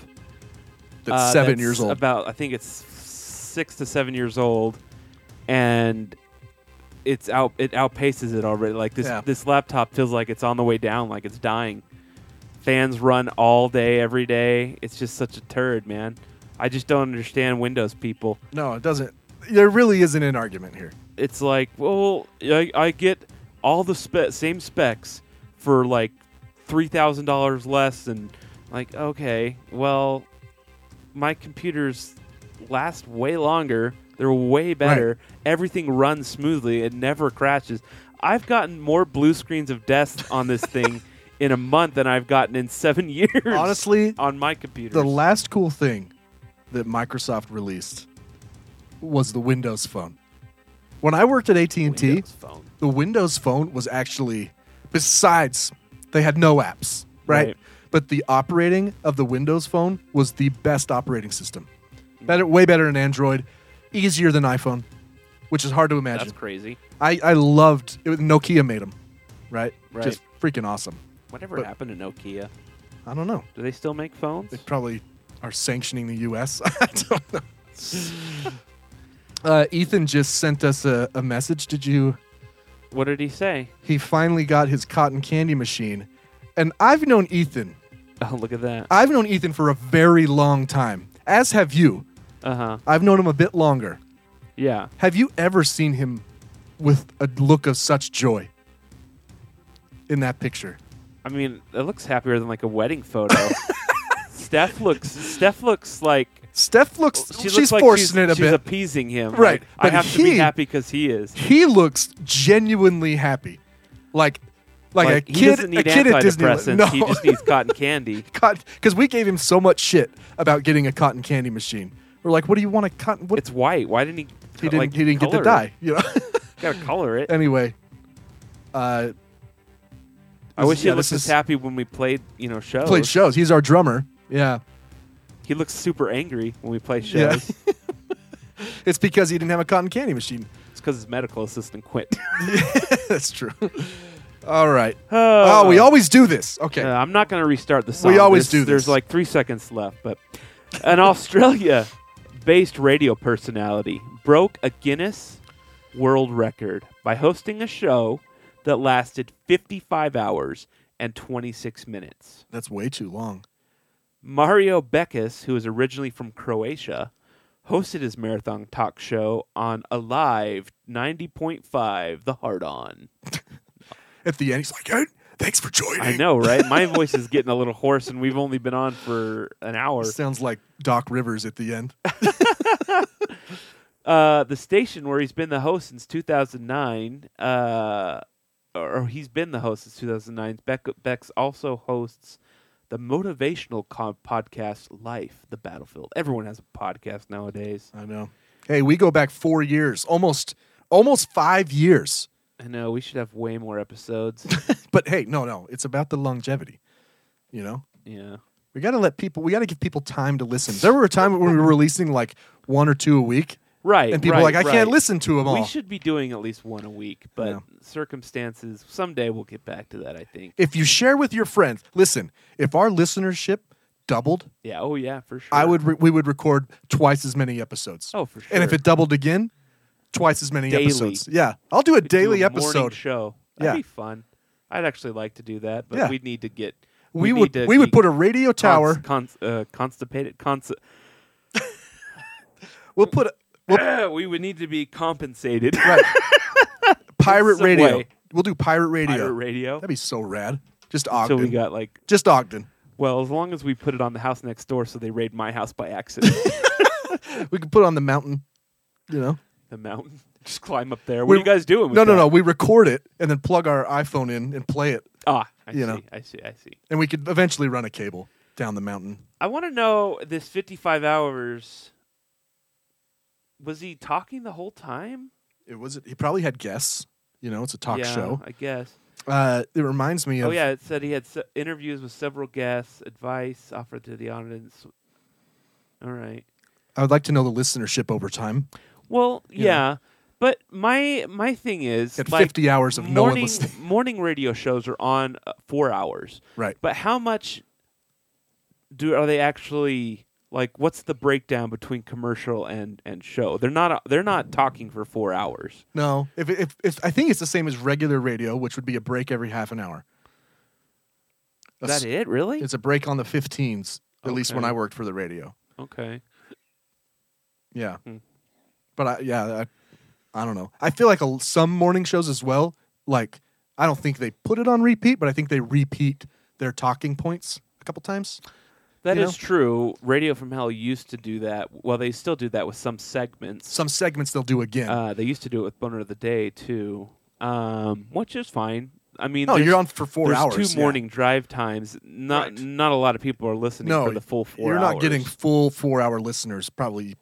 S8: That's
S9: uh,
S8: seven
S9: that's
S8: years old.
S9: About I think it's six to seven years old, and it's out. It outpaces it already. Like this,
S8: Yeah.
S9: this laptop feels like it's on the way down. Like it's dying. Fans run all day, every day. It's just such a turd, man. I just don't understand Windows people.
S8: no, it doesn't. There really isn't an argument here.
S9: It's like, well, I, I get all the spe- same specs for like three thousand dollars less, and like, okay, well, my computers last way longer. They're way better. Everything runs smoothly. It never crashes. I've gotten more blue screens of desks on this thing in a month than I've gotten in seven years.
S8: Honestly,
S9: on my computer.
S8: the last cool thing that Microsoft released was the Windows Phone. When I worked at AT&T,
S9: Windows phone.
S8: the Windows Phone was actually, besides, they had no apps, right?
S9: Right.
S8: But the operating of the Windows Phone was the best operating system. Better, way better than Android, easier than iPhone, which is hard to imagine.
S9: That's crazy.
S8: I, I loved it. was- Nokia made them, right?
S9: Right.
S8: Just freaking awesome.
S9: Whatever
S8: But-
S9: happened to Nokia?
S8: I don't know.
S9: Do they still make phones?
S8: They probably are sanctioning the U.S. I don't know. Uh, Ethan just sent us a, a message. Did you?
S9: What did he say?
S8: He finally got his cotton candy machine, and I've known Ethan.
S9: Oh, look at that.
S8: I've known Ethan for a very long time, as have you.
S9: Uh huh.
S8: I've known him a bit longer.
S9: Yeah.
S8: Have you ever seen him with a look of such joy in that picture?
S9: I mean, it looks happier than like a wedding photo. Steph looks. Steph looks like
S8: Steph looks.
S9: she
S8: she's
S9: looks like
S8: forcing
S9: she's,
S8: it a
S9: she's
S8: bit.
S9: appeasing him.
S8: Right,
S9: Like, I
S8: but
S9: have to be
S8: he-
S9: happy because he is.
S8: he looks genuinely happy, like like,
S9: Like,
S8: a
S9: he
S8: kid.
S9: doesn't need
S8: a kid at
S9: antidepressants.
S8: Disneyland. No,
S9: He just needs cotton candy.
S8: because we gave him so much shit about getting a cotton candy machine. We're like, what do you want a cotton? What?
S9: It's white. Why didn't he?
S8: he didn't.
S9: like,
S8: he didn't get to
S9: color
S8: die.
S9: It?
S8: You know.
S9: Gotta color it.
S8: anyway, uh,
S9: I wish
S8: yeah,
S9: he looked
S8: this
S9: as
S8: is-
S9: happy when we played, you know, shows.
S8: played shows. He's our drummer. Yeah,
S9: He looks super angry when we play
S8: Yeah.
S9: shows.
S8: it's because he didn't have a cotton candy machine. It's
S9: because his medical assistant quit.
S8: That's true. All right. oh, we always do this. Okay.
S9: Uh, I'm not going to restart the song. There's-
S8: always do
S9: There's
S8: this.
S9: like three seconds left, but an Australia-based radio personality broke a Guinness World Record by hosting a show that lasted 55 hours and 26 minutes.
S8: That's way too long.
S9: Mario Bekis, who is originally from Croatia, hosted his marathon talk show on Alive 90.5, The Hard On.
S8: At the end, he's like, hey, thanks for joining.
S9: I know, right? My voice is getting a little hoarse, and we've only been on for an hour.
S8: Sounds like Doc Rivers at the end.
S9: Uh, the station where he's been the host since 2009, uh, or he's been the host since 2009. Beck, Beck's also hosts the motivational co- podcast Life, the Battlefield. Everyone has a podcast nowadays.
S8: I know. Hey, we go back four years, almost, almost five years.
S9: I know we should have way more episodes.
S8: But hey, no, no, it's about the longevity. You know,
S9: yeah.
S8: we got to let people. We got to give people time to listen. There were a time when we were releasing like one or two a week,
S9: Right.
S8: and people were
S9: right,
S8: like, I can't
S9: right.
S8: listen to them all.
S9: We should be doing at least one a week, but
S8: Yeah.
S9: circumstances, someday we'll get back to that, I think.
S8: if you share with your friends, listen. If our listenership doubled,
S9: Yeah. Oh, yeah, for sure.
S8: I would re- we would record twice as many episodes.
S9: Oh, for
S8: And if
S9: sure.
S8: it doubled again, twice as many
S9: Daily.
S8: episodes. Yeah, I'll do a
S9: We'd do
S8: daily
S9: a morning
S8: episode.
S9: show. That'd
S8: Yeah.
S9: be fun. I'd actually like to do that, but
S8: Yeah.
S9: we'd need to get.
S8: We
S9: we'd
S8: would
S9: need to
S8: we
S9: be
S8: would put a radio tower.
S9: Cons, cons- uh, constipated. Cons-
S8: We'll put a
S9: we would need to be compensated.
S8: right. pirate
S9: some
S8: radio.
S9: way.
S8: We'll do pirate radio.
S9: Pirate radio.
S8: That'd be so rad. Just
S9: So
S8: Ogden.
S9: we got like.
S8: Just Ogden.
S9: Well, as long as we put it on the house next door, so they raid my house by accident.
S8: We could put it on the mountain. You know.
S9: the mountain. Just climb up there. What are you guys doing? With
S8: No, no,
S9: that?
S8: no. We record it and then plug our iPhone in and play it,
S9: Ah, I
S8: You
S9: see.
S8: know.
S9: I see. I see.
S8: and we could eventually run a cable down the mountain.
S9: I want to know this 55 hours. Was he talking the whole time?
S8: It was. He probably had guests. You know, it's a talk
S9: yeah,
S8: show.
S9: I guess.
S8: Uh, it reminds me of.
S9: Oh yeah, it said he had se- interviews with several guests, advice offered to the audience. All right.
S8: I would like to know the listenership over time.
S9: Well, yeah,
S8: Yeah.
S9: but my my thing is
S8: At
S9: like,
S8: 50 hours of no one
S9: morning,
S8: listening.
S9: morning radio shows are on uh, four hours,
S8: Right.
S9: but how much do are they actually like? What's the breakdown between commercial and and show? They're not uh, they're not talking for four hours.
S8: No. If, if if I think it's the same as regular radio, which would be a break every half an hour.
S9: Is
S8: That's-
S9: that it? Really?
S8: It's a break on the 15s, at least when
S9: Okay.
S8: I worked for the radio.
S9: okay.
S8: Yeah.
S9: Hmm.
S8: But I, yeah, I, I don't know. I feel like a, some morning shows as well, like, I don't think they put it on repeat, but I think they repeat their talking points a couple times.
S9: That is
S8: You
S9: true. Radio from Hell used to do that. Well, they still do that with some segments.
S8: Some segments they'll do again.
S9: Uh, they used to do it with Boner of the Day too, um, which is fine. I mean,
S8: no,
S9: there's-
S8: you're on for four
S9: there's
S8: hours.
S9: Two
S8: yeah.
S9: morning drive times. Not
S8: Right.
S9: not a lot of people are listening
S8: No,
S9: for the full four.
S8: You're not
S9: hours.
S8: getting full four hour listeners, probably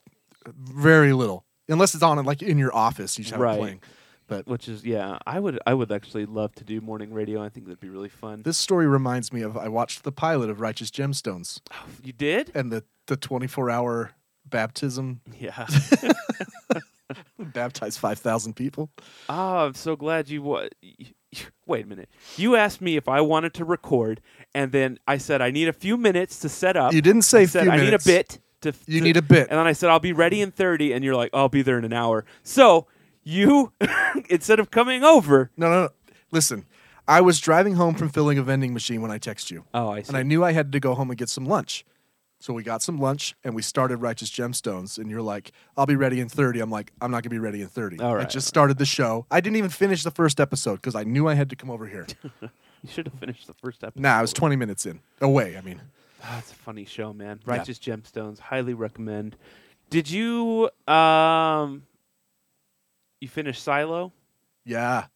S8: uh, very little. Unless it's on like in your office, you just have
S9: Right.
S8: it playing. But
S9: which is yeah. I would I would actually love to do morning radio. I think that'd be really fun.
S8: this story reminds me of I watched the pilot of Righteous Gemstones
S9: you did?
S8: and the the 24 hour baptism
S9: Yeah.
S8: baptized 5,000 people.
S9: oh, I'm so glad you. Wa- Wait a minute. You asked me if I wanted to record, and then I said I need a few minutes to set up.
S8: You didn't
S9: Uh,
S8: say
S9: I said,
S8: few
S9: I
S8: minutes.
S9: need a bit. To,
S8: You
S9: to-
S8: need a bit.
S9: And then I said, I'll be ready in 30. And you're like, I'll be there in an hour. So you, instead of coming over.
S8: No, no, no. Listen, I was driving home from filling a vending machine when I text you.
S9: Oh, I see.
S8: and I knew I had to go home and get some lunch. So we got some lunch and we started Righteous Gemstones. And you're like, I'll be ready in 30. I'm like, I'm not going to be ready in 30.
S9: All
S8: I
S9: right,
S8: just started the show. I didn't even finish the first episode because I knew I had to come over here.
S9: you should have finished the first episode.
S8: nah, I was 20 minutes in. Away, I mean.
S9: That's Ah, a funny show, man. Righteous Gemstones. Highly recommend. Did you, um, you finish Silo?
S8: Yeah.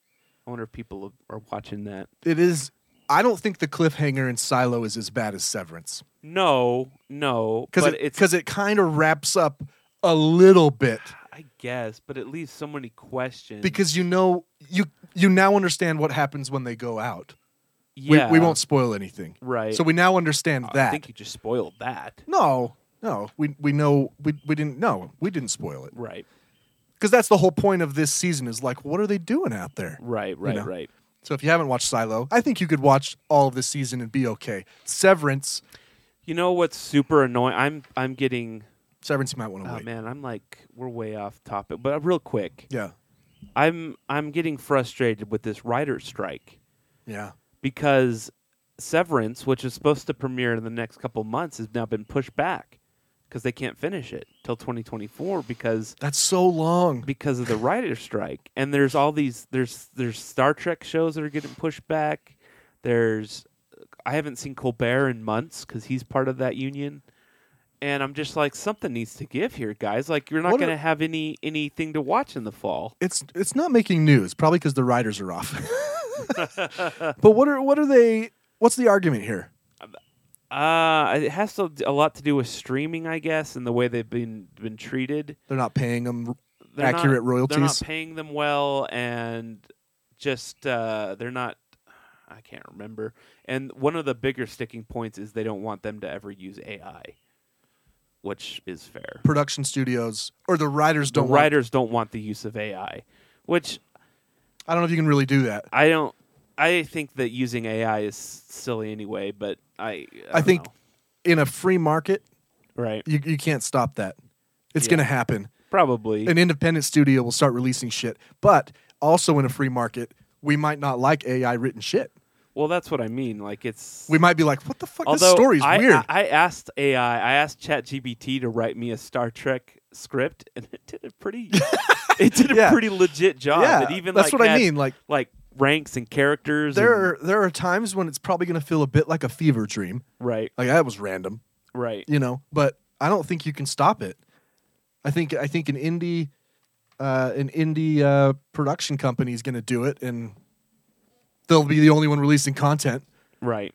S9: I wonder if people are watching that.
S8: It is. I don't think the cliffhanger in Silo is as bad as Severance
S9: No, no.
S8: because
S9: but
S8: it,
S9: it's,
S8: 'cause it kind of wraps up a little bit
S9: I guess, but it leaves so many questions.
S8: because you know you you now understand what happens when they go out.
S9: yeah,
S8: We, we won't spoil anything.
S9: Right. Oh,
S8: So we now understand
S9: I
S8: that.
S9: think you just spoiled that.
S8: No, no, we we know we we didn't know we didn't spoil it.
S9: Right.
S8: because that's the whole point of this season is like, what are they doing out there?
S9: Right,
S8: You
S9: right,
S8: know?
S9: right.
S8: So if you haven't watched Silo, I think you could watch all of this season and be okay. Severance,
S9: You know what's super annoying? I'm I'm getting
S8: Severance, you might want to
S9: oh
S8: wait.
S9: man, I'm like we're way off topic, but real quick,
S8: Yeah,
S9: I'm I'm getting frustrated with this writer strike
S8: yeah,
S9: because Severance, which is supposed to premiere in the next couple months, has now been pushed back because they can't finish it till 2024 because
S8: that's so long.
S9: because of the writer strike. And there's all these there's there's Star Trek shows that are getting pushed back. There's I haven't seen Colbert in months because he's part of that union. And I'm just like something needs to give here, guys. Like you're not
S8: What are-
S9: going to have any anything to watch in the fall.
S8: It's it's not making news, probably because the writers are off. but what are what are they? What's the argument here?
S9: Uh, it has to, a lot to do with streaming, I guess, and the way they've been been treated.
S8: They're not paying them
S9: They're not-
S8: accurate
S9: They're not
S8: royalties.
S9: paying them well, and just uh, they're not. I can't remember. And one of the bigger sticking points is they don't want them to ever use AI, which is fair.
S8: Production studios or the writers
S9: The
S8: don't. want-
S9: writers don't want the use of AI, which
S8: I don't know if you can really do that.
S9: I don't. I think that using AI is silly anyway, but I. I,
S8: I,
S9: don't
S8: think
S9: know.
S8: in a free market,
S9: right,
S8: you you can't stop that. It's
S9: Yeah.
S8: going to happen.
S9: probably
S8: An independent studio will start releasing shit, but also in a free market, we might not like AI written shit.
S9: Well, that's what I mean. Like it's
S8: We might be like, "What the fuck?
S9: Although
S8: this story's
S9: I,
S8: weird."
S9: I, I asked AI, I asked ChatGPT to write me a Star Trek script, and it did a pretty, it did a
S8: Yeah.
S9: pretty legit job.
S8: Yeah,
S9: it even like,
S8: that's what I
S9: had,
S8: mean, like-
S9: like ranks and characters.
S8: there
S9: and-
S8: are there are times when it's probably going to feel a bit like a fever dream.
S9: right,
S8: Like that was random,
S9: right.
S8: you know. But I don't think you can stop it. I think I think an indie uh, an indie uh, production company is going to do it, and they'll be the only one releasing content.
S9: Right.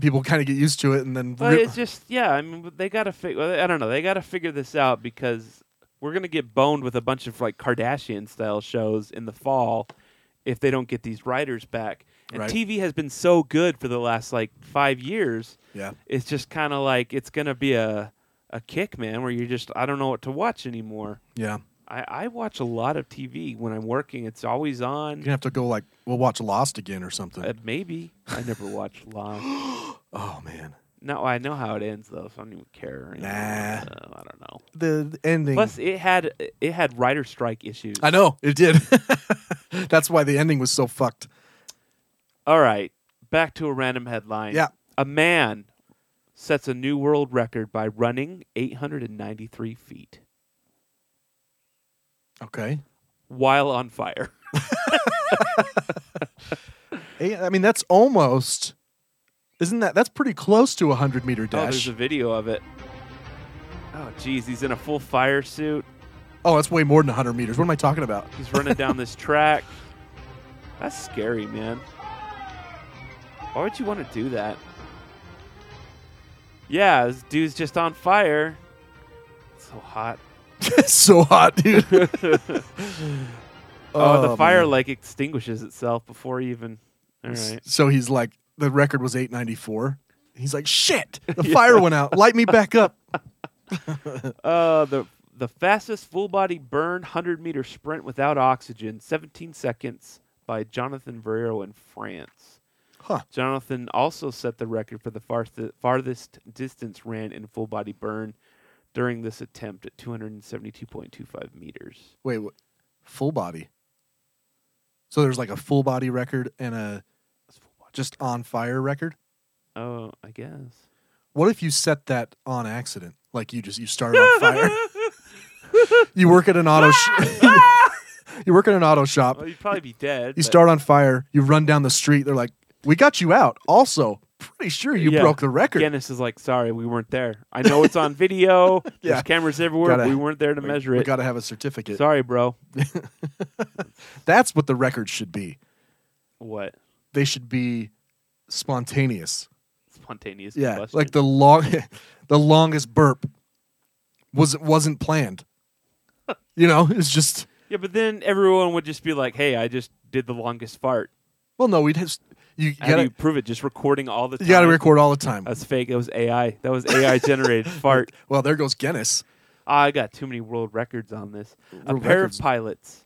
S8: People kind of get used to it, and then
S9: But
S8: re-
S9: it's just yeah. I mean, they gotta. Fi- I don't know. They gotta figure this out because we're gonna get boned with a bunch of like Kardashian style shows in the fall if they don't get these writers back. And
S8: Right.
S9: TV has been so good for the last like five years.
S8: yeah,
S9: it's just kind of like it's gonna be a a kick, man, where you're just I don't know what to watch anymore.
S8: yeah.
S9: I, I watch a lot of TV when I'm working. It's always
S8: You're
S9: on.
S8: gonna have to go like we'll watch Lost again or something.
S9: Uh, maybe I never watch Lost.
S8: oh man,
S9: No, I know how it ends though, so I don't even care. anymore.
S8: Nah.
S9: Uh, I don't know.
S8: the, the ending.
S9: Plus, it had it had writer strike issues.
S8: I know it did. That's why the ending was so fucked.
S9: All right, back to a random headline.
S8: Yeah.
S9: a man sets a new world record by running 893 feet
S8: Okay.
S9: while on fire.
S8: Hey, I mean, that's almost. Isn't that that's pretty close to a hundred meter
S9: Oh, there's
S8: dash?
S9: a video of it. Oh, geez, he's in a full fire suit.
S8: oh, that's way more than hundred meters. What am I talking about?
S9: He's running down this track. That's scary, man. Why would you want to do that? Yeah, this dude's just on fire. So hot.
S8: it's so hot, dude. oh,
S9: Oh, the fire
S8: man.
S9: like extinguishes itself before even. All
S8: S-
S9: right.
S8: So he's like, the record was eight ninety four. He's like, shit, the fire went out. Light me back up.
S9: Uh, the the fastest full body burn hundred meter sprint without oxygen, seventeen seconds by Jonathan Verrero in France.
S8: Huh.
S9: Jonathan also set the record for the farthest, farthest distance ran in full body burn during this attempt at 272.25 meters.
S8: Wait, what? full body. So there's like a full body record and a
S9: That's full body.
S8: just on fire record.
S9: Oh, I guess.
S8: What if you set that on accident? Like you just you started on fire. you work at an auto. Sh- you work at an auto shop.
S9: Well, you'd probably be dead.
S8: You
S9: but-
S8: start on fire. You run down the street. They're like, "We got you out." Also, pretty sure you
S9: Yeah.
S8: broke the record.
S9: Guinness is like, sorry, we weren't there. I know it's on video.
S8: Yeah.
S9: There's cameras everywhere.
S8: Gotta-
S9: we weren't there to
S8: We-
S9: measure
S8: we,
S9: it.
S8: got to have a certificate.
S9: sorry, bro.
S8: That's what the record should be.
S9: What?
S8: They should be spontaneous.
S9: Spontaneous
S8: Yeah,
S9: combustion.
S8: like the long, the longest burp was wasn't planned. you know, it's just
S9: Yeah, but then everyone would just be like, "Hey, I just did the longest fart."
S8: well, no, we'd have you
S9: How do
S8: gotta
S9: you prove it? Just recording all the time.
S8: you gotta record all the time.
S9: That's fake. That was AI. That was AI generated fart.
S8: Well, there goes Guinness.
S9: Ah, I got too many world records on this. a
S8: World
S9: pair
S8: records.
S9: of pilots.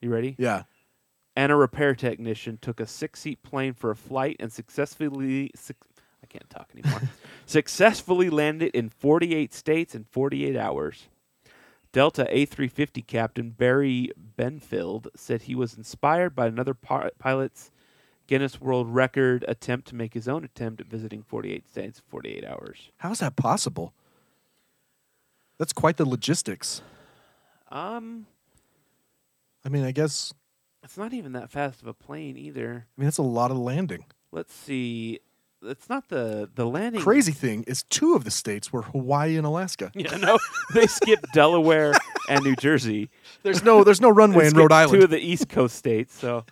S9: You ready?
S8: Yeah.
S9: And a repair technician took a six-seat plane for a flight and successfully. Suc- I can't talk anymore. successfully landed in 48 states in 48 hours. Delta A350 captain Barry Benfield said he was inspired by another pi- pilot's Guinness World Record attempt to make his own attempt at visiting 48 states in 48 hours.
S8: How is that possible? That's quite the logistics.
S9: Um,
S8: I mean, I guess.
S9: it's not even that fast of a plane either.
S8: I mean, that's a lot of landing.
S9: Let's see. It's not the the landing.
S8: Crazy thing is, two of the states were Hawaii and Alaska.
S9: Yeah, no, they skipped Delaware and New Jersey.
S8: There's no, there's no runway
S9: They
S8: in Rhode
S9: skipped
S8: Island.
S9: Two of the East Coast states. So,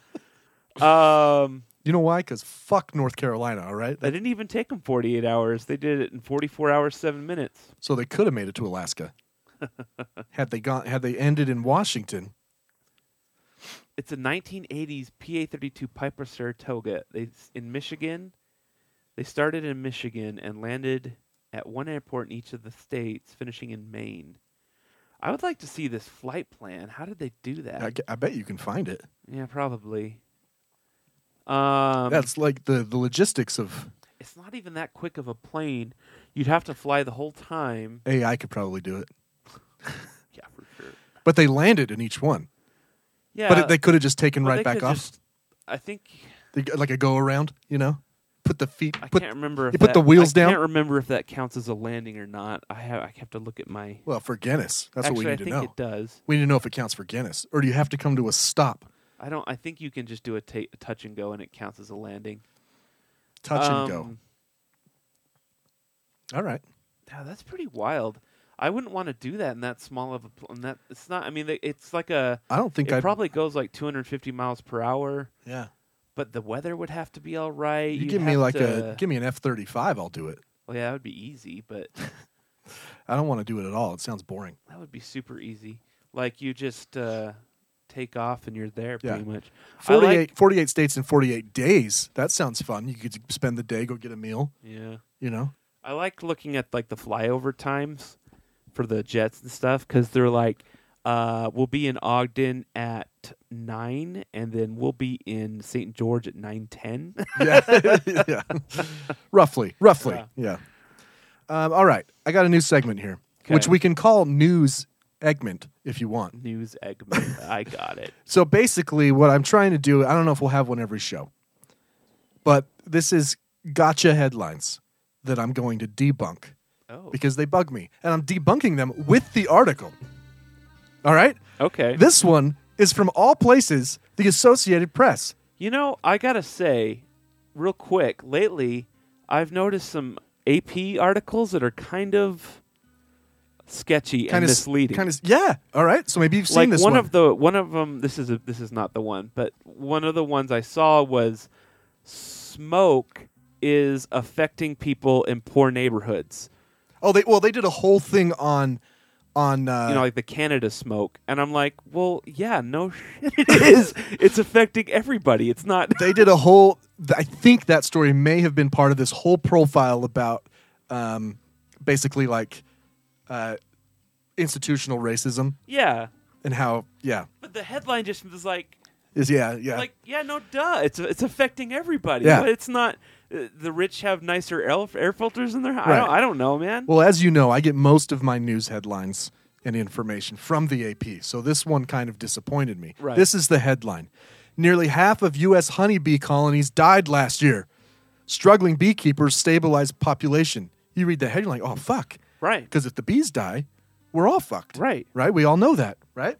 S9: um,
S8: you know why? Because fuck North Carolina. All right.
S9: they didn't even take them 48 hours. They did it in 44 hours seven minutes.
S8: So they could have made it to Alaska had they gone. Had they ended in Washington.
S9: It's a 1980s PA-32 Piper Saratoga. They in Michigan. They started in Michigan and landed at one airport in each of the states, finishing in Maine. I would like to see this flight plan. How did they do that?
S8: I, g- I bet you can find it.
S9: Yeah, probably. Um,
S8: That's like the the logistics of
S9: it's not even that quick of a plane. You'd have to fly the whole time.
S8: AI could probably do it.
S9: Yeah, for sure.
S8: But they landed in each one.
S9: Yeah,
S8: But it- they could have just taken
S9: but
S8: right
S9: they
S8: back
S9: could
S8: off.
S9: just- I think
S8: They g- like a go around, you know. Put the feet.
S9: I
S8: put,
S9: can't remember. If
S8: You put
S9: that-
S8: the wheels
S9: I
S8: down.
S9: can't remember if that counts as a landing or not. I have. I have to look at my.
S8: Well, for Guinness, that's
S9: Actually,
S8: what we need
S9: I
S8: to
S9: think
S8: know.
S9: it does.
S8: We need to know if it counts for Guinness, or do you have to come to a stop,
S9: I don't. I think you can just do a ta- a touch and go, and it counts as a landing.
S8: touch
S9: um,
S8: and go? All right.
S9: Yeah, that's pretty wild. I wouldn't want to do that in that small of a. Pl- in that it's not. I mean, they- it's like a.
S8: I don't think
S9: it
S8: I'd-
S9: probably goes like 250 miles per hour.
S8: Yeah.
S9: But the weather would have to be all right.
S8: You
S9: You'd
S8: give me
S9: have
S8: like
S9: to-
S8: a give me an F thirty five, I'll do it.
S9: Well, Oh, yeah, that would be easy, but
S8: I don't want to do it at all. It sounds boring.
S9: that would be super easy. Like you just uh, take off and you're there
S8: Yeah.
S9: pretty much. I like-
S8: 48, 48 states in forty eight days. That sounds fun. You could spend the day, go get a meal.
S9: yeah.
S8: You know.
S9: I like looking at like the flyover times for the jets and stuff because they're like, uh, we'll be in Ogden at nine, and then we'll be in St. George at nine ten.
S8: Yeah. yeah. Roughly. Roughly. Yeah. Um, all right. I got a new segment here, which
S9: Okay.
S8: we can call news segment if you want.
S9: News segment. I got it.
S8: So basically, what I'm trying to do, I don't know if we'll have one every show, but this is gotcha headlines that I'm going to debunk
S9: Oh.
S8: because they bug me. And I'm debunking them with the article. All right?
S9: Okay.
S8: This one is from all places, the Associated Press.
S9: You know, I gotta say, real quick, lately I've noticed some AP articles that are kind of sketchy and misleading.
S8: Kind of, yeah. All right. So maybe you've seen
S9: like
S8: this
S9: one,
S8: one.
S9: of the one of them. This is a, this is not the one, but one of the ones I saw was smoke is affecting people in poor neighborhoods.
S8: oh, they well, they did a whole thing on on uh,
S9: you know, like the Canada smoke, and I'm like, well, yeah, no shit, it is. It's affecting everybody. It's not.
S8: they did a whole th- i think that story may have been part of this whole profile about um, basically like uh, institutional racism
S9: yeah,
S8: and how yeah
S9: but the headline just was like.
S8: is yeah yeah
S9: like yeah no duh it's it's affecting everybody
S8: Yeah.
S9: but it's not uh, the rich have nicer air, air filters in their house.
S8: Right.
S9: I, don't, I don't know man
S8: well as you know i get most of my news headlines and information from the ap so this one kind of disappointed me
S9: Right.
S8: this is the headline nearly half of us honeybee colonies died last year struggling beekeepers stabilize population you read the headline like oh fuck
S9: right
S8: because if the bees die we're all fucked
S9: right
S8: right? We all know that, right?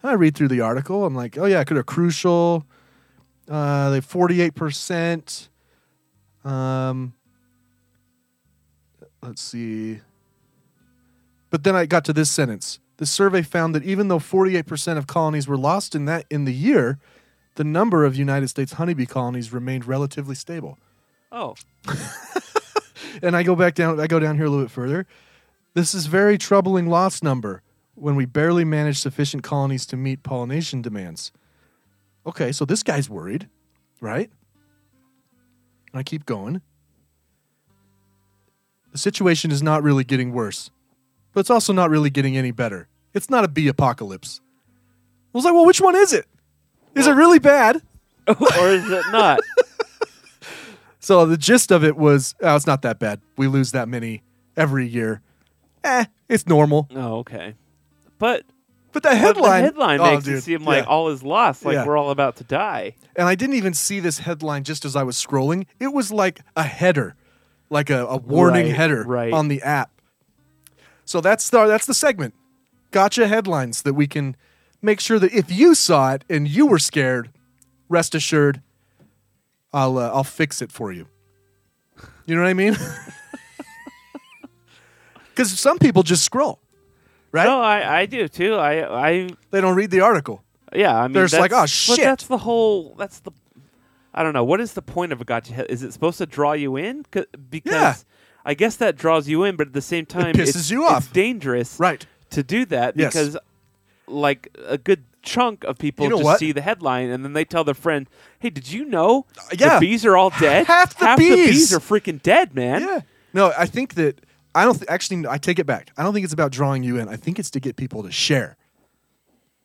S8: And I read through the article. I'm like, oh yeah, could have crucial. Uh, they 48 percent. Um, let's see. But then I got to this sentence. The survey found that even though 48 percent of colonies were lost in that in the year, the number of United States honeybee colonies remained relatively stable
S9: oh
S8: and I go back down. I go down here a little bit further. This is very troubling loss number when we barely manage sufficient colonies to meet pollination demands. Okay, so this guy's worried, right? And I keep going. The situation is not really getting worse. but it's also not really getting any better. It's not a bee apocalypse. I was like, well, which one is it? Is it really bad?
S9: or is it not?
S8: So the gist of it was, oh, it's not that bad. We lose that many every year. Eh, it's normal.
S9: Oh, okay. But
S8: but the headline,
S9: the headline
S8: oh,
S9: makes it
S8: dude,
S9: seem like
S8: yeah.
S9: all is lost, like
S8: Yeah.
S9: we're all about to die.
S8: and I didn't even see this headline just as I was scrolling. It was like a header, like a, a warning
S9: Right,
S8: header
S9: right.
S8: on the app. So that's the, that's the segment. Gotcha headlines that we can make sure that if you saw it and you were scared, rest assured, I'll uh, I'll fix it for you. You know what I mean? Because some people just scroll, right?
S9: No, I, I do too. I I
S8: They don't read the article.
S9: yeah. I mean,
S8: They're just like,
S9: that's-
S8: "Oh,
S9: But
S8: shit."
S9: that's the whole. That's the. I don't know. What is the point of a gotcha? head- Is it supposed to draw you in? 'Cause- Because
S8: Yeah.
S9: I guess that draws you in, but at the same time,
S8: pisses
S9: it's,
S8: you
S9: it's
S8: off.
S9: dangerous,
S8: Right.
S9: to do that
S8: Yes.
S9: because, like, a good chunk of people
S8: You know
S9: just
S8: what?
S9: see the headline and then they tell their friend, "Hey, did you know
S8: Uh, yeah.
S9: the bees are all dead?
S8: Half the bees."
S9: are freaking dead, man."
S8: Yeah. No, I think that I don't th- actually. I take it back. I don't think it's about drawing you in. I think it's to get people to share.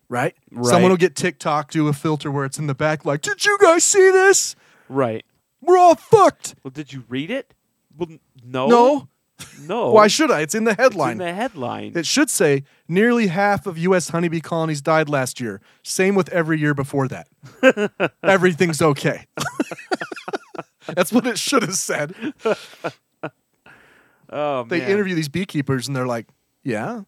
S8: Right.
S9: Right.
S8: Someone will get TikTok, do a filter where it's in the back, like, "Did you guys see this?
S9: Right.
S8: We're all fucked."
S9: Well, did you read it? Well, n- no.
S8: No.
S9: No.
S8: Why should I? It's in the headline.
S9: Oh. in the headline?
S8: it should say nearly half of U.S. honeybee colonies died last year. Same with every year before that. Everything's okay. That's what it should have said.
S9: oh,
S8: They
S9: man.
S8: interview these beekeepers and they're like, "Yeah,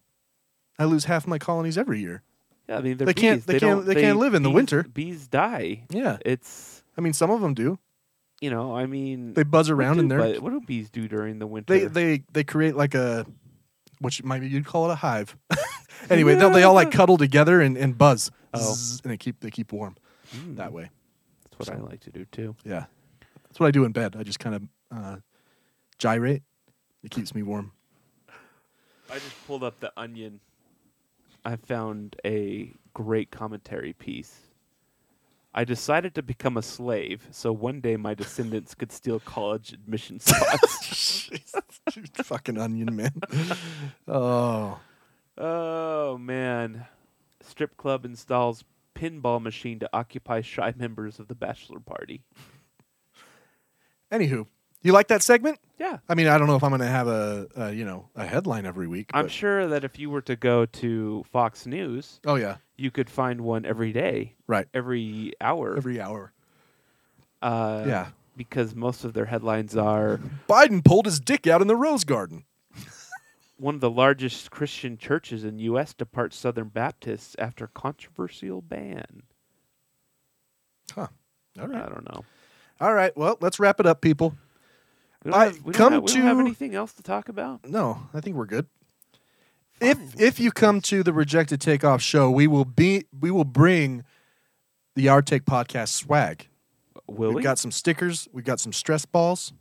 S8: I lose half my colonies every year."
S9: Yeah, I mean, they're
S8: they can't-
S9: bees.
S8: they
S9: They don't-
S8: can't- they can't live in the
S9: bees-
S8: winter.
S9: Bees die.
S8: Yeah.
S9: It's
S8: I mean, some of them do.
S9: you know, I mean,
S8: They buzz
S9: what
S8: around
S9: do
S8: in there.
S9: bu- What do bees do during the winter?
S8: They they they create like a which maybe you'd call it a hive. anyway, no, they all like cuddle together and, and buzz,
S9: Oh.
S8: Zzz, and they keep they keep warm that way.
S9: That's what I like to do too.
S8: Yeah, that's what I do in bed. I just kind of uh, gyrate. It keeps me warm.
S9: I just pulled up the Onion. I found a great commentary piece. I decided to become a slave so one day my descendants could steal college admission spots.
S8: Fucking onion man. Oh,
S9: oh man! Strip club installs pinball machine to occupy shy members of the bachelor party.
S8: anywho, you like that segment?
S9: Yeah,
S8: I mean, I don't know if I'm gonna have a, a you know a headline every week.
S9: I'm
S8: but-
S9: sure that if you were to go to Fox News,
S8: Oh yeah,
S9: you could find one every day,
S8: right.
S9: every hour.
S8: Every hour.
S9: uh,
S8: yeah.
S9: Because most of their headlines are
S8: Biden pulled his dick out in the Rose Garden.
S9: one of the largest Christian churches in U.S. departs Southern Baptists after controversial ban.
S8: Huh. All
S9: I
S8: right.
S9: don't know.
S8: Uh, All right. Well, let's wrap it up, people.
S9: We
S8: I-
S9: have, we
S8: come
S9: don't have, we don't have
S8: to-
S9: anything else to talk about.
S8: No, I think we're good. If if you come to the Rejected Takeoff show, we will be we will bring the Our Take podcast swag.
S9: Will
S8: We've
S9: we?
S8: got some stickers. We've got some stress balls.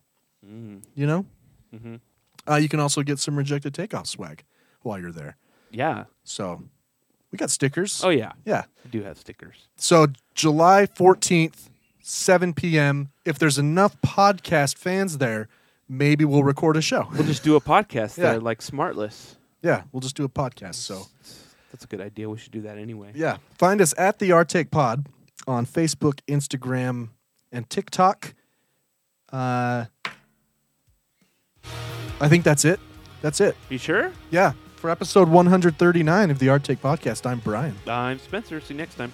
S8: You know. Uh, you can also get some Rejected Takeoff swag while you're there.
S9: yeah.
S8: So we got stickers.
S9: Oh yeah.
S8: yeah.
S9: We do have stickers.
S8: So July 14th, 7 p.m. If there's enough podcast fans there, maybe we'll record a show.
S9: We'll just do a podcast
S8: Yeah.
S9: there, like Smartless.
S8: yeah, we'll just do a podcast. So
S9: That's a good idea. We should do that anyway.
S8: yeah, find us at the Artake Pod on Facebook, Instagram, and TikTok. Uh, I think that's it. That's it.
S9: You sure?
S8: Yeah, for episode 139 of the Artake Podcast, I'm Brian.
S9: I'm Spencer. See you next time.